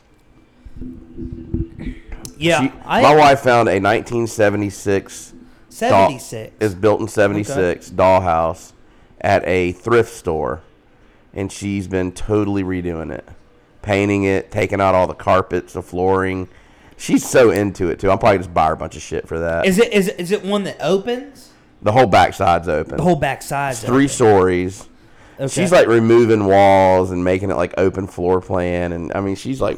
Speaker 1: Yeah,
Speaker 2: She-
Speaker 1: I
Speaker 2: my wife found a 1976 doll-
Speaker 1: seventy six.
Speaker 2: is built in 76 dollhouse at a thrift store and she's been totally redoing it painting it taking out all the carpets the flooring she's so into it too i'm probably just buy her a bunch of shit for that
Speaker 1: Is it is it- is it one that opens?
Speaker 2: the whole backside's open
Speaker 1: The whole back side's
Speaker 2: it's three
Speaker 1: open.
Speaker 2: stories
Speaker 1: Okay.
Speaker 2: she's like removing walls and making it like open floor plan and i mean she's like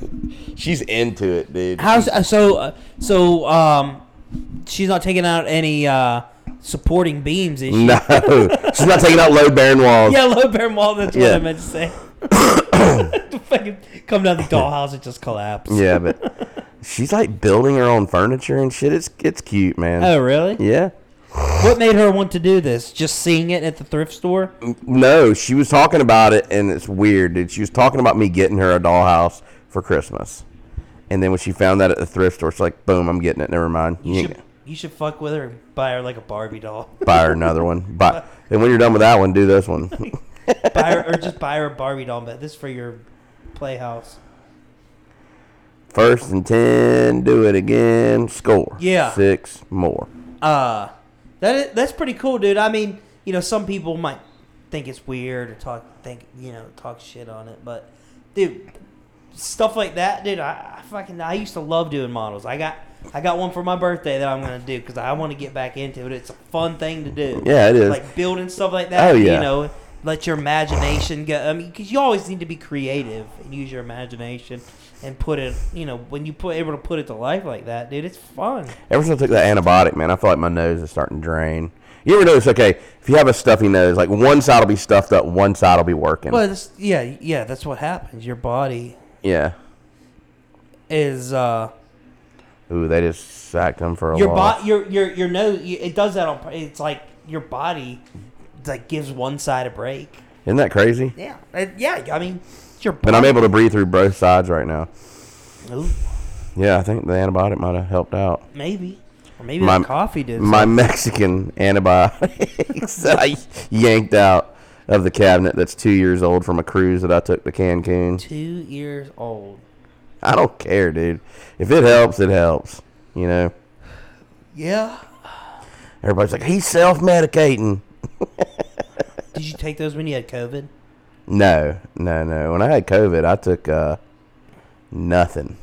Speaker 2: she's into it dude
Speaker 1: how's uh, so uh, so um, she's not taking out any uh supporting beams, is she?
Speaker 2: no she's not taking out low bearing walls
Speaker 1: Yeah, low bear wall. That's what
Speaker 2: Yeah.
Speaker 1: I meant to say. Fucking come down the dollhouse and just collapse.
Speaker 2: Yeah, but she's like building her own furniture and shit. It's it's cute, man.
Speaker 1: Oh really?
Speaker 2: Yeah.
Speaker 1: What made her want to do this? Just seeing it at the thrift store?
Speaker 2: No, she was talking about it, and it's weird, dude. She was talking about me getting her a dollhouse for Christmas, and then when she found that at the thrift store, she's like, "Boom, I'm getting it. Never mind. You
Speaker 1: You
Speaker 2: ain't
Speaker 1: should, you should fuck with her and buy her like a Barbie doll.
Speaker 2: gonna buy her another one." But and when you're done with that one, do this one.
Speaker 1: buy her, or just buy her a Barbie doll. But this is for your playhouse.
Speaker 2: First and ten, do it again. Score.
Speaker 1: Yeah.
Speaker 2: Six more.
Speaker 1: Uh, that is, that's pretty cool, dude. I mean, you know, some people might think it's weird or talk think you know talk shit on it, but dude, stuff like that, dude. I, I fucking I used to love doing models. I got I got one for my birthday that I'm gonna do because I want to get back into it. It's a fun thing to do.
Speaker 2: Yeah, it is.
Speaker 1: Like building stuff like that.
Speaker 2: Oh,
Speaker 1: You
Speaker 2: yeah.
Speaker 1: know, let your imagination go. I mean, because you always need to be creative and use your imagination. And put it, you know, when you put able to put it to life like that, dude, it's fun.
Speaker 2: Ever since I took that antibiotic, man, I feel like my nose is starting to drain. You ever notice? Okay, if you have a stuffy nose, like one side will be stuffed up, one side will be working.
Speaker 1: Well, it's, yeah, yeah, that's what happens. Your body
Speaker 2: yeah.
Speaker 1: is uh,
Speaker 2: Ooh, they just sacked him for a
Speaker 1: your
Speaker 2: loss.
Speaker 1: body, your your your nose. you- It does that on. pur- It's like your body, like gives one side a break.
Speaker 2: Isn't that crazy?
Speaker 1: Yeah, Uh, yeah. I mean, it's your.
Speaker 2: And
Speaker 1: Body.
Speaker 2: I'm able to breathe through both sides right now.
Speaker 1: Ooh.
Speaker 2: Yeah, I think the antibiotic might have helped out.
Speaker 1: Maybe. Or maybe
Speaker 2: My-
Speaker 1: the coffee did.
Speaker 2: My
Speaker 1: something.
Speaker 2: Mexican antibiotics that I yanked out of the cabinet that's two years old from a cruise that I took to Cancun.
Speaker 1: two years old.
Speaker 2: I don't care, dude. If it helps, it helps. You know,
Speaker 1: Yeah.
Speaker 2: everybody's like, he's self medicating.
Speaker 1: Did you take those when you had COVID?
Speaker 2: No, no, no. When I had COVID, I took uh, nothing.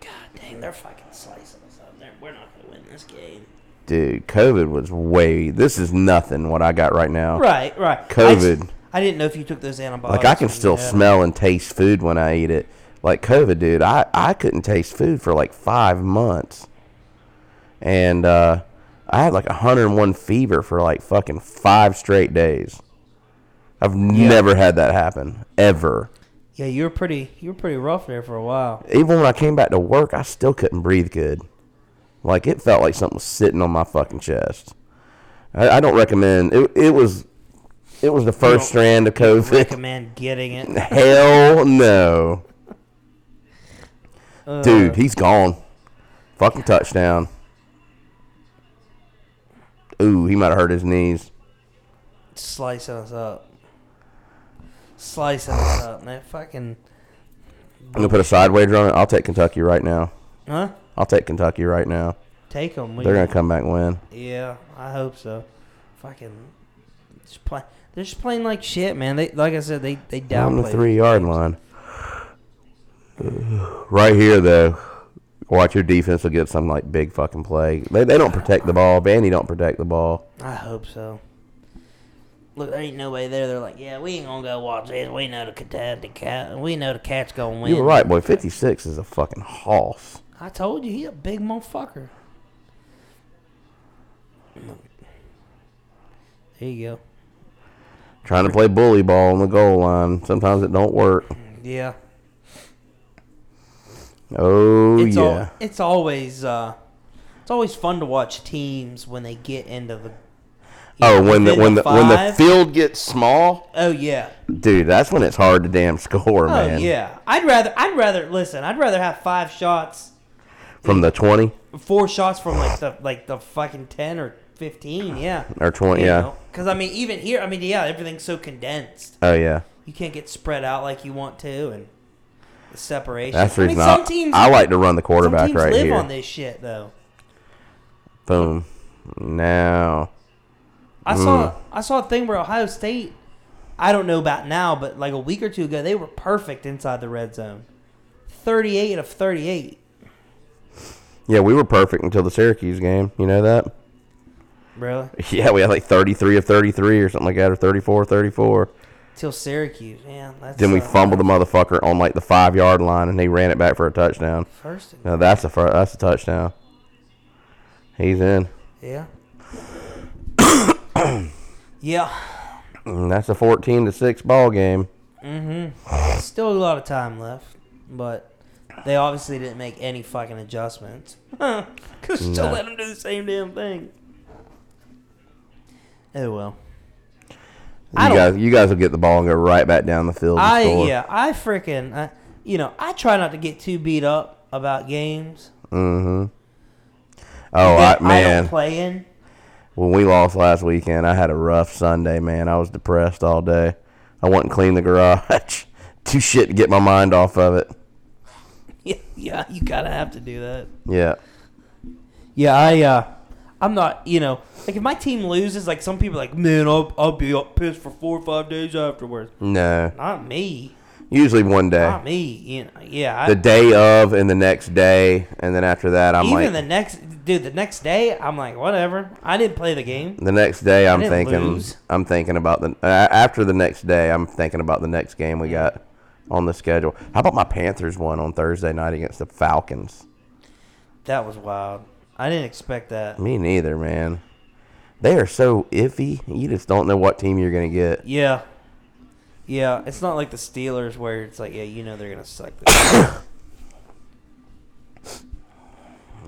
Speaker 1: God dang, they're fucking slicing us up there. We're not gonna win this game.
Speaker 2: Dude, COVID was way. This is nothing what I got right now.
Speaker 1: Right, right. I just-
Speaker 2: COVID.
Speaker 1: I, didn't know if you took those antibiotics.
Speaker 2: Like I can
Speaker 1: when you
Speaker 2: still
Speaker 1: had 'em.
Speaker 2: smell and taste food when I eat it. Like COVID, dude, I, I couldn't taste food for like five months, and uh, I had like 101 fever for like fucking five straight days. I've never had that happen ever.
Speaker 1: Yeah, you were pretty. You were pretty rough there for a while.
Speaker 2: Even when I came back to work, I still couldn't breathe good. Like it felt like something was sitting on my fucking chest. I, I don't recommend it. It was it was the
Speaker 1: don't
Speaker 2: first strand of COVID.
Speaker 1: Recommend getting it,
Speaker 2: Hell no.
Speaker 1: Uh,
Speaker 2: Dude, he's gone. Fucking touchdown. Ooh, he might have hurt his knees.
Speaker 1: Slicing us up. Slicing us up. That fucking.
Speaker 2: I'm gonna put a side wager on it. I'll take Kentucky right now.
Speaker 1: Huh?
Speaker 2: I'll take Kentucky right now.
Speaker 1: Take them.
Speaker 2: They're gonna come back and win.
Speaker 1: Yeah, I hope so. Fucking, just play. They're just playing like shit, man. They like I said, they they
Speaker 2: Down the
Speaker 1: downplayed.
Speaker 2: three yard line. Right here though. Watch your defense will get some like big fucking play. They, they don't protect the ball. Bandy don't protect the ball.
Speaker 1: I hope so. Look, there ain't nobody there. They're like, yeah, we ain't gonna go watch this. We know the cat, the cat, we know the cat's gonna win.
Speaker 2: You were right, boy. Fifty six is a fucking hoss.
Speaker 1: I told you, he a big motherfucker. There you
Speaker 2: Trying to play bully ball on the goal line. Sometimes it don't work.
Speaker 1: go. Yeah.
Speaker 2: Oh
Speaker 1: it's
Speaker 2: yeah.
Speaker 1: al- it's always uh, it's always fun to watch teams when they get into the.
Speaker 2: Oh, when the
Speaker 1: within
Speaker 2: when the when the
Speaker 1: five.
Speaker 2: field gets small,
Speaker 1: Oh yeah.
Speaker 2: dude, that's when it's hard to damn score,
Speaker 1: Oh
Speaker 2: man.
Speaker 1: yeah. I'd rather I'd rather listen. I'd rather have five shots,
Speaker 2: From the twenty
Speaker 1: four shots from like the like the fucking ten or fifteen. Yeah.
Speaker 2: or twenty, yeah.
Speaker 1: Because I mean, even here, I mean, yeah, everything's so condensed.
Speaker 2: Oh yeah.
Speaker 1: You can't get spread out like you want to, and the separation.
Speaker 2: That's the
Speaker 1: I mean,
Speaker 2: reason I,
Speaker 1: some teams,
Speaker 2: I like to run the
Speaker 1: some
Speaker 2: quarterback
Speaker 1: teams
Speaker 2: right
Speaker 1: live
Speaker 2: here.
Speaker 1: on this shit though.
Speaker 2: Boom. Now
Speaker 1: I
Speaker 2: Mm.
Speaker 1: saw I saw a thing where Ohio State, I don't know about now, but like a week or two ago, they were perfect inside the red zone, thirty-eight of thirty-eight.
Speaker 2: yeah, we were perfect until the Syracuse game. You know that?
Speaker 1: Really?
Speaker 2: Yeah, we had like 33 of 33 or something like that, or 34 34.
Speaker 1: Till Syracuse, man. That's
Speaker 2: Then we
Speaker 1: uh,
Speaker 2: fumbled the motherfucker on like the five yard line, and they ran it back for a touchdown.
Speaker 1: first. and-
Speaker 2: Now that's a fir- that's a touchdown. He's in.
Speaker 1: Yeah. yeah.
Speaker 2: And Mm, that's a 14 to 6 ball game.
Speaker 1: Mm-hmm. Still a lot of time left, but they obviously didn't make any fucking adjustments. Cause still
Speaker 2: No.
Speaker 1: let them do the same damn thing. Oh well. I
Speaker 2: You
Speaker 1: don't-
Speaker 2: guys, you guys will get the ball and go right back down the field. And
Speaker 1: I
Speaker 2: score.
Speaker 1: yeah, I freaking I, you know, I try not to get too beat up about games.
Speaker 2: Mm-hmm. Oh I,
Speaker 1: that I
Speaker 2: man,
Speaker 1: don't play in.
Speaker 2: when we lost last weekend, I had a rough Sunday. Man, I was depressed all day. I went and cleaned the garage. Too shit to get my mind off of it.
Speaker 1: Yeah, yeah, you gotta have to do that.
Speaker 2: Yeah.
Speaker 1: Yeah, I uh I'm not, you know, like if my team loses, like some people are like, man, I'll, I'll be up pissed for four or five days afterwards.
Speaker 2: No.
Speaker 1: Not me.
Speaker 2: Usually one day.
Speaker 1: Not me. You know, yeah. I,
Speaker 2: The day of and the next day, and then after that, I'm
Speaker 1: even
Speaker 2: like,
Speaker 1: the next, dude, the next day, I'm like, whatever. I didn't play the game.
Speaker 2: The next day, I'm
Speaker 1: didn't
Speaker 2: thinking.
Speaker 1: lose.
Speaker 2: I'm thinking about the uh, after the next day. I'm thinking about the next game we got on the schedule. How about my Panthers one on Thursday night against the Falcons?
Speaker 1: That was wild. I didn't expect that.
Speaker 2: Me neither, man. They are so iffy. You just don't know what team you're gonna get.
Speaker 1: Yeah. Yeah, it's not like the Steelers where it's like, yeah, you know they're gonna suck. This.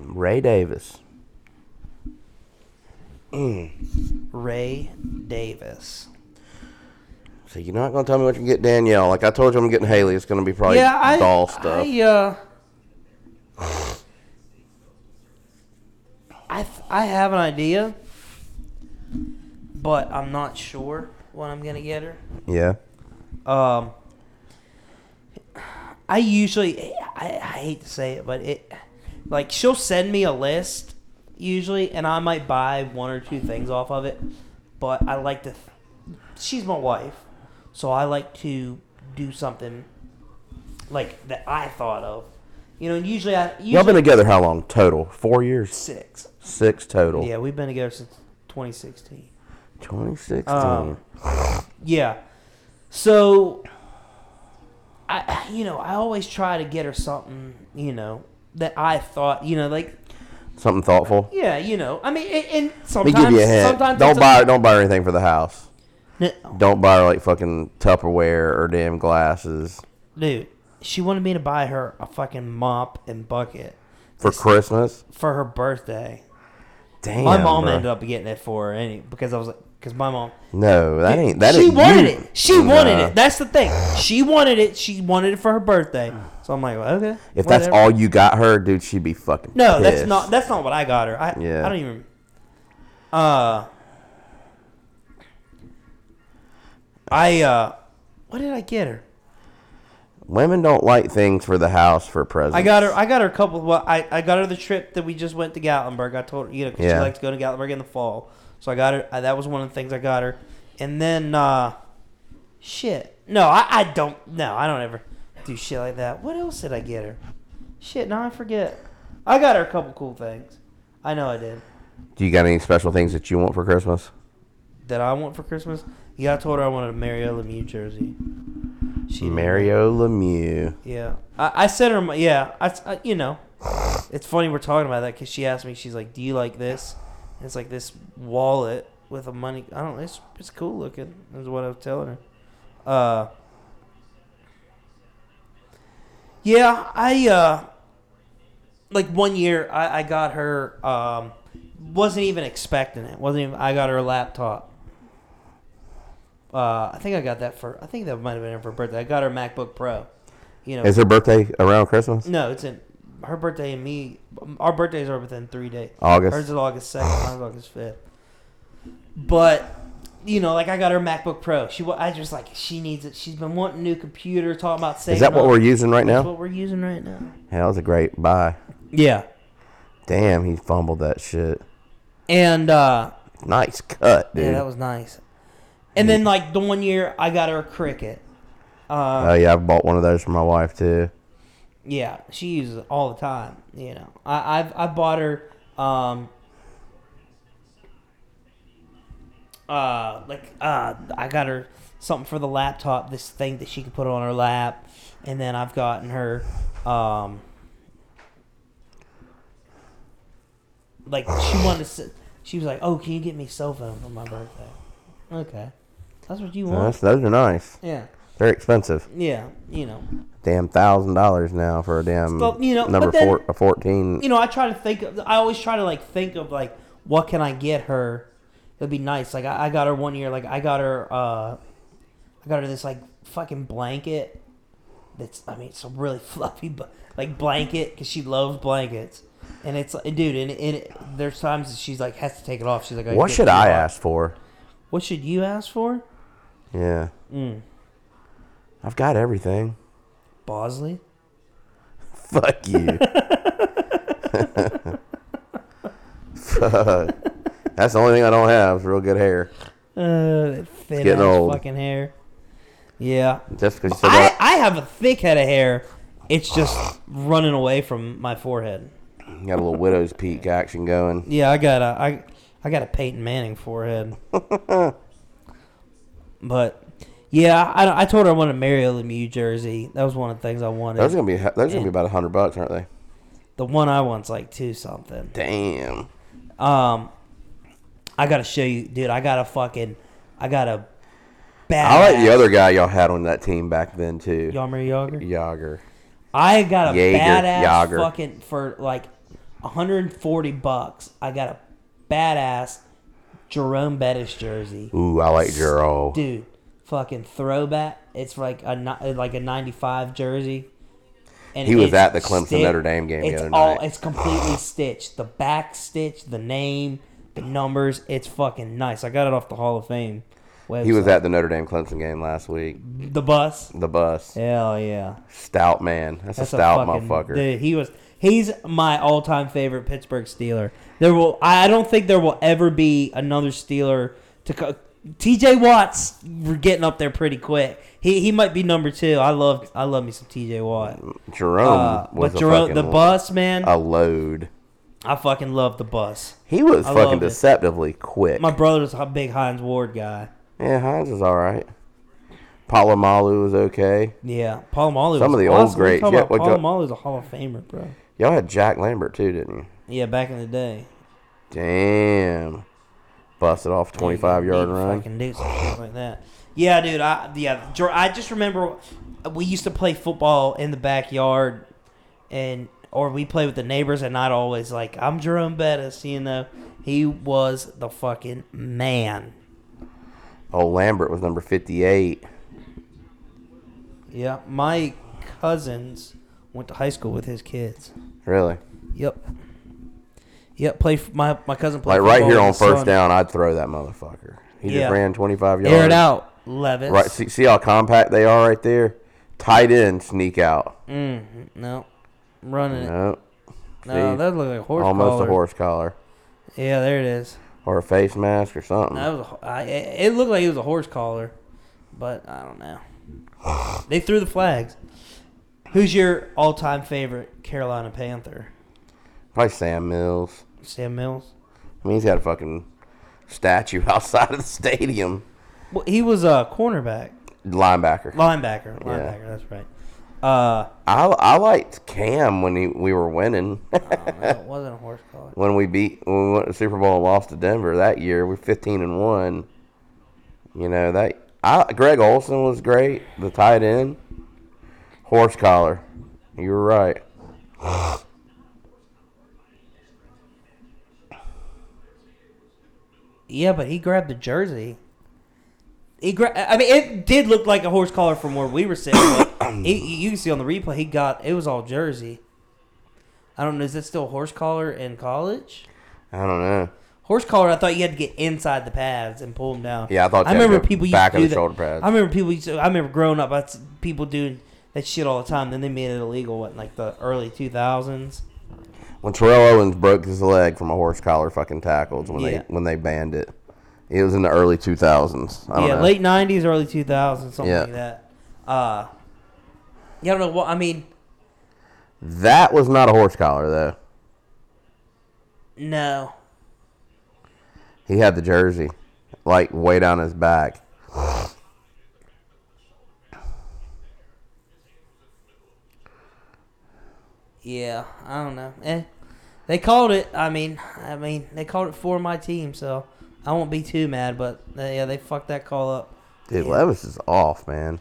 Speaker 2: Ray Davis. Mm.
Speaker 1: Ray Davis.
Speaker 2: So you're not gonna tell me what you get, Danielle? Like I told you, I'm getting Haley. It's gonna be probably
Speaker 1: yeah, I,
Speaker 2: doll stuff.
Speaker 1: I, uh, I have an idea, but I'm not sure when I'm gonna get her.
Speaker 2: Yeah.
Speaker 1: Um, I usually, I, I hate to say it, but it, like, she'll send me a list usually, and I might buy one or two things off of it. But I like to, she's my wife, so I like to do something like that I thought of. You know, and usually I usually
Speaker 2: Y'all been together how long total? Four years.
Speaker 1: six.
Speaker 2: Six total.
Speaker 1: Yeah, we've been together since 2016.
Speaker 2: 2016.
Speaker 1: Um, Yeah. So I you know, I always try to get her something, you know, that I thought, you know, like
Speaker 2: Something thoughtful.
Speaker 1: yeah, you know. I mean, and, and
Speaker 2: Let me
Speaker 1: sometimes
Speaker 2: give you a hint.
Speaker 1: sometimes
Speaker 2: Don't
Speaker 1: it's
Speaker 2: buy. Don't buy her anything for the house.
Speaker 1: a,
Speaker 2: Don't buy her like fucking Tupperware or damn glasses
Speaker 1: dude, she wanted me to buy her a fucking mop and bucket
Speaker 2: for Christmas.
Speaker 1: for her birthday.
Speaker 2: Damn.
Speaker 1: my mom
Speaker 2: bruh.
Speaker 1: ended up getting it for her any because I was like cuz my mom
Speaker 2: No, that ain't. That
Speaker 1: she
Speaker 2: ain't
Speaker 1: wanted
Speaker 2: you.
Speaker 1: it. She wanted
Speaker 2: Nah.
Speaker 1: it. That's the thing. She wanted it. She wanted it for her birthday. So I'm like, well, okay.
Speaker 2: If that's
Speaker 1: whatever.
Speaker 2: all you got her, dude, she'd be fucking.
Speaker 1: No, that's
Speaker 2: pissed.
Speaker 1: not. That's not what I got her. I,
Speaker 2: Yeah.
Speaker 1: I don't even. Uh. I uh, what did I get her?
Speaker 2: Women don't like things for the house for presents.
Speaker 1: I got her. I got her a couple. Well, I, I got her the trip that we just went to Gatlinburg. I told her, you know, 'cause
Speaker 2: Yeah.
Speaker 1: she likes to go to Gatlinburg in the fall. So I got her. I, that was one of the things I got her. And then, uh, shit. No, I, I don't. No, I don't ever do shit like that. What else did I get her? Shit, now I forget. I got her a couple cool things. I know I did.
Speaker 2: Do you got any special things that you want for Christmas?
Speaker 1: that I want for Christmas. Yeah, I told her I wanted a Mario Lemieux jersey.
Speaker 2: Mm.
Speaker 1: She
Speaker 2: Mario Lemieux.
Speaker 1: Yeah, I, I said her. my- Yeah, I, s- I- You know, it's funny we're talking about that because she asked me. She's like, "Do you like this?" And it's like this wallet with a money. I don't. It's it's cool looking. Is what I was telling her. Uh. Yeah, I uh. Like one year, I, I got her. Um, wasn't even expecting it. Wasn't even. I got her a laptop. Uh, I think I got that for. I think that might have been her for birthday. I got her MacBook Pro. You know,
Speaker 2: Is her birthday around Christmas?
Speaker 1: no, it's in her birthday and me. Our birthdays are within three days. Hers
Speaker 2: August.
Speaker 1: is August second. Mine's August fifth. But you know, like I got her MacBook Pro. She, wa- I just like she needs it. She's been wanting a new computer. Talking about saving.
Speaker 2: Is that what
Speaker 1: up.
Speaker 2: we're using right
Speaker 1: That's
Speaker 2: now?
Speaker 1: what we're using right now.
Speaker 2: Yeah, that was a great buy.
Speaker 1: Yeah,
Speaker 2: Damn, he fumbled that shit.
Speaker 1: and uh,
Speaker 2: Nice cut, dude.
Speaker 1: yeah, that was nice. And then like the one year I got her a Cricket. Uh,
Speaker 2: oh yeah, I bought one of those for my wife too.
Speaker 1: Yeah, she uses it all the time. You know, I I've, I bought her um uh like uh I got her something for the laptop, this thing that she can put on her lap, and then I've gotten her um like she wanted to. s- She was like, "Oh, can you get me a cell phone for my birthday?" Okay, that's what you want.
Speaker 2: That's, those are nice.
Speaker 1: Yeah,
Speaker 2: They're expensive.
Speaker 1: yeah, you know.
Speaker 2: Damn, thousand dollars now for a damn
Speaker 1: Well, you know,
Speaker 2: number
Speaker 1: but then-
Speaker 2: four, a fourteen.
Speaker 1: you know, I try to think of. I always try to like think of like what can I get her? It'd be nice. Like I, I got her one year. Like I got her. uh I got her this like fucking blanket. That's I mean it's a really fluffy bu- like blanket because she loves blankets. And it's like, dude, and, and it, there's times that she's like has to take it off. She's like,
Speaker 2: what
Speaker 1: get
Speaker 2: should
Speaker 1: too
Speaker 2: I
Speaker 1: hot.
Speaker 2: ask for?
Speaker 1: What should you ask for, Mm,
Speaker 2: Yeah. I've got everything.
Speaker 1: Bosley?
Speaker 2: Fuck you. Fuck. That's the only thing I don't have is real good hair.
Speaker 1: Uh, that thin
Speaker 2: getting
Speaker 1: ass
Speaker 2: old.
Speaker 1: fucking hair. Yeah,
Speaker 2: Just because you said
Speaker 1: I,
Speaker 2: that.
Speaker 1: I have a thick head of hair. It's just running away from my forehead.
Speaker 2: You got a little widow's peak action going.
Speaker 1: Yeah, I got a I I got a Peyton Manning forehead. but yeah, I, don't- I told her I wanted a Mario Lemieux jersey. That was one of the things I wanted.
Speaker 2: Those are gonna be those are gonna be about a hundred bucks, aren't they?
Speaker 1: the one I want's like two something.
Speaker 2: Damn.
Speaker 1: Um, I gotta show you, dude. I got a fucking I got a bad.
Speaker 2: I like the other guy y'all had on that team back then too.
Speaker 1: Yammer Yager.
Speaker 2: Yager.
Speaker 1: I got a
Speaker 2: Jaeger,
Speaker 1: badass
Speaker 2: Jaeger.
Speaker 1: fucking for like 140 bucks. I got a badass Jerome Bettis jersey,
Speaker 2: Ooh, I like Jero.
Speaker 1: dude. Fucking throwback. It's like a ni- like a 95 jersey. And
Speaker 2: He was
Speaker 1: it's
Speaker 2: at the Clemson
Speaker 1: sti-
Speaker 2: Notre Dame game the
Speaker 1: It's
Speaker 2: other
Speaker 1: all
Speaker 2: night.
Speaker 1: it's completely stitched. The back stitch, the name, the numbers. It's fucking nice. I got it off the Hall of Fame. Website.
Speaker 2: He was at the Notre Dame Clemson game last week.
Speaker 1: the bus.
Speaker 2: The bus.
Speaker 1: Hell yeah,
Speaker 2: Stout man. That's,
Speaker 1: that's
Speaker 2: a stout
Speaker 1: a fucking,
Speaker 2: motherfucker.
Speaker 1: Dude, he was. He's my all-time favorite Pittsburgh Steeler. There will. I I don't think there will ever be another Steeler to. Co- T.J. Watts we're getting up there pretty quick. He he might be number two. I love I love me some T.J. Watt.
Speaker 2: Jerome
Speaker 1: Uh,
Speaker 2: was
Speaker 1: but
Speaker 2: a
Speaker 1: Jerome,
Speaker 2: fucking,
Speaker 1: the bus man,
Speaker 2: a load.
Speaker 1: I fucking love the bus.
Speaker 2: He was
Speaker 1: I
Speaker 2: fucking
Speaker 1: loved it.
Speaker 2: deceptively quick.
Speaker 1: My brother's a big Heinz Ward guy.
Speaker 2: yeah, Hines is all right. Palomalu was okay.
Speaker 1: Yeah, Paul Molly.
Speaker 2: Some
Speaker 1: was
Speaker 2: of the old
Speaker 1: awesome. We
Speaker 2: greats.
Speaker 1: talk
Speaker 2: Yeah,
Speaker 1: about
Speaker 2: what
Speaker 1: Paul
Speaker 2: go-
Speaker 1: Molly's a Hall of Famer, bro.
Speaker 2: Y'all had Jack Lambert too, didn't you?
Speaker 1: Yeah, back in the day,
Speaker 2: Damn. Busted off 25 yard
Speaker 1: Need to
Speaker 2: run.
Speaker 1: Fucking do something like that. Yeah, dude. I yeah. Jer- I just remember we used to play football in the backyard, and or we play with the neighbors, and I'd always like, I'm Jerome Bettis. You know, he was the fucking man.
Speaker 2: Oh, Lambert was number 58.
Speaker 1: Yeah, my cousins went to high school with his kids.
Speaker 2: Really?
Speaker 1: Yep. Yep. Play f- my my cousin played
Speaker 2: Like right
Speaker 1: football
Speaker 2: here
Speaker 1: with
Speaker 2: on
Speaker 1: his
Speaker 2: first
Speaker 1: son.
Speaker 2: down, I'd throw that motherfucker. He
Speaker 1: Yeah.
Speaker 2: just ran 25 yards.
Speaker 1: Air it out, Levis.
Speaker 2: Right. See, see how compact they are right there? Tight end sneak out.
Speaker 1: Mm, no, running it.
Speaker 2: Nope.
Speaker 1: No,
Speaker 2: See?
Speaker 1: that looked like a horse.
Speaker 2: Almost
Speaker 1: collar.
Speaker 2: a horse collar
Speaker 1: Yeah, there it is.
Speaker 2: or a face mask or something.
Speaker 1: That was a ho- I- it it looked like it was a horse collar, but I don't know. they threw the flags. Who's your all-time favorite Carolina Panther?
Speaker 2: Probably Sam Mills.
Speaker 1: Sam Mills.
Speaker 2: I mean, he's got a fucking statue outside of the stadium.
Speaker 1: Well, he was a cornerback,
Speaker 2: Linebacker.
Speaker 1: linebacker, linebacker. That's right. Uh,
Speaker 2: I, I liked Cam when he, we were winning.
Speaker 1: I don't know, it wasn't a horse collar.
Speaker 2: when we beat when we went to the Super Bowl and lost to Denver that year. We're fifteen and one. You know that I Greg Olson was great, the tight end, horse collar. You were right.
Speaker 1: Yeah, but he grabbed the jersey. He gra- I mean, it did look like a horse collar from where we were sitting. But he, you can see on the replay, he got it was all jersey. I don't know. Is that still a horse collar in college?
Speaker 2: I don't know.
Speaker 1: Horse collar. I thought you had to get inside the pads and pull them down.
Speaker 2: Yeah, I thought
Speaker 1: I
Speaker 2: you had to
Speaker 1: remember
Speaker 2: go
Speaker 1: people used
Speaker 2: back
Speaker 1: to
Speaker 2: of
Speaker 1: do that.
Speaker 2: the shoulder pads.
Speaker 1: I remember people. Used to, I remember growing up, I'd see people doing that shit all the time. Then they made it illegal. What in like the early two thousands?
Speaker 2: When Terrell Owens broke his leg from a horse collar fucking tackle is when
Speaker 1: Yeah.
Speaker 2: they when they banned it. It was in the early two thousands. I don't
Speaker 1: yeah,
Speaker 2: know.
Speaker 1: late '90s, early 2000s, something
Speaker 2: Yeah.
Speaker 1: like that. Uh, yeah, I don't know what I mean.
Speaker 2: That was not a horse collar though.
Speaker 1: No,
Speaker 2: He had the jersey, like way down his back.
Speaker 1: yeah, I don't know. Eh, they called it. I mean, I mean, they called it for my team, so I won't be too mad. But uh, yeah, they fucked that call up.
Speaker 2: Dude,
Speaker 1: Yeah.
Speaker 2: Levis is off, man.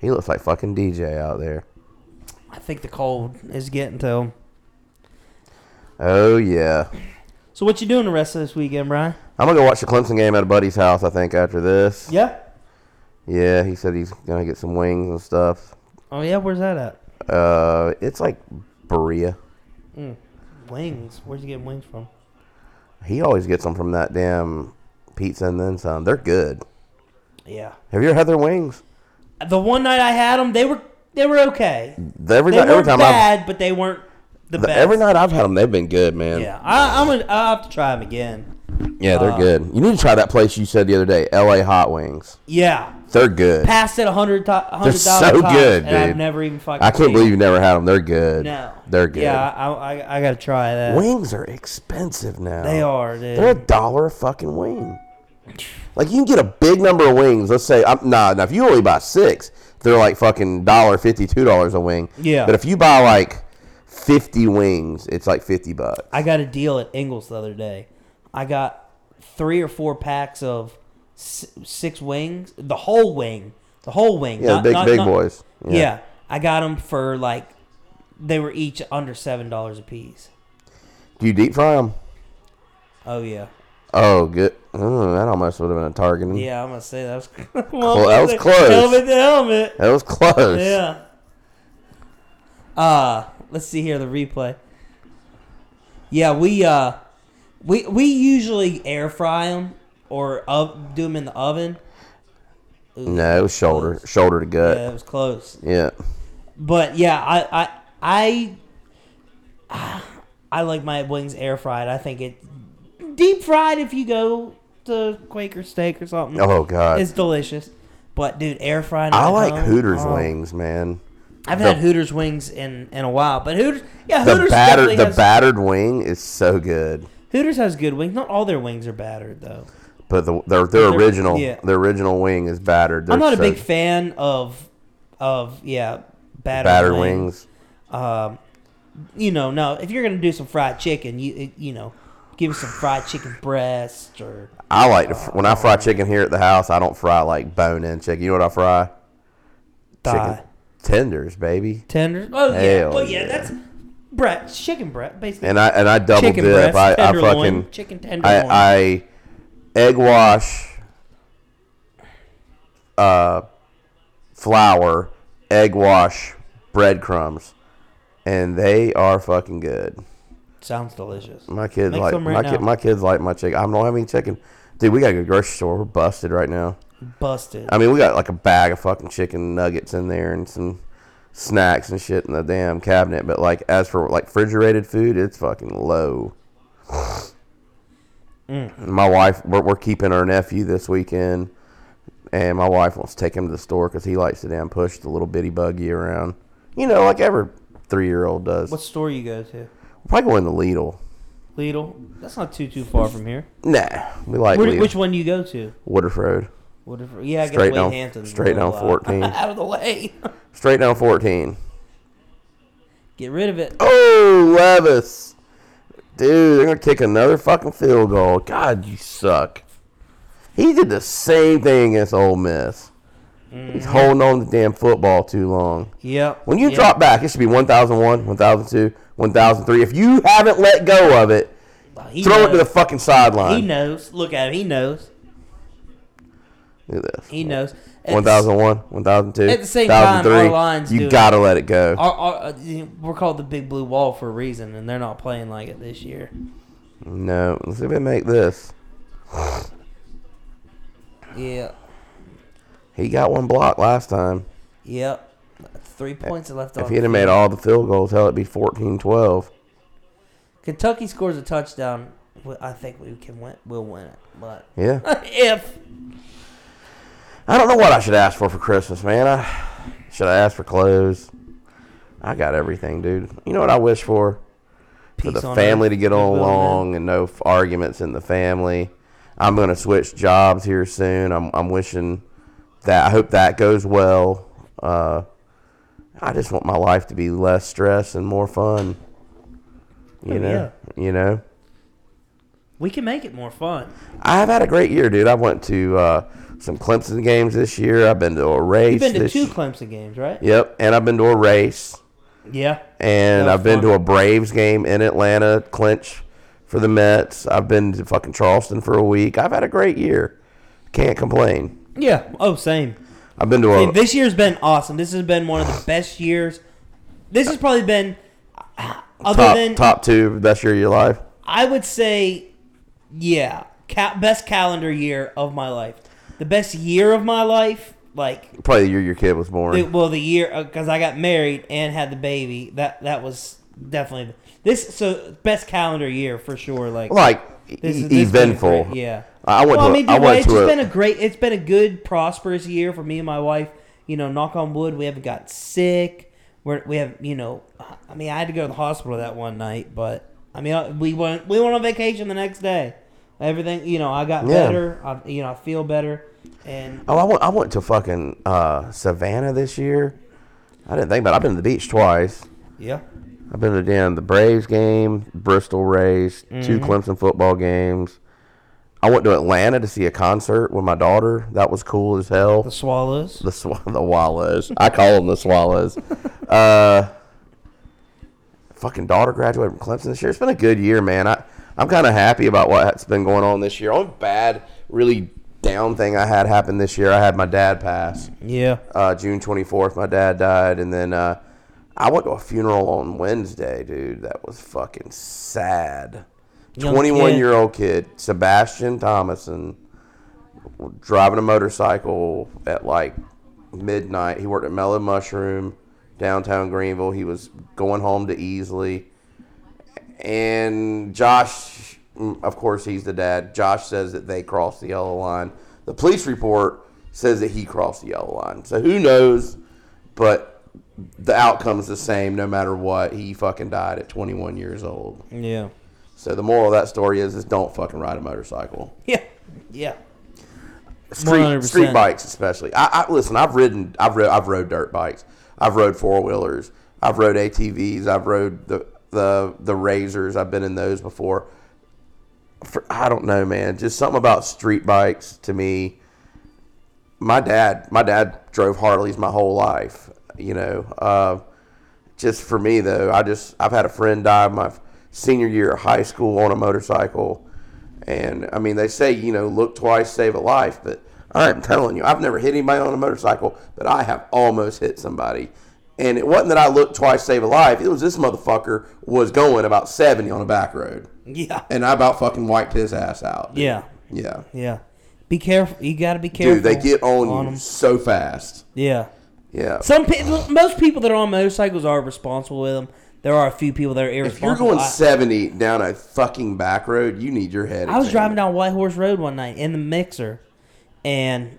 Speaker 2: He looks like fucking DJ out there.
Speaker 1: I think the cold is getting to them.
Speaker 2: Oh yeah.
Speaker 1: So what you doing the rest of this weekend, Brian?
Speaker 2: I'm gonna go watch the Clemson game at a buddy's house. I think after this.
Speaker 1: Yeah.
Speaker 2: Yeah, he said he's gonna get some wings and stuff.
Speaker 1: Oh yeah, where's that at?
Speaker 2: Uh, it's like Berea. Hmm.
Speaker 1: Mm. Wings. Where'd you get wings from?
Speaker 2: He always gets them from that damn pizza and then some. They're good.
Speaker 1: Yeah.
Speaker 2: Have you ever had their wings?
Speaker 1: The one night I had them, they were they were okay.
Speaker 2: Every
Speaker 1: They
Speaker 2: night, every
Speaker 1: weren't
Speaker 2: time I've
Speaker 1: bad, but they weren't the,
Speaker 2: the-
Speaker 1: best.
Speaker 2: every night I've had them, they've been good, man.
Speaker 1: Yeah, I, I'm gonna I have to try them again.
Speaker 2: Yeah, they're
Speaker 1: Uh,
Speaker 2: good. You need to try that place you said the other day, L.A. Hot Wings.
Speaker 1: Yeah,
Speaker 2: They're good.
Speaker 1: passed it a hundred times.
Speaker 2: They're so good,
Speaker 1: and I've
Speaker 2: dude.
Speaker 1: never even fucking.
Speaker 2: I can't
Speaker 1: seen
Speaker 2: believe
Speaker 1: them.
Speaker 2: you've never had them. They're good.
Speaker 1: No,
Speaker 2: they're good.
Speaker 1: Yeah, I, I, I gotta try that.
Speaker 2: Wings are expensive now.
Speaker 1: They are, dude.
Speaker 2: They're a dollar a fucking wing. Like you can get a big number of wings. Let's say I'm nah. Now if you only buy six, they're like fucking dollar fifty two dollars a wing.
Speaker 1: Yeah.
Speaker 2: But if you buy like fifty wings, it's like fifty bucks.
Speaker 1: I got a deal at Ingles the other day. I got three or four packs of s- six wings, the whole wing, the whole wing.
Speaker 2: Yeah, big big
Speaker 1: not-
Speaker 2: boys.
Speaker 1: Yeah. I got them for like they were each under seven dollars a piece.
Speaker 2: Do you deep fry them?
Speaker 1: Oh yeah,
Speaker 2: Oh, good. Mm, that almost would have been a targeting.
Speaker 1: yeah. I'm gonna say that was
Speaker 2: Clo- that was close.
Speaker 1: Helmet to helmet.
Speaker 2: That was close.
Speaker 1: Yeah. Uh, let's see here the replay. Yeah, we uh, we we usually air fry them or up, do them in the oven. Ooh,
Speaker 2: No, it was shoulder,
Speaker 1: close.
Speaker 2: shoulder to
Speaker 1: Yeah, it
Speaker 2: gut.
Speaker 1: was close.
Speaker 2: Yeah.
Speaker 1: But yeah, I I I I like my wings air fried. I think it deep fried if you go to Quaker Steak or something.
Speaker 2: Oh God.
Speaker 1: It's delicious. But dude, air fried.
Speaker 2: I
Speaker 1: at
Speaker 2: like
Speaker 1: home,
Speaker 2: Hooters
Speaker 1: oh.
Speaker 2: wings, man.
Speaker 1: I've
Speaker 2: The-
Speaker 1: had Hooters wings in in a while, but Hooters, yeah,
Speaker 2: The
Speaker 1: Hooters
Speaker 2: battered,
Speaker 1: definitely
Speaker 2: the
Speaker 1: has,
Speaker 2: battered wing is so good,
Speaker 1: Hooters has good wings. Not all their wings are battered though.
Speaker 2: but the, their their
Speaker 1: They're-
Speaker 2: original,
Speaker 1: yeah.
Speaker 2: their original wing is battered.
Speaker 1: I'm
Speaker 2: They're
Speaker 1: not a
Speaker 2: so-
Speaker 1: big fan of of yeah battered,
Speaker 2: battered
Speaker 1: wings.
Speaker 2: wings.
Speaker 1: Um, you know, no, if you're gonna do some fried chicken, you you know, give us some fried chicken breast or
Speaker 2: I like to, fr- when I fry chicken here at the house. I don't fry like bone-in chicken. You know what I fry?
Speaker 1: thigh
Speaker 2: Chicken tenders, baby.
Speaker 1: tenders. Oh yeah,
Speaker 2: Hell
Speaker 1: well yeah,
Speaker 2: yeah.
Speaker 1: that's breast, chicken breast, basically.
Speaker 2: And I and I double
Speaker 1: chicken
Speaker 2: dip.
Speaker 1: breast,
Speaker 2: I, I
Speaker 1: tenderloin,
Speaker 2: fucking
Speaker 1: chicken tenderloin.
Speaker 2: I, I egg wash, uh, flour, egg wash, breadcrumbs, and they are fucking good.
Speaker 1: Sounds delicious.
Speaker 2: My kid
Speaker 1: Make
Speaker 2: like
Speaker 1: some right
Speaker 2: my
Speaker 1: now.
Speaker 2: kid, my kids like my chicken. I don't have any chicken, dude. We gotta go to the grocery store. We're busted right now.
Speaker 1: Busted.
Speaker 2: I mean, we got like a bag of fucking chicken nuggets in there and some snacks and shit in the damn cabinet. But like, as for like refrigerated food, it's fucking low.
Speaker 1: Mm.
Speaker 2: My wife, we're, we're keeping our nephew this weekend, and my wife wants to take him to the store because he likes to damn push the little bitty buggy around. You know, like every three year old does.
Speaker 1: What store you go to?
Speaker 2: probably going to Lidl.
Speaker 1: Lidl. That's not too too far from here.
Speaker 2: Nah, we like
Speaker 1: Where-
Speaker 2: Lidl.
Speaker 1: which one do you go to?
Speaker 2: Woodruff Road,
Speaker 1: Whatever. Yeah, I guess
Speaker 2: Straight
Speaker 1: Wade
Speaker 2: down-
Speaker 1: Hampton's
Speaker 2: straight
Speaker 1: a little
Speaker 2: down
Speaker 1: out-
Speaker 2: 14.
Speaker 1: out of the way.
Speaker 2: straight down fourteen.
Speaker 1: Get rid of it.
Speaker 2: Oh, Levis. Dude, they're going to kick another fucking field goal. God, you suck. He did the same thing against Ole Miss.
Speaker 1: Mm-hmm.
Speaker 2: He's holding on to the damn football too long.
Speaker 1: Yep.
Speaker 2: When you
Speaker 1: yep.
Speaker 2: drop back, it should be 1001, 1002, 1003. If you haven't let go of it,
Speaker 1: He
Speaker 2: throw it to the
Speaker 1: knows.
Speaker 2: fucking
Speaker 1: He
Speaker 2: sideline.
Speaker 1: knows. Look at him. He knows.
Speaker 2: Look at this.
Speaker 1: He knows. At the s-
Speaker 2: 1001, 1002,
Speaker 1: at the same time, our
Speaker 2: 1003.
Speaker 1: line's
Speaker 2: You
Speaker 1: doing-
Speaker 2: got to let it go.
Speaker 1: Our, our, uh, we're called the Big Blue Wall for a reason, and they're not playing like it this year.
Speaker 2: no. Let's see if they make this.
Speaker 1: Yeah.
Speaker 2: He got one block last time.
Speaker 1: Yep. Three points are left
Speaker 2: If
Speaker 1: off.
Speaker 2: he'd have made all the field goals, hell, it'd be 14 12.
Speaker 1: Kentucky scores a touchdown. we- I think we can win. We'll win it, but
Speaker 2: Yeah.
Speaker 1: if
Speaker 2: I don't know what I should ask for for Christmas, man. I should I ask for clothes? I got everything, dude. You know what I wish for? For
Speaker 1: Peace
Speaker 2: the
Speaker 1: on
Speaker 2: family
Speaker 1: earth,
Speaker 2: to get
Speaker 1: goodwill to
Speaker 2: on
Speaker 1: men.
Speaker 2: along and no f- arguments in the family. I'm going to switch jobs here soon. I'm, I'm wishing that. I hope that goes well. Uh, I just want my life to be less stress and more fun. You
Speaker 1: Oh,
Speaker 2: know, you know.
Speaker 1: we can make it more fun,
Speaker 2: I've had a great year, dude. I went to uh, some Clemson games this year. I've been to a race.
Speaker 1: you've been to
Speaker 2: this
Speaker 1: two
Speaker 2: y-
Speaker 1: Clemson games, right?
Speaker 2: Yep, and I've been to a race,
Speaker 1: Yeah.
Speaker 2: and
Speaker 1: That was
Speaker 2: I've been
Speaker 1: fun.
Speaker 2: to a Braves game in Atlanta, clinch for the Mets. I've been to fucking Charleston for a week. I've had a great year. Can't complain.
Speaker 1: Yeah. Oh, same.
Speaker 2: I've been to
Speaker 1: I
Speaker 2: a.
Speaker 1: mean, this year's been awesome. This has been one of the best years. This has probably been, uh, other
Speaker 2: top,
Speaker 1: than
Speaker 2: top two best year of your life.
Speaker 1: I would say, yeah, ca- best calendar year of my life. The best year of my life, like
Speaker 2: Probably the year your kid was born.
Speaker 1: the, well, the year because I got married and had the baby. That that was definitely this. So best calendar year for sure. Like
Speaker 2: like e-
Speaker 1: this is- this has been
Speaker 2: eventful.
Speaker 1: great, yeah.
Speaker 2: I went
Speaker 1: Well, I
Speaker 2: to. a-
Speaker 1: mean,
Speaker 2: I
Speaker 1: dude,
Speaker 2: went
Speaker 1: it's
Speaker 2: to
Speaker 1: just
Speaker 2: a-
Speaker 1: been a great, it's been a good, prosperous year for me and my wife. You know, knock on wood, we haven't got sick. We're, we have, you know, I mean, I had to go to the hospital that one night, but I mean, I- we went, we went on vacation the next day. Everything, you know, I got
Speaker 2: Yeah.
Speaker 1: better. I, you know, I feel better, and
Speaker 2: Oh, I went, I went to fucking uh, Savannah this year. I didn't think about it. I've been to the beach twice.
Speaker 1: yeah,
Speaker 2: I've been to damn the Braves game, Bristol race, two Clemson football games. I went to Atlanta to see a concert with my daughter. That was cool as hell.
Speaker 1: the swallows.
Speaker 2: The sw- the Wallows. I call them the Swallows. uh, fucking daughter graduated from Clemson this year. It's been a good year, man. I I'm kind of happy about what's been going on this year. Only bad, really down thing I had happen this year. I had my dad pass
Speaker 1: Yeah,
Speaker 2: uh, June 24th, my dad died, and then uh, I went to a funeral on Wednesday, dude. That was fucking sad.
Speaker 1: Young
Speaker 2: Twenty-one
Speaker 1: kid.
Speaker 2: year old kid Sebastian Thomason driving a motorcycle at like midnight. He worked at Mellow Mushroom downtown Greenville. He was going home to Easley, and Josh, mm, of course, he's the dad. Josh says that they crossed the yellow line. The police report says that he crossed the yellow line. So who knows? But the outcome's the same no matter what. He fucking died at 21 years old.
Speaker 1: Yeah.
Speaker 2: So the moral of that story is is don't fucking ride a motorcycle.
Speaker 1: Yeah. Yeah.
Speaker 2: Street,
Speaker 1: 100%.
Speaker 2: street bikes especially. I, I listen. I've ridden. I've rode. I've rode dirt bikes. I've rode four wheelers. I've rode ATVs. I've rode the the the razors. I've been in those before. For, I don't know, man. Just something about street bikes to me. My dad, my dad drove Harleys my whole life. You know, uh, just for me though, I just I've had a friend die my senior year of high school on a motorcycle, and I mean they say you know look twice save a life, but I'm telling you I've never hit anybody on a motorcycle, but I have almost hit somebody, and it wasn't that I looked twice save a life. It was this motherfucker was going about seventy on a back road,
Speaker 1: Yeah.
Speaker 2: and I about fucking wiped his ass out. dude.
Speaker 1: Yeah.
Speaker 2: yeah,
Speaker 1: Yeah. Be careful. You got to be careful.
Speaker 2: dude, they get on, you
Speaker 1: them.
Speaker 2: so fast.
Speaker 1: Yeah.
Speaker 2: Yeah,
Speaker 1: Some people, most people that are on motorcycles are responsible with them. There are a few people that are
Speaker 2: if you're
Speaker 1: irresponsible.
Speaker 2: going
Speaker 1: I-
Speaker 2: seventy down a fucking back road, you need your head.
Speaker 1: I was
Speaker 2: examined.
Speaker 1: driving down White Horse Road one night in the mixer, and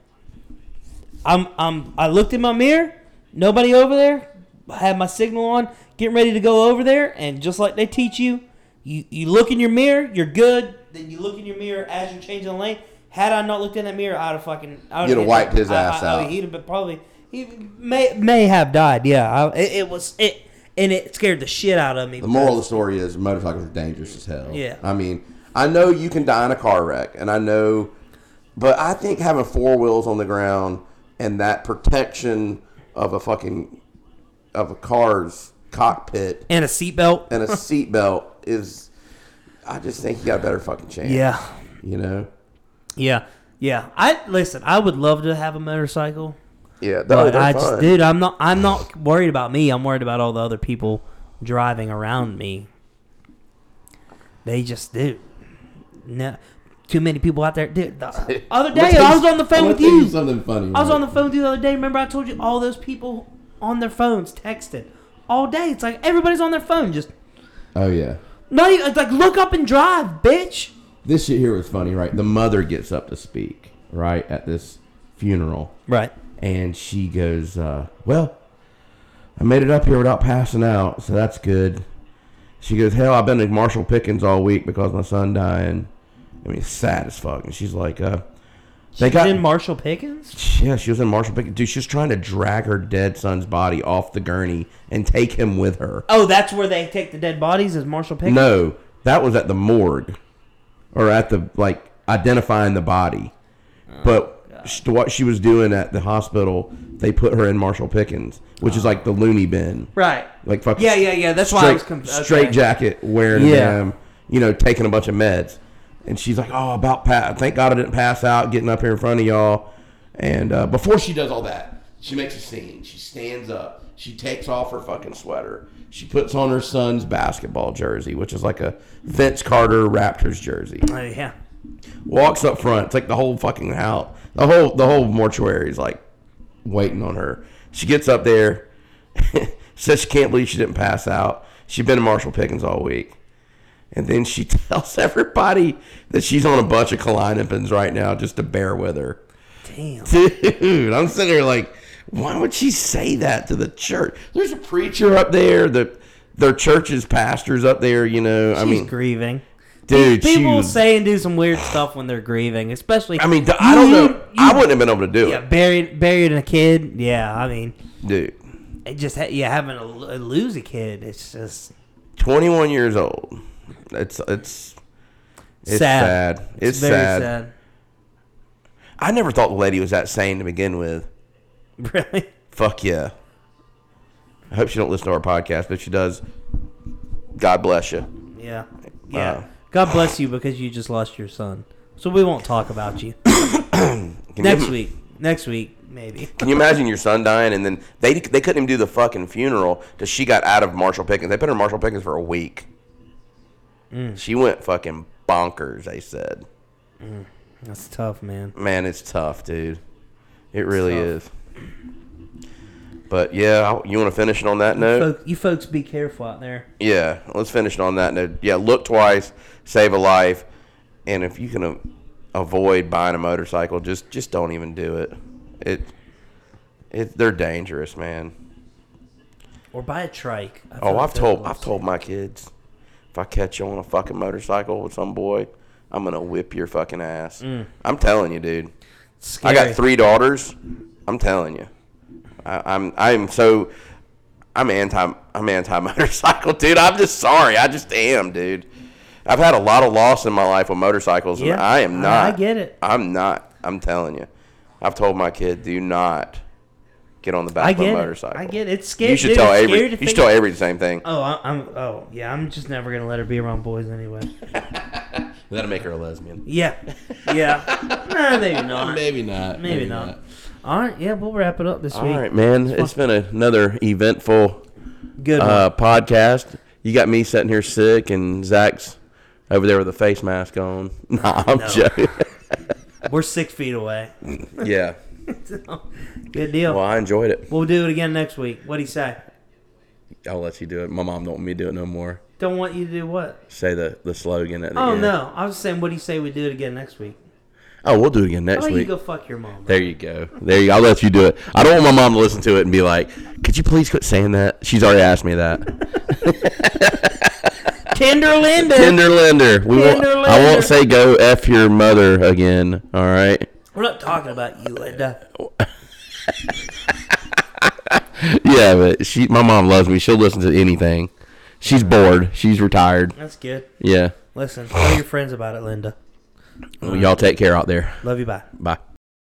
Speaker 1: I'm I'm I looked in my mirror, nobody over there. I had my signal on, getting ready to go over there, and just like they teach you, you you look in your mirror, you're good. Then you look in your mirror as you're changing the lane. Had I not looked in that mirror, I'd have fucking I'd
Speaker 2: You'd have wiped his ass out.
Speaker 1: He'd have been probably he may may have died. Yeah, I, it, it was it, and it scared the shit out of me.
Speaker 5: The moral of the story is motorcycles are dangerous as hell.
Speaker 1: Yeah.
Speaker 2: I mean, I know you can die in a car wreck, and I know, but I think having four wheels on the ground and that protection of a fucking of a car's cockpit
Speaker 1: and a seatbelt.
Speaker 2: and a seatbelt is, I just think you got a better fucking chance.
Speaker 1: Yeah.
Speaker 2: you know.
Speaker 1: Yeah, yeah. I listen. I would love to have a motorcycle,
Speaker 2: Yeah,
Speaker 1: but
Speaker 2: Oh, they're
Speaker 1: I just,
Speaker 2: fun.
Speaker 1: dude, I'm not. I'm not worried about me. I'm worried about all the other people driving around me. They just do. No, too many people out there. Dude, the other day I was on the phone
Speaker 5: Wanna
Speaker 1: with
Speaker 5: tell
Speaker 1: you.
Speaker 5: Something funny.
Speaker 1: I was
Speaker 5: right?
Speaker 1: on the phone with you the other day. Remember I told you all those people on their phones texting all day. It's like everybody's on their phone. Just
Speaker 5: Oh yeah.
Speaker 1: not even. It's like look up and drive, bitch.
Speaker 5: This shit here was funny, right? The mother gets up to speak, right, at this funeral.
Speaker 1: Right.
Speaker 5: and she goes, uh, "Well, I made it up here without passing out, so that's good." She goes, "Hell, I've been to Marshall Pickens all week because my son dying. I mean, it's sad as fuck." And she's like, uh, "They
Speaker 1: She's
Speaker 5: got
Speaker 1: in Marshall Pickens.
Speaker 5: yeah, she was in Marshall Pickens. Dude, she's trying to drag her dead son's body off the gurney and take him with her.
Speaker 1: Oh, that's where they take the dead bodies. Is Marshall Pickens?
Speaker 5: No, that was at the morgue, or at the like identifying the body. But sh what she was doing at the hospital, they put her in Marshall Pickens, which is like the loony bin,
Speaker 1: Right.
Speaker 5: like fucking
Speaker 1: Yeah, yeah, yeah. That's
Speaker 5: straight,
Speaker 1: why I was com- okay.
Speaker 5: straight jacket wearing
Speaker 1: Yeah.
Speaker 5: them, you know, taking a bunch of meds. And she's like, "Oh, about pass. Thank God I didn't pass out getting up here in front of y'all." And uh, before she does all that, she makes a scene. She stands up. She takes off her fucking sweater. She puts on her son's basketball jersey, which is like a Vince Carter Raptors jersey.
Speaker 1: Oh, yeah.
Speaker 5: Walks up front. It's like the whole fucking house, the whole the whole mortuary is like waiting on her. She gets up there, says she can't believe she didn't pass out. She's been in Marshall Pickens all week. And then she tells everybody that she's on a bunch of Kleinopins right now just to bear with her.
Speaker 1: Damn.
Speaker 5: Dude, I'm sitting here like, why would she say that to the church? There's a preacher up there, the their church's pastors up there, you know. I
Speaker 1: She's
Speaker 5: mean,
Speaker 1: grieving.
Speaker 5: dude, she
Speaker 1: People
Speaker 5: was-
Speaker 1: say and do some weird stuff when they're grieving, especially.
Speaker 5: I mean,
Speaker 1: you-
Speaker 5: I don't know.
Speaker 1: you-
Speaker 2: I wouldn't have been able to do
Speaker 1: Yeah, buried, buried in a kid. Yeah, I mean,
Speaker 2: it, dude.
Speaker 1: it just ha- yeah, having a, lo- lose a kid. It's just
Speaker 2: Twenty-one years old. It's it's it's
Speaker 1: sad.
Speaker 2: sad. It's, sad.
Speaker 1: sad.
Speaker 2: I never thought the lady was that sane to begin with.
Speaker 1: Really.
Speaker 2: Fuck yeah. I hope she don't listen to our podcast, but if she does. God bless you.
Speaker 1: Yeah. Yeah.
Speaker 5: Uh,
Speaker 2: Wow.
Speaker 1: God bless you because you just lost your son. So we won't talk about you
Speaker 2: Can you
Speaker 1: next
Speaker 2: im-
Speaker 1: week. Next week, maybe.
Speaker 2: Can you imagine your son dying and then they they couldn't even do the fucking funeral because she got out of Marshall Pickens. They put her in Marshall Pickens for a week.
Speaker 1: Mm.
Speaker 2: She went fucking bonkers. They said,
Speaker 1: That's tough, man.
Speaker 2: "Man, it's tough, dude. It really is." But yeah, I- you want to finish it on that note?
Speaker 1: Folk- you folks be careful out there.
Speaker 2: Yeah, let's finish it on that note. Yeah, look twice, save a life, and if you can a- avoid buying a motorcycle, just just don't even do it. It, it they're dangerous, man.
Speaker 1: Or buy a trike. I
Speaker 2: Oh,
Speaker 1: thought
Speaker 2: I've
Speaker 1: that
Speaker 2: told
Speaker 1: was-
Speaker 2: I've told my kids, if I catch you on a fucking motorcycle with some boy, I'm gonna whip your fucking ass. I'm telling you, dude.
Speaker 1: Scary.
Speaker 2: I got three daughters. I'm telling you, I, I'm I'm so I'm anti I'm anti motorcycle, dude. I'm just sorry. I just am, dude. I've had a lot of loss in my life with motorcycles, and
Speaker 1: Yeah,
Speaker 2: I am
Speaker 1: I- I
Speaker 2: not.
Speaker 1: get it.
Speaker 2: I'm not. I'm telling you. I've told my kid, do not get on the back
Speaker 1: I
Speaker 2: of a
Speaker 1: get
Speaker 2: motorcycle.
Speaker 1: It. I get it. It's scary.
Speaker 2: You should
Speaker 1: dude,
Speaker 2: tell
Speaker 1: it's
Speaker 2: Avery.
Speaker 1: scary to
Speaker 2: You should
Speaker 1: think-
Speaker 2: tell Avery the same thing.
Speaker 1: Oh, I, I'm. Oh, yeah. I'm just never gonna let her be around boys anyway.
Speaker 5: That'll make her a lesbian.
Speaker 1: Yeah. Yeah. nah, maybe not. Maybe,
Speaker 5: Maybe not.
Speaker 1: not. All right. Yeah, we'll wrap it up this
Speaker 2: All
Speaker 1: week.
Speaker 2: right, man. It's been another eventful
Speaker 1: Good. one.
Speaker 2: uh, podcast. You got me sitting here sick, and Zach's over there with a face mask on. Nah, I'm
Speaker 1: No.
Speaker 2: joking.
Speaker 1: We're six feet away.
Speaker 2: yeah.
Speaker 1: Good deal.
Speaker 2: Well, I enjoyed it.
Speaker 1: We'll do it again next week. What do you say?
Speaker 2: I'll let you do it. My mom don't want me to do it no more.
Speaker 1: Don't want you to do what?
Speaker 2: Say the, the slogan at the
Speaker 1: Oh
Speaker 2: end.
Speaker 1: no, I was saying, what do you say we do it again next week?
Speaker 2: Oh, we'll do it again
Speaker 1: How
Speaker 2: next
Speaker 1: about you
Speaker 2: week.
Speaker 1: go fuck your mom?
Speaker 2: There you go. There you go. I'll let you do it. I don't want my mom to listen to it and be like, could you please quit saying that? She's already asked me that.
Speaker 1: Tinder Linda.
Speaker 2: Tinder Lender. We won't,
Speaker 1: Tinder
Speaker 2: I
Speaker 1: Lender.
Speaker 2: won't say go F your mother again. All right.
Speaker 1: We're not talking about you, Linda.
Speaker 2: Yeah, but she, my mom loves me. She'll listen to anything. She's bored. She's retired.
Speaker 1: That's good.
Speaker 2: Yeah.
Speaker 1: Listen, tell your friends about it, Linda.
Speaker 2: Well, y'all take care out there.
Speaker 1: Love you. Bye.
Speaker 2: Bye.